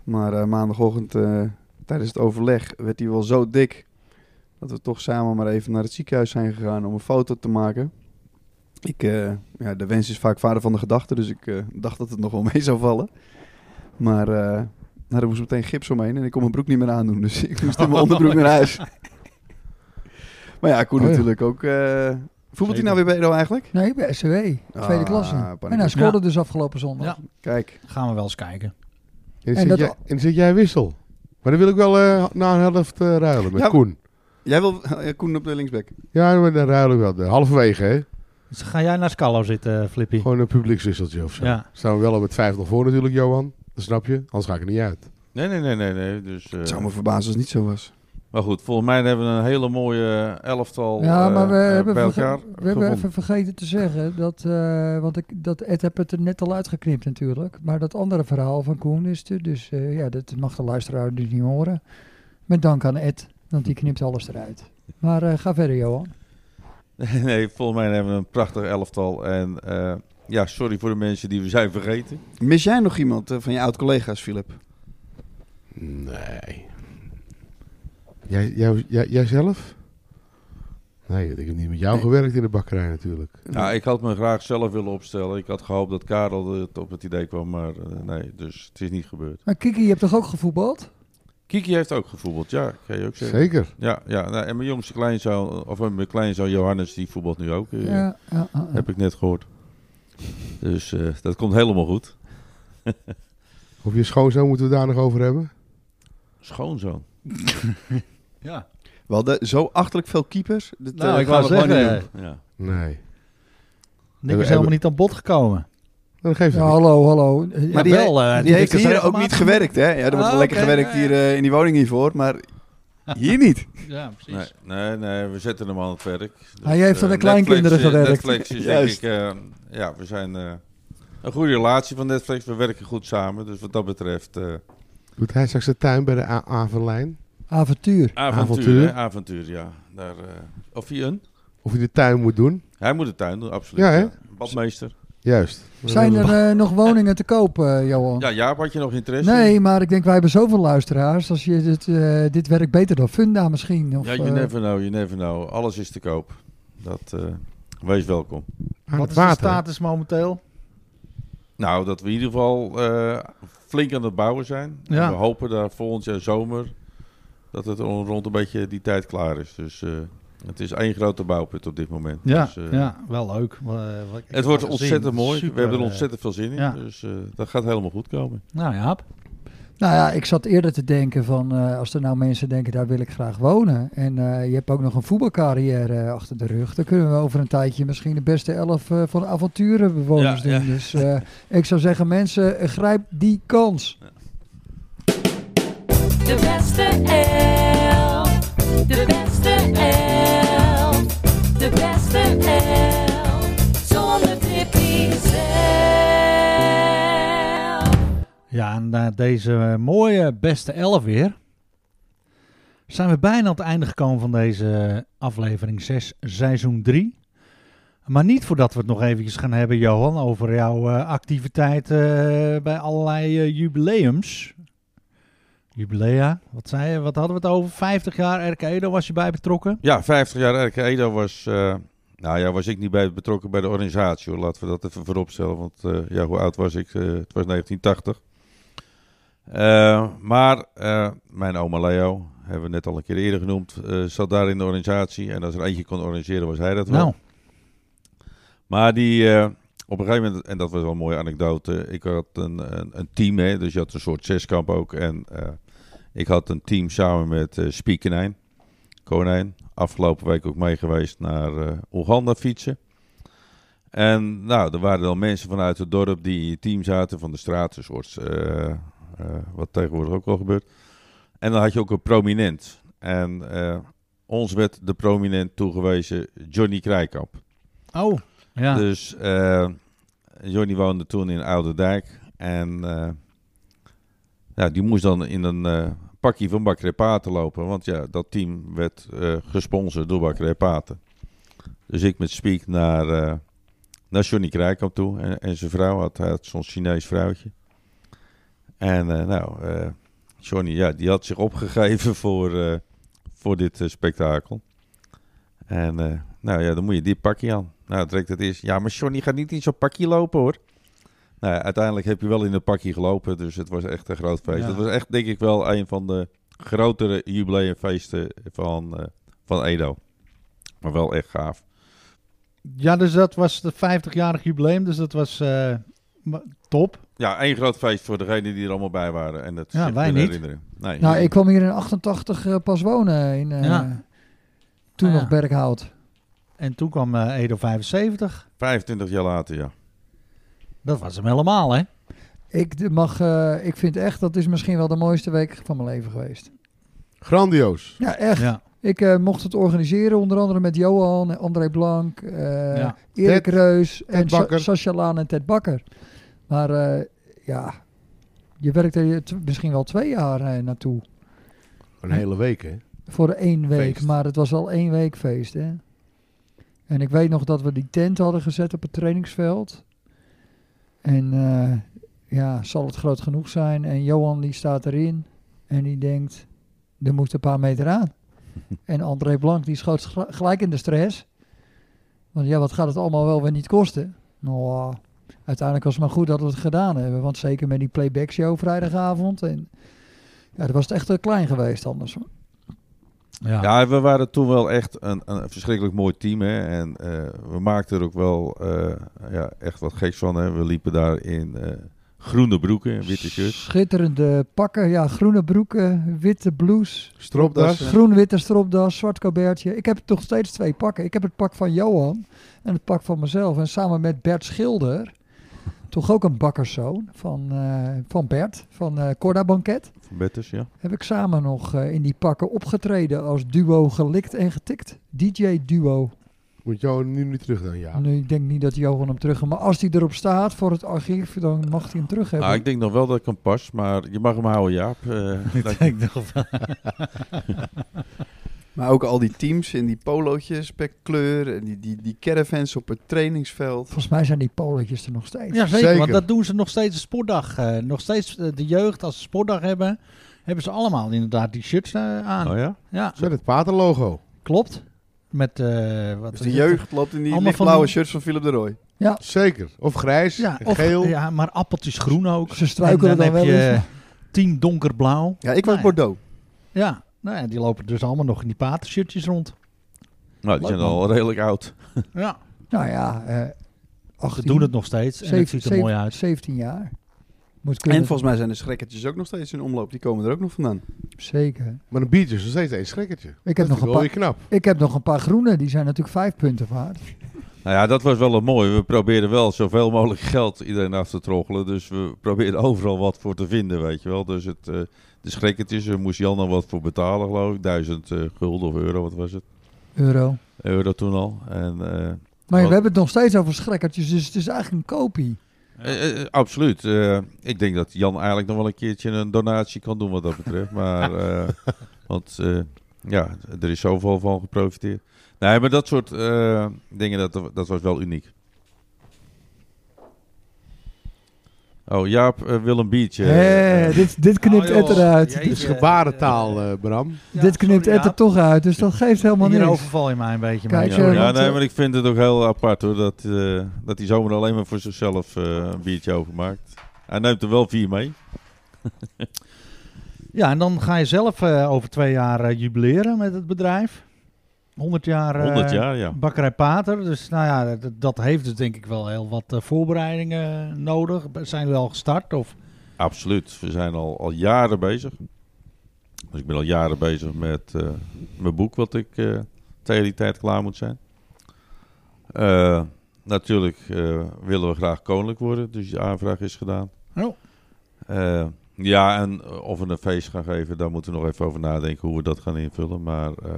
Speaker 3: Maar eh, maandagochtend eh, tijdens het overleg werd hij wel zo dik dat we toch samen maar even naar het ziekenhuis zijn gegaan om een foto te maken. Ik, eh, ja, de wens is vaak vader van de gedachte, dus ik eh, dacht dat het nog wel mee zou vallen. Maar eh nou, er moest meteen gips omheen en ik kon mijn broek niet meer aandoen, dus ik moest in mijn onderbroek naar huis. maar ja, Koen
Speaker 4: Oh ja.
Speaker 3: natuurlijk ook. eh voetbalt hij
Speaker 2: Zeker.
Speaker 3: nou weer bij Edo eigenlijk?
Speaker 1: Nee, bij SCW, tweede
Speaker 3: Ah,
Speaker 1: klasse.
Speaker 3: paniek.
Speaker 1: En hij scoorde
Speaker 2: Ja.
Speaker 1: dus afgelopen zondag.
Speaker 2: Ja.
Speaker 3: Kijk,
Speaker 2: gaan we wel eens kijken.
Speaker 4: En dan,
Speaker 1: En
Speaker 4: zit,
Speaker 1: dat-
Speaker 4: jij, en dan zit jij wissel. Maar dan wil ik wel eh, na een helft eh, ruilen met
Speaker 3: Ja.
Speaker 4: Koen.
Speaker 3: jij wil ja, Koen op de linksback.
Speaker 4: Ja, maar dan ruil ik wel. eh, Halverwege, hè.
Speaker 2: Dus ga jij naar Scallo zitten, eh, Flippy?
Speaker 4: Gewoon een publiekswisseltje of zo.
Speaker 2: Ja.
Speaker 4: Staan we wel al met 50 voor natuurlijk, Johan. Dat snap je. Anders ga ik er niet uit.
Speaker 5: Nee, nee, nee, nee. nee. Dus, eh,
Speaker 3: Het zou me verbazen als het niet zo was.
Speaker 5: Maar goed, volgens mij hebben we een hele mooie eh, elftal
Speaker 1: Ja,
Speaker 5: eh,
Speaker 1: maar we,
Speaker 5: eh,
Speaker 1: hebben,
Speaker 5: bij
Speaker 1: verge-
Speaker 5: elkaar
Speaker 1: we hebben
Speaker 5: gevonden.
Speaker 1: even vergeten te zeggen dat, eh, want ik, dat Ed heb het er net al uitgeknipt natuurlijk, maar dat andere verhaal van Koen is er, dus eh, ja, dat mag de luisteraar dus niet horen. Met dank aan Ed, want die knipt alles eruit. Maar eh, ga verder Johan.
Speaker 5: nee, volgens mij hebben we een prachtig elftal. En eh, ja, sorry voor de mensen die we zijn vergeten.
Speaker 3: Mis jij nog iemand eh, van je oud-collega's, Philip?
Speaker 4: Nee. Jij, jij, jij, jijzelf? Nee, ik heb niet met jou
Speaker 3: Nee.
Speaker 4: gewerkt in de bakkerij natuurlijk.
Speaker 5: Nou, ik had me graag zelf willen opstellen. Ik had gehoopt dat Karel het op het idee kwam, maar eh, nee, dus het is niet gebeurd.
Speaker 1: Maar Kiki, je hebt toch ook gevoetbald?
Speaker 5: Kiki heeft ook gevoetbald, ja, kan je ook zeggen.
Speaker 4: Zeker.
Speaker 5: Ja, ja nou, en mijn jongste kleinzoon, of eh, mijn kleinzoon Johannes, die voetbalt nu ook. eh,
Speaker 1: Ja. ja, ja, ja.
Speaker 5: Heb ik net gehoord. Dus eh, dat komt helemaal goed.
Speaker 4: Of je schoonzoon moeten we daar nog over hebben?
Speaker 5: Schoonzoon.
Speaker 2: Ja.
Speaker 3: We hadden zo achterlijk veel keepers. Dat, eh,
Speaker 2: Nou, ik wou
Speaker 3: gaan we gewoon niet doen.
Speaker 2: zeggen,
Speaker 5: Ja.
Speaker 4: Nee.
Speaker 2: Nick is helemaal niet aan bod gekomen.
Speaker 4: Dan geeft
Speaker 1: Ja,
Speaker 4: het
Speaker 1: hallo, hallo. Eh,
Speaker 3: Maar
Speaker 2: Ja,
Speaker 3: die,
Speaker 2: wel, eh,
Speaker 3: die
Speaker 2: die
Speaker 3: heeft
Speaker 2: dikke
Speaker 3: hier ook
Speaker 2: regelmatig.
Speaker 3: niet gewerkt, hè? Ja, er wordt
Speaker 2: Ah,
Speaker 3: wel lekker
Speaker 2: oké,
Speaker 3: gewerkt
Speaker 2: ja,
Speaker 3: hier
Speaker 2: ja.
Speaker 3: eh, in die woning hiervoor, maar hier niet.
Speaker 2: Ja, precies.
Speaker 5: Nee, nee, nee, we zetten hem aan het werk.
Speaker 1: Hij heeft aan de
Speaker 5: eh,
Speaker 1: kleinkinderen
Speaker 5: Netflix, eh,
Speaker 1: gewerkt.
Speaker 5: Netflix is denk
Speaker 3: Juist.
Speaker 5: ik... eh, ja, we zijn eh, een goede relatie van Netflix. We werken goed samen. Dus wat dat betreft... eh,
Speaker 4: Doet hij straks de tuin bij de A- Averlijn?
Speaker 1: Avontuur.
Speaker 5: avontuur,
Speaker 4: Avontuur.
Speaker 5: hè, avontuur, ja. Daar, eh, of hij een?
Speaker 4: Of hij de tuin moet doen?
Speaker 5: Hij moet de tuin doen, absoluut.
Speaker 4: Ja, hè?
Speaker 5: Badmeester.
Speaker 4: Juist.
Speaker 1: Zijn er eh, nog woningen te koop, eh, Johan?
Speaker 5: Ja, Jaap, had je nog interesse?
Speaker 1: Nee, maar ik denk, wij hebben zoveel luisteraars. Als je dit, eh, dit werkt beter dan Funda misschien. Of,
Speaker 5: Ja, you
Speaker 1: eh,
Speaker 5: never know, you never know. Alles is te koop. Dat, eh, wees welkom.
Speaker 4: Aan
Speaker 2: Wat
Speaker 4: het
Speaker 2: is de
Speaker 4: water.
Speaker 2: status momenteel?
Speaker 5: Nou, dat we in ieder geval eh, flink aan het bouwen zijn. En
Speaker 2: Ja.
Speaker 5: We hopen daar volgend jaar zomer dat het on- rond een beetje die tijd klaar is. Dus eh, het is één grote bouwput op dit moment.
Speaker 2: Ja,
Speaker 5: Dus, eh,
Speaker 2: ja wel leuk. Eh, wat ik
Speaker 5: Het
Speaker 2: heb
Speaker 5: wordt
Speaker 2: al gezien.
Speaker 5: ontzettend mooi.
Speaker 2: Super,
Speaker 5: we hebben er
Speaker 2: eh,
Speaker 5: ontzettend veel zin in.
Speaker 2: ja.
Speaker 5: Dus eh, dat gaat helemaal goed komen.
Speaker 2: Nou ja,
Speaker 1: Nou ja, ik zat eerder te denken van eh, als er nou mensen denken, daar wil ik graag wonen. En eh, je hebt ook nog een voetbalcarrière eh, achter de rug. Dan kunnen we over een tijdje misschien de beste elf eh, van de avonturenbewoners
Speaker 5: Ja, ja.
Speaker 1: doen. Dus eh, ik zou zeggen, mensen, eh, grijp die kans.
Speaker 8: De beste elf. De beste elf. De beste elf. Zonder Tippy zelf.
Speaker 2: ja, en na deze eh, mooie beste elf weer zijn we bijna aan het einde gekomen van deze eh, aflevering 6, seizoen 3. Maar niet voordat we het nog eventjes gaan hebben, Johan, over jouw eh, activiteit eh, bij allerlei eh, jubileums. Jubilea, wat zei je? Wat hadden we het over? 50 jaar RKEDO was je bij betrokken.
Speaker 5: Ja, 50 jaar RK Edo was... eh, nou ja, was ik niet bij, betrokken bij de organisatie. Hoor. Laten we dat even vooropstellen. Want eh, ja, hoe oud was ik? Eh, het was 1980. Eh, maar eh, mijn oma Leo, hebben we net al een keer eerder genoemd, eh, zat daar in de organisatie. En als er eentje kon organiseren, was hij dat wel.
Speaker 2: Nou,
Speaker 5: Maar die, eh, op een gegeven moment, en dat was wel een mooie anekdote. Ik had een, een, een team, hè, dus je had een soort zeskamp ook. En eh, ik had een team samen met eh Spiekenijn, Konijn. Afgelopen week ook mee geweest naar eh Oeganda fietsen. En nou, er waren wel mensen vanuit het dorp die in het team zaten, van de straat, een soort eh, eh, wat tegenwoordig ook wel gebeurt. En dan had je ook een prominent. En eh, ons werd de prominent toegewezen Johnny Krijkamp.
Speaker 2: Oh, ja.
Speaker 5: Dus eh, Johnny woonde toen in Oude Dijk. En eh, ja, die moest dan in een eh, pakje van Bakkerij Paten lopen. Want ja, dat team werd eh, gesponsord door Bakkerij Paten. Dus ik met Speak naar, eh, naar Johnny Krijkamp toe. En, en zijn vrouw had, had zo'n Chinees vrouwtje. En eh, nou, eh, Johnny, ja, die had zich opgegeven voor, eh, voor dit eh, spektakel. En eh, nou ja, dan moet je dit pakje aan. Nou, trekt het is. Ja, maar Johnny gaat niet in zo'n pakje lopen hoor. Nou, ja, uiteindelijk heb je wel in een pakje gelopen, dus het was echt een groot feest.
Speaker 2: Ja.
Speaker 5: Het was echt, denk ik, wel een van de grotere jubileumfeesten van, eh, van Edo. Maar wel echt gaaf.
Speaker 2: ja, dus dat was de 50-jarig jubileum. Dus dat was eh, ma- top.
Speaker 5: Ja, één groot feest voor degenen die er allemaal bij waren. En dat
Speaker 2: Ja,
Speaker 5: zich
Speaker 2: wij
Speaker 5: kunnen
Speaker 2: niet.
Speaker 5: herinneren. Nee,
Speaker 1: Nou, ik kwam hier in 88 eh, pas wonen. In, eh,
Speaker 2: Ja.
Speaker 1: Toen
Speaker 2: Ah, ja.
Speaker 1: nog Berkhout.
Speaker 2: En toen kwam eh, Edo 75.
Speaker 5: 25 jaar later, ja.
Speaker 2: Dat was hem helemaal, hè?
Speaker 1: Ik, d- mag, eh, ik vind echt, dat is misschien wel de mooiste week van mijn leven geweest.
Speaker 4: Grandioos.
Speaker 1: Ja, echt.
Speaker 2: Ja.
Speaker 1: Ik eh, mocht het organiseren, onder andere met Johan, André Blank, eh,
Speaker 2: Ja.
Speaker 1: Erik
Speaker 4: Ted-
Speaker 1: Reus en Sa-
Speaker 4: Bakker.
Speaker 1: Sascha Laan en Ted Bakker. Maar eh, ja, je werkte er t- misschien wel twee jaar eh, naartoe.
Speaker 4: Een hele week, hè?
Speaker 1: Voor één week,
Speaker 4: Feest.
Speaker 1: maar het was wel één week feest. Hè? En ik weet nog dat we die tent hadden gezet op het trainingsveld. En eh, ja, zal het groot genoeg zijn? En Johan die staat erin en die denkt, er moet een paar meter aan. en André Blank die schoot gel- gelijk in de stress. Want ja, wat gaat het allemaal wel weer niet kosten? Nou, uiteindelijk was het maar goed dat we het gedaan hebben. Want zeker met die playback show vrijdagavond. En, ja, dat was het echt eh, klein geweest anders. hoor.
Speaker 2: Ja.
Speaker 5: Ja, we waren toen wel echt een, een verschrikkelijk mooi team. Hè? En eh, we maakten er ook wel eh, ja, echt wat geks van. Hè? We liepen daar in eh, groene broeken, witte shirts.
Speaker 1: Schitterende pakken, ja, groene broeken, witte blouse,
Speaker 4: Stropdas.
Speaker 1: groen-witte stropdas, zwart kobertje. Ik heb toch steeds twee pakken. Ik heb het pak van Johan en het pak van mezelf. En samen met Bert Schilder, toch ook een bakkerszoon van, eh, van Bert, van eh Corda Banket,
Speaker 5: Van Betters, ja.
Speaker 1: heb ik samen nog eh, in die pakken opgetreden als duo gelikt en getikt. DJ-duo.
Speaker 4: Moet jou nu niet terug dan, ja.
Speaker 1: Nu, ik denk niet dat Johan hem terug heeft, maar als hij erop staat voor het archief, dan mag hij hem terug hebben.
Speaker 5: Ah, ik denk nog wel dat ik hem pas, maar je mag hem houden, Jaap. Eh, dank-
Speaker 2: Ik dacht van-
Speaker 3: Maar ook al die teams in die polootjes per kleur. En die, die, die caravans op het trainingsveld.
Speaker 1: Volgens mij zijn die poletjes er nog steeds.
Speaker 2: Ja, zeker,
Speaker 4: Zeker.
Speaker 2: Want dat doen ze nog steeds de sportdag. eh, nog steeds eh, de jeugd als ze sportdag hebben, hebben ze allemaal inderdaad die shirts eh, aan.
Speaker 5: oh ja?
Speaker 2: Ja,
Speaker 4: Met het paterlogo.
Speaker 2: klopt. Met eh wat
Speaker 3: Dus
Speaker 2: is
Speaker 3: de
Speaker 2: het?
Speaker 3: jeugd loopt in die
Speaker 2: Allemaal van
Speaker 3: lichtblauwe
Speaker 2: die-
Speaker 3: shirts van Philip de Roy.
Speaker 4: Zeker. Of grijs,
Speaker 2: Ja,
Speaker 4: en
Speaker 2: of,
Speaker 4: geel.
Speaker 2: ja, maar appeltjes groen ook.
Speaker 1: Ze struikelen
Speaker 2: en dan,
Speaker 1: dan,
Speaker 2: heb
Speaker 1: wel eens.
Speaker 2: je tien donkerblauw.
Speaker 3: Ja, ik was
Speaker 2: Nee.
Speaker 3: Bordeaux.
Speaker 2: Ja, nou ja, die lopen dus allemaal nog in die patenshirtjes rond.
Speaker 5: Nou, die
Speaker 2: Leuk,
Speaker 5: zijn al redelijk oud.
Speaker 2: Ja,
Speaker 1: Nou ja, eh 18,
Speaker 2: ze doen het nog steeds en het ziet er mooi uit.
Speaker 1: 17 jaar. Moet
Speaker 3: En
Speaker 1: kunnen.
Speaker 3: volgens mij zijn de schrekkertjes ook nog steeds in omloop. Die komen er ook nog vandaan.
Speaker 1: Zeker.
Speaker 4: Maar een biertje is nog steeds één schrekkertje.
Speaker 1: Ik
Speaker 4: dat
Speaker 1: heb,
Speaker 4: is
Speaker 1: nog een
Speaker 4: wel weer
Speaker 1: paar,
Speaker 4: knap.
Speaker 1: ik heb nog een paar groene, die zijn natuurlijk vijf punten waard.
Speaker 5: Nou ja, dat was wel een mooie. We probeerden wel zoveel mogelijk geld iedereen af te troggelen. Dus we probeerden overal wat voor te vinden, weet je wel. Dus het, eh de schrikkertjes, er moest Jan dan wat voor betalen, geloof ik. Duizend eh, gulden of euro, wat was het?
Speaker 1: Euro.
Speaker 5: Euro toen al. En, eh,
Speaker 1: Maar
Speaker 2: Oh.
Speaker 5: Wat?
Speaker 1: we hebben het nog steeds over schrekkertjes, dus het is eigenlijk een kopie.
Speaker 5: eh, eh, absoluut. Eh, ik denk dat Jan eigenlijk nog wel een keertje een donatie kan doen wat dat betreft. Maar, eh, want eh, ja, er is zoveel van geprofiteerd. Nee, maar dat soort eh, dingen, dat, dat was wel uniek. Oh, Jaap eh, wil een biertje.
Speaker 1: Hé,
Speaker 5: Eh,
Speaker 1: dit, dit knipt
Speaker 2: Oh,
Speaker 1: Ed
Speaker 2: joh.
Speaker 1: eruit.
Speaker 2: Jeetje.
Speaker 4: Dit is gebarentaal, eh, Bram.
Speaker 1: dit knipt Ed
Speaker 2: sorry,
Speaker 1: er
Speaker 2: Jaap.
Speaker 1: toch uit, dus dat geeft helemaal
Speaker 2: Hier
Speaker 1: niks.
Speaker 2: overval je mij een beetje.
Speaker 1: Kijk,
Speaker 2: maar
Speaker 1: eh,
Speaker 2: ja.
Speaker 5: ja,
Speaker 1: want,
Speaker 5: nee,
Speaker 1: eh,
Speaker 5: maar ik vind het ook heel apart hoor, dat, eh, dat hij zomaar alleen maar voor zichzelf eh, een biertje overmaakt. Hij neemt er wel vier mee.
Speaker 2: Ja, en dan ga je zelf eh, over twee jaar eh, jubileren met het bedrijf. 100 jaar, eh,
Speaker 5: 100 jaar, ja.
Speaker 2: Bakkerij Pater. Dus nou ja, dat, dat heeft dus denk ik wel heel wat eh, voorbereidingen nodig. Zijn jullie al gestart? Of?
Speaker 5: Absoluut. We zijn al, al jaren bezig. Dus ik ben al jaren bezig met eh, mijn boek, wat ik eh, tegen die tijd klaar moet zijn. Eh, natuurlijk eh, willen we graag koninklijk worden, dus die aanvraag is gedaan.
Speaker 2: Oh.
Speaker 5: Eh, Ja, en eh, of we een feest gaan geven, daar moeten we nog even over nadenken hoe we dat gaan invullen. Maar eh,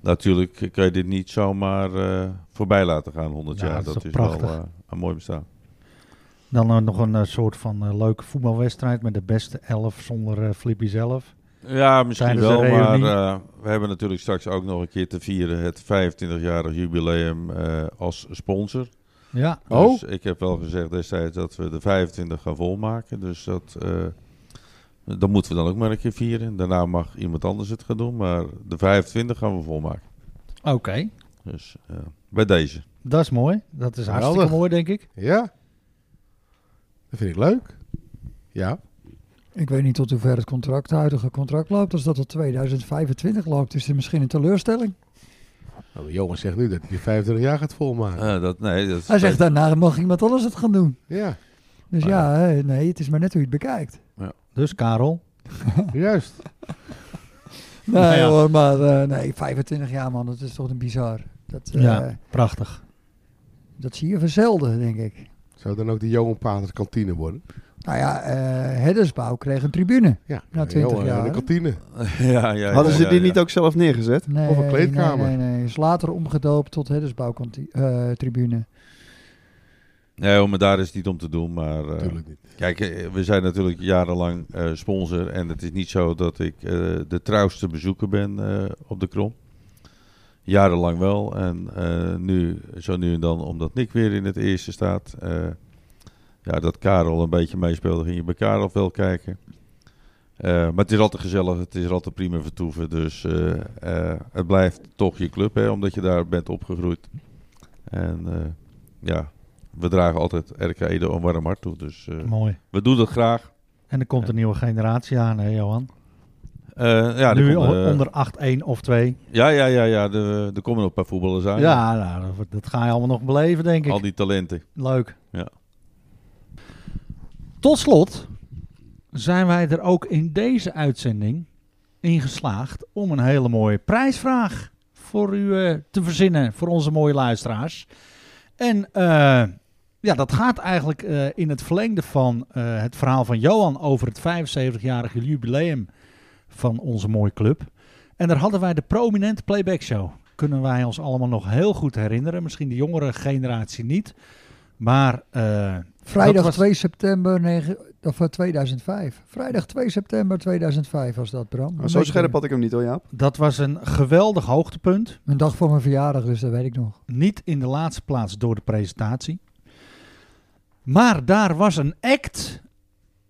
Speaker 5: natuurlijk kan je dit niet zomaar eh, voorbij laten gaan, 100
Speaker 2: Ja,
Speaker 5: jaar.
Speaker 2: dat is
Speaker 5: Dat,
Speaker 2: toch
Speaker 5: is
Speaker 2: prachtig.
Speaker 5: wel eh, een mooi bestaan.
Speaker 2: Dan eh, nog een eh, soort van eh, leuke voetbalwedstrijd met de beste elf zonder eh, Flippy zelf.
Speaker 5: Ja, misschien
Speaker 2: Tijdens een
Speaker 5: wel, maar
Speaker 2: reunie.
Speaker 5: eh, we hebben natuurlijk straks ook nog een keer te vieren het 25-jarig jubileum eh, als sponsor.
Speaker 2: Ja,
Speaker 4: Oh.
Speaker 5: Dus ik heb wel gezegd destijds dat we de 25 gaan volmaken. Dus dat, eh dat moeten we dan ook maar een keer vieren. Daarna mag iemand anders het gaan doen, maar de 25 gaan we volmaken.
Speaker 2: oké.
Speaker 5: Dus eh, bij deze.
Speaker 2: Dat is mooi. Dat is hartstikke
Speaker 4: Geweldig.
Speaker 2: mooi, denk ik.
Speaker 4: Ja? Dat vind ik leuk. Ja.
Speaker 1: Ik weet niet tot hoever het contract, het huidige contract loopt. Als dat tot 2025 loopt, is er misschien een teleurstelling.
Speaker 4: Nou, Johan zegt nu dat hij die 25 jaar gaat volmaken.
Speaker 5: Eh, dat, nee, dat is
Speaker 1: Hij zegt, daarna mag iemand anders het gaan doen.
Speaker 4: Ja,
Speaker 1: Dus
Speaker 5: Ah,
Speaker 1: ja, hè, nee, het is maar net hoe je het bekijkt.
Speaker 2: Dus Karel,
Speaker 4: juist.
Speaker 1: Nee
Speaker 2: Nou ja.
Speaker 1: hoor, maar eh, nee, 25 jaar man, dat is toch een bizar. Dat, eh,
Speaker 2: Ja. prachtig.
Speaker 1: dat zie je verzelden, denk ik.
Speaker 4: Zou dan ook de Johan Paters kantine worden?
Speaker 1: Nou ja, eh Heddersbouw kreeg een tribune.
Speaker 4: Ja,
Speaker 1: Na 20
Speaker 4: Johan,
Speaker 1: jaar,
Speaker 4: De
Speaker 1: hè?
Speaker 4: kantine.
Speaker 5: ja, ja,
Speaker 3: Hadden
Speaker 5: ja,
Speaker 3: ze
Speaker 5: ja,
Speaker 3: dit
Speaker 5: ja.
Speaker 3: niet ook zelf neergezet?
Speaker 1: Nee,
Speaker 4: Of een kleedkamer.
Speaker 1: Nee, nee, nee. Is later omgedoopt tot eh, Heddersbouw-tribune.
Speaker 5: Nee, hoor, maar daar is het niet om te doen. Maar eh,
Speaker 4: Natuurlijk niet.
Speaker 5: kijk, eh, we zijn natuurlijk jarenlang eh, sponsor. En het is niet zo dat ik eh, de trouwste bezoeker ben eh, op de Krom. Jarenlang wel. En eh, nu, zo nu en dan, omdat Nick weer in het eerste staat. eh, ja, dat Karel een beetje meespeelde, ging je bij Karel wel kijken. Eh, maar het is altijd gezellig, het is er altijd prima vertoeven. Dus eh, eh, het blijft toch je club, hè, omdat je daar bent opgegroeid. En eh, ja, we dragen altijd RK Edo een warm hart toe. Dus eh,
Speaker 2: Mooi.
Speaker 5: we doen dat graag.
Speaker 2: En er komt een nieuwe generatie aan, hè, Johan?
Speaker 5: Eh, ja, er
Speaker 2: nu
Speaker 5: komen,
Speaker 2: on-
Speaker 5: eh,
Speaker 2: onder 8-1 of 2.
Speaker 5: Ja, ja, ja, ja de, er komen nog een paar voetballers aan.
Speaker 2: Ja, nou, dat, dat ga je allemaal nog beleven, denk ik.
Speaker 5: Al die talenten.
Speaker 2: Leuk.
Speaker 5: Ja.
Speaker 2: Tot slot zijn wij er ook in deze uitzending in geslaagd om een hele mooie prijsvraag voor u eh, te verzinnen voor onze mooie luisteraars. En eh, ja, dat gaat eigenlijk eh, in het verlengde van eh, het verhaal van Johan over het 75-jarige jubileum van onze mooie club. En daar hadden wij de prominente playback show. Kunnen wij ons allemaal nog heel goed herinneren. Misschien de jongere generatie niet. Maar eh, dat
Speaker 1: Vrijdag
Speaker 2: was-
Speaker 1: 2 september negen- of, eh, 2005. Vrijdag 2 september 2005 was dat, Bram.
Speaker 3: Nou, zo scherp had ik hem niet hoor, Jaap.
Speaker 2: dat was een geweldig hoogtepunt.
Speaker 1: Een dag voor mijn verjaardag, dus dat weet ik nog.
Speaker 2: Niet in de laatste plaats door de presentatie. Maar daar was een act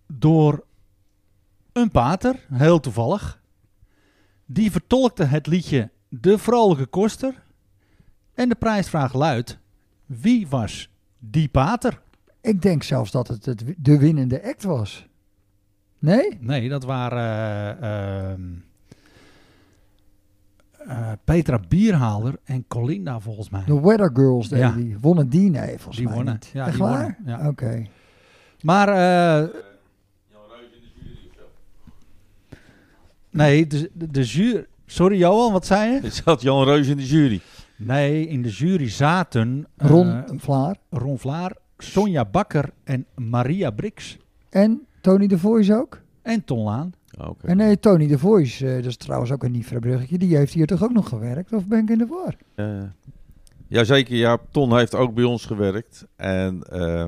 Speaker 2: door een pater, heel toevallig. Die vertolkte het liedje De Vrolijke Koster. En de prijsvraag luidt: wie was die pater?
Speaker 1: Ik denk zelfs dat het, het wi- de winnende act was. Nee?
Speaker 2: Nee, dat waren eh, ehm, eh, Petra Bierhaler en Colinda volgens mij.
Speaker 1: De Weather Girls, deden
Speaker 2: Ja.
Speaker 1: die. Wonnen die? Nee, volgens
Speaker 2: Die
Speaker 1: mij
Speaker 2: wonnen.
Speaker 1: niet.
Speaker 2: Ja,
Speaker 1: Echt
Speaker 2: die
Speaker 1: waar?
Speaker 2: wonnen. Ja.
Speaker 1: Oké.
Speaker 2: Maar. eh, Nee, de, de, de jury. Sorry Johan, wat zei je?
Speaker 5: Zat Jan Reus in de jury?
Speaker 2: Nee, in de jury zaten eh,
Speaker 1: Ron Vlaar
Speaker 2: Ron Vlaar, Sonja Bakker en Maria Brix.
Speaker 1: en Tony de Voice ook.
Speaker 2: En Ton Laan.
Speaker 5: Ah, oké.
Speaker 1: En nee, Tony de Voice, eh, dat is trouwens ook een niet bruggetje. Die heeft hier toch ook nog gewerkt? Of ben ik in de war?
Speaker 5: Eh, jazeker, ja. Ton heeft ook bij ons gewerkt. En eh,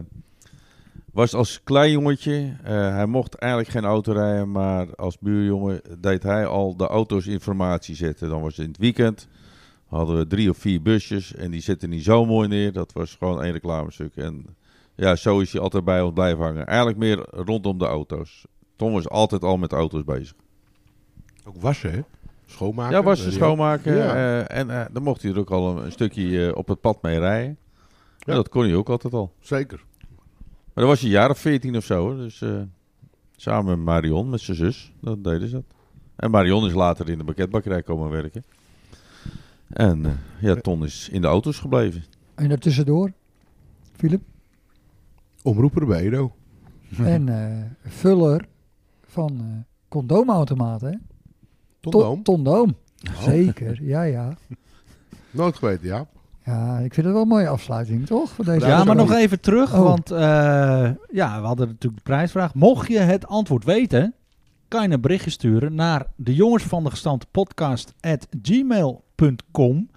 Speaker 5: was als klein jongetje. eh, hij mocht eigenlijk geen auto rijden, maar als buurjongen deed hij al de auto's informatie zetten. Dan was het in het weekend. Hadden we drie of vier busjes en die zetten niet zo mooi neer. Dat was gewoon één reclamestuk. En ja, zo is hij altijd bij ons blijven hangen. Eigenlijk meer rondom de auto's. Tom was altijd al met auto's bezig.
Speaker 4: Ook wassen, hè? Schoonmaken.
Speaker 5: Ja, was
Speaker 4: weet
Speaker 5: de
Speaker 4: je wel.
Speaker 5: schoonmaker.
Speaker 4: Ja.
Speaker 5: eh, en eh, dan mocht hij er ook al een, een stukje eh, op het pad mee rijden.
Speaker 4: Ja.
Speaker 5: En dat kon hij ook altijd al.
Speaker 4: Zeker.
Speaker 5: Maar dan was hij een jaar of veertien of zo. hoor. Dus eh, samen met Marion, met zijn zus, dat deden ze dat. En Marion is later in de pakketbakkerij komen werken. En eh, ja, Ton is in de auto's gebleven.
Speaker 1: En daartussendoor, Philip.
Speaker 4: Omroeper bij Edo.
Speaker 1: en eh, vuller van eh condoomautomaten. hè?
Speaker 4: Tot dan.
Speaker 2: Oh.
Speaker 1: Tondoom. Zeker, ja, ja.
Speaker 4: Nooit geweten, Jaap.
Speaker 1: Ja, ik vind het wel een mooie afsluiting, toch? Voor deze
Speaker 2: Ja, maar nog
Speaker 1: aflevering.
Speaker 2: even terug,
Speaker 1: Oh.
Speaker 2: want eh, ja, we hadden natuurlijk de prijsvraag. Mocht je het antwoord weten, kan je een berichtje sturen naar de jongens van de gestampte podcast at gmail.com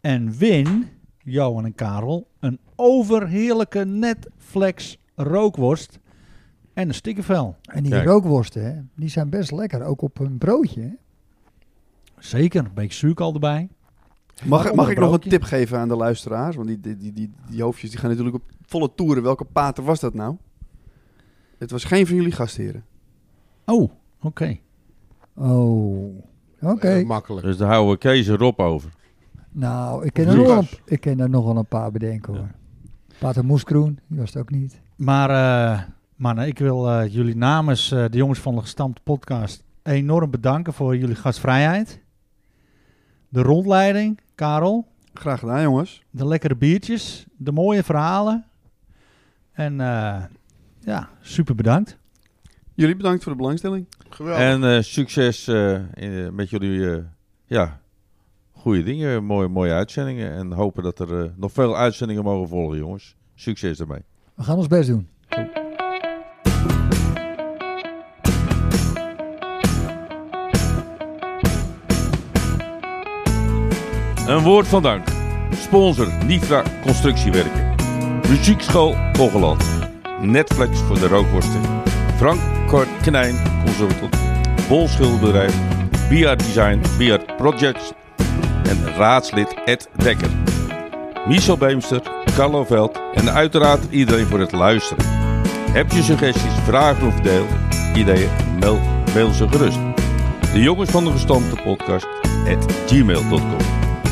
Speaker 2: en win, Johan en Karel, een overheerlijke Netflix rookworst en een stikkervel.
Speaker 1: En die
Speaker 5: Kijk.
Speaker 1: rookworsten, hè, die zijn best lekker. Ook op een broodje. hè.
Speaker 2: Zeker, een beetje suiker erbij.
Speaker 3: Mag, mag ik nog een
Speaker 2: broodje.
Speaker 3: tip geven aan de luisteraars? Want die, die, die, die, die hoofdjes die gaan natuurlijk op volle toeren. Welke pater was dat nou? Het was geen van jullie gastheren.
Speaker 2: Oh, oké.
Speaker 1: Oh, oké.
Speaker 4: Eh, makkelijk.
Speaker 5: Dus daar houden we Kees en Rob over.
Speaker 1: nou, ik ken, er nog wel een, ik ken er nog wel een paar bedenken hoor. Pater Moeskroen, die was het ook niet.
Speaker 2: Maar, eh mannen, ik wil eh, jullie namens eh, de Jongens van de Gestampte Podcast enorm bedanken voor jullie gastvrijheid. De rondleiding, Karel.
Speaker 3: Graag gedaan, jongens.
Speaker 2: De lekkere biertjes, de mooie verhalen. En eh, ja, super bedankt.
Speaker 3: Jullie bedankt voor de belangstelling.
Speaker 4: Geweldig.
Speaker 5: En eh, succes eh, in, eh, met jullie eh, ja, goede dingen, mooie, mooie uitzendingen. En hopen dat er eh, nog veel uitzendingen mogen volgen, jongens. Succes ermee.
Speaker 1: We gaan ons best doen.
Speaker 5: Een woord van dank. Sponsor Nifra Constructiewerken. Muziekschool Kogeland. Netflix voor de rookworsten. Frank Kort Knijn Consultant. Bol Schilderbedrijf. Biard Design. Biard Projects. En raadslid Ed Dekker. Michel Beemster. Carlo Veld. En uiteraard iedereen voor het luisteren. Heb je suggesties, vragen of deel, ideeën? Mail, mail ze gerust. De jongens van de gestampte podcast at gmail.com.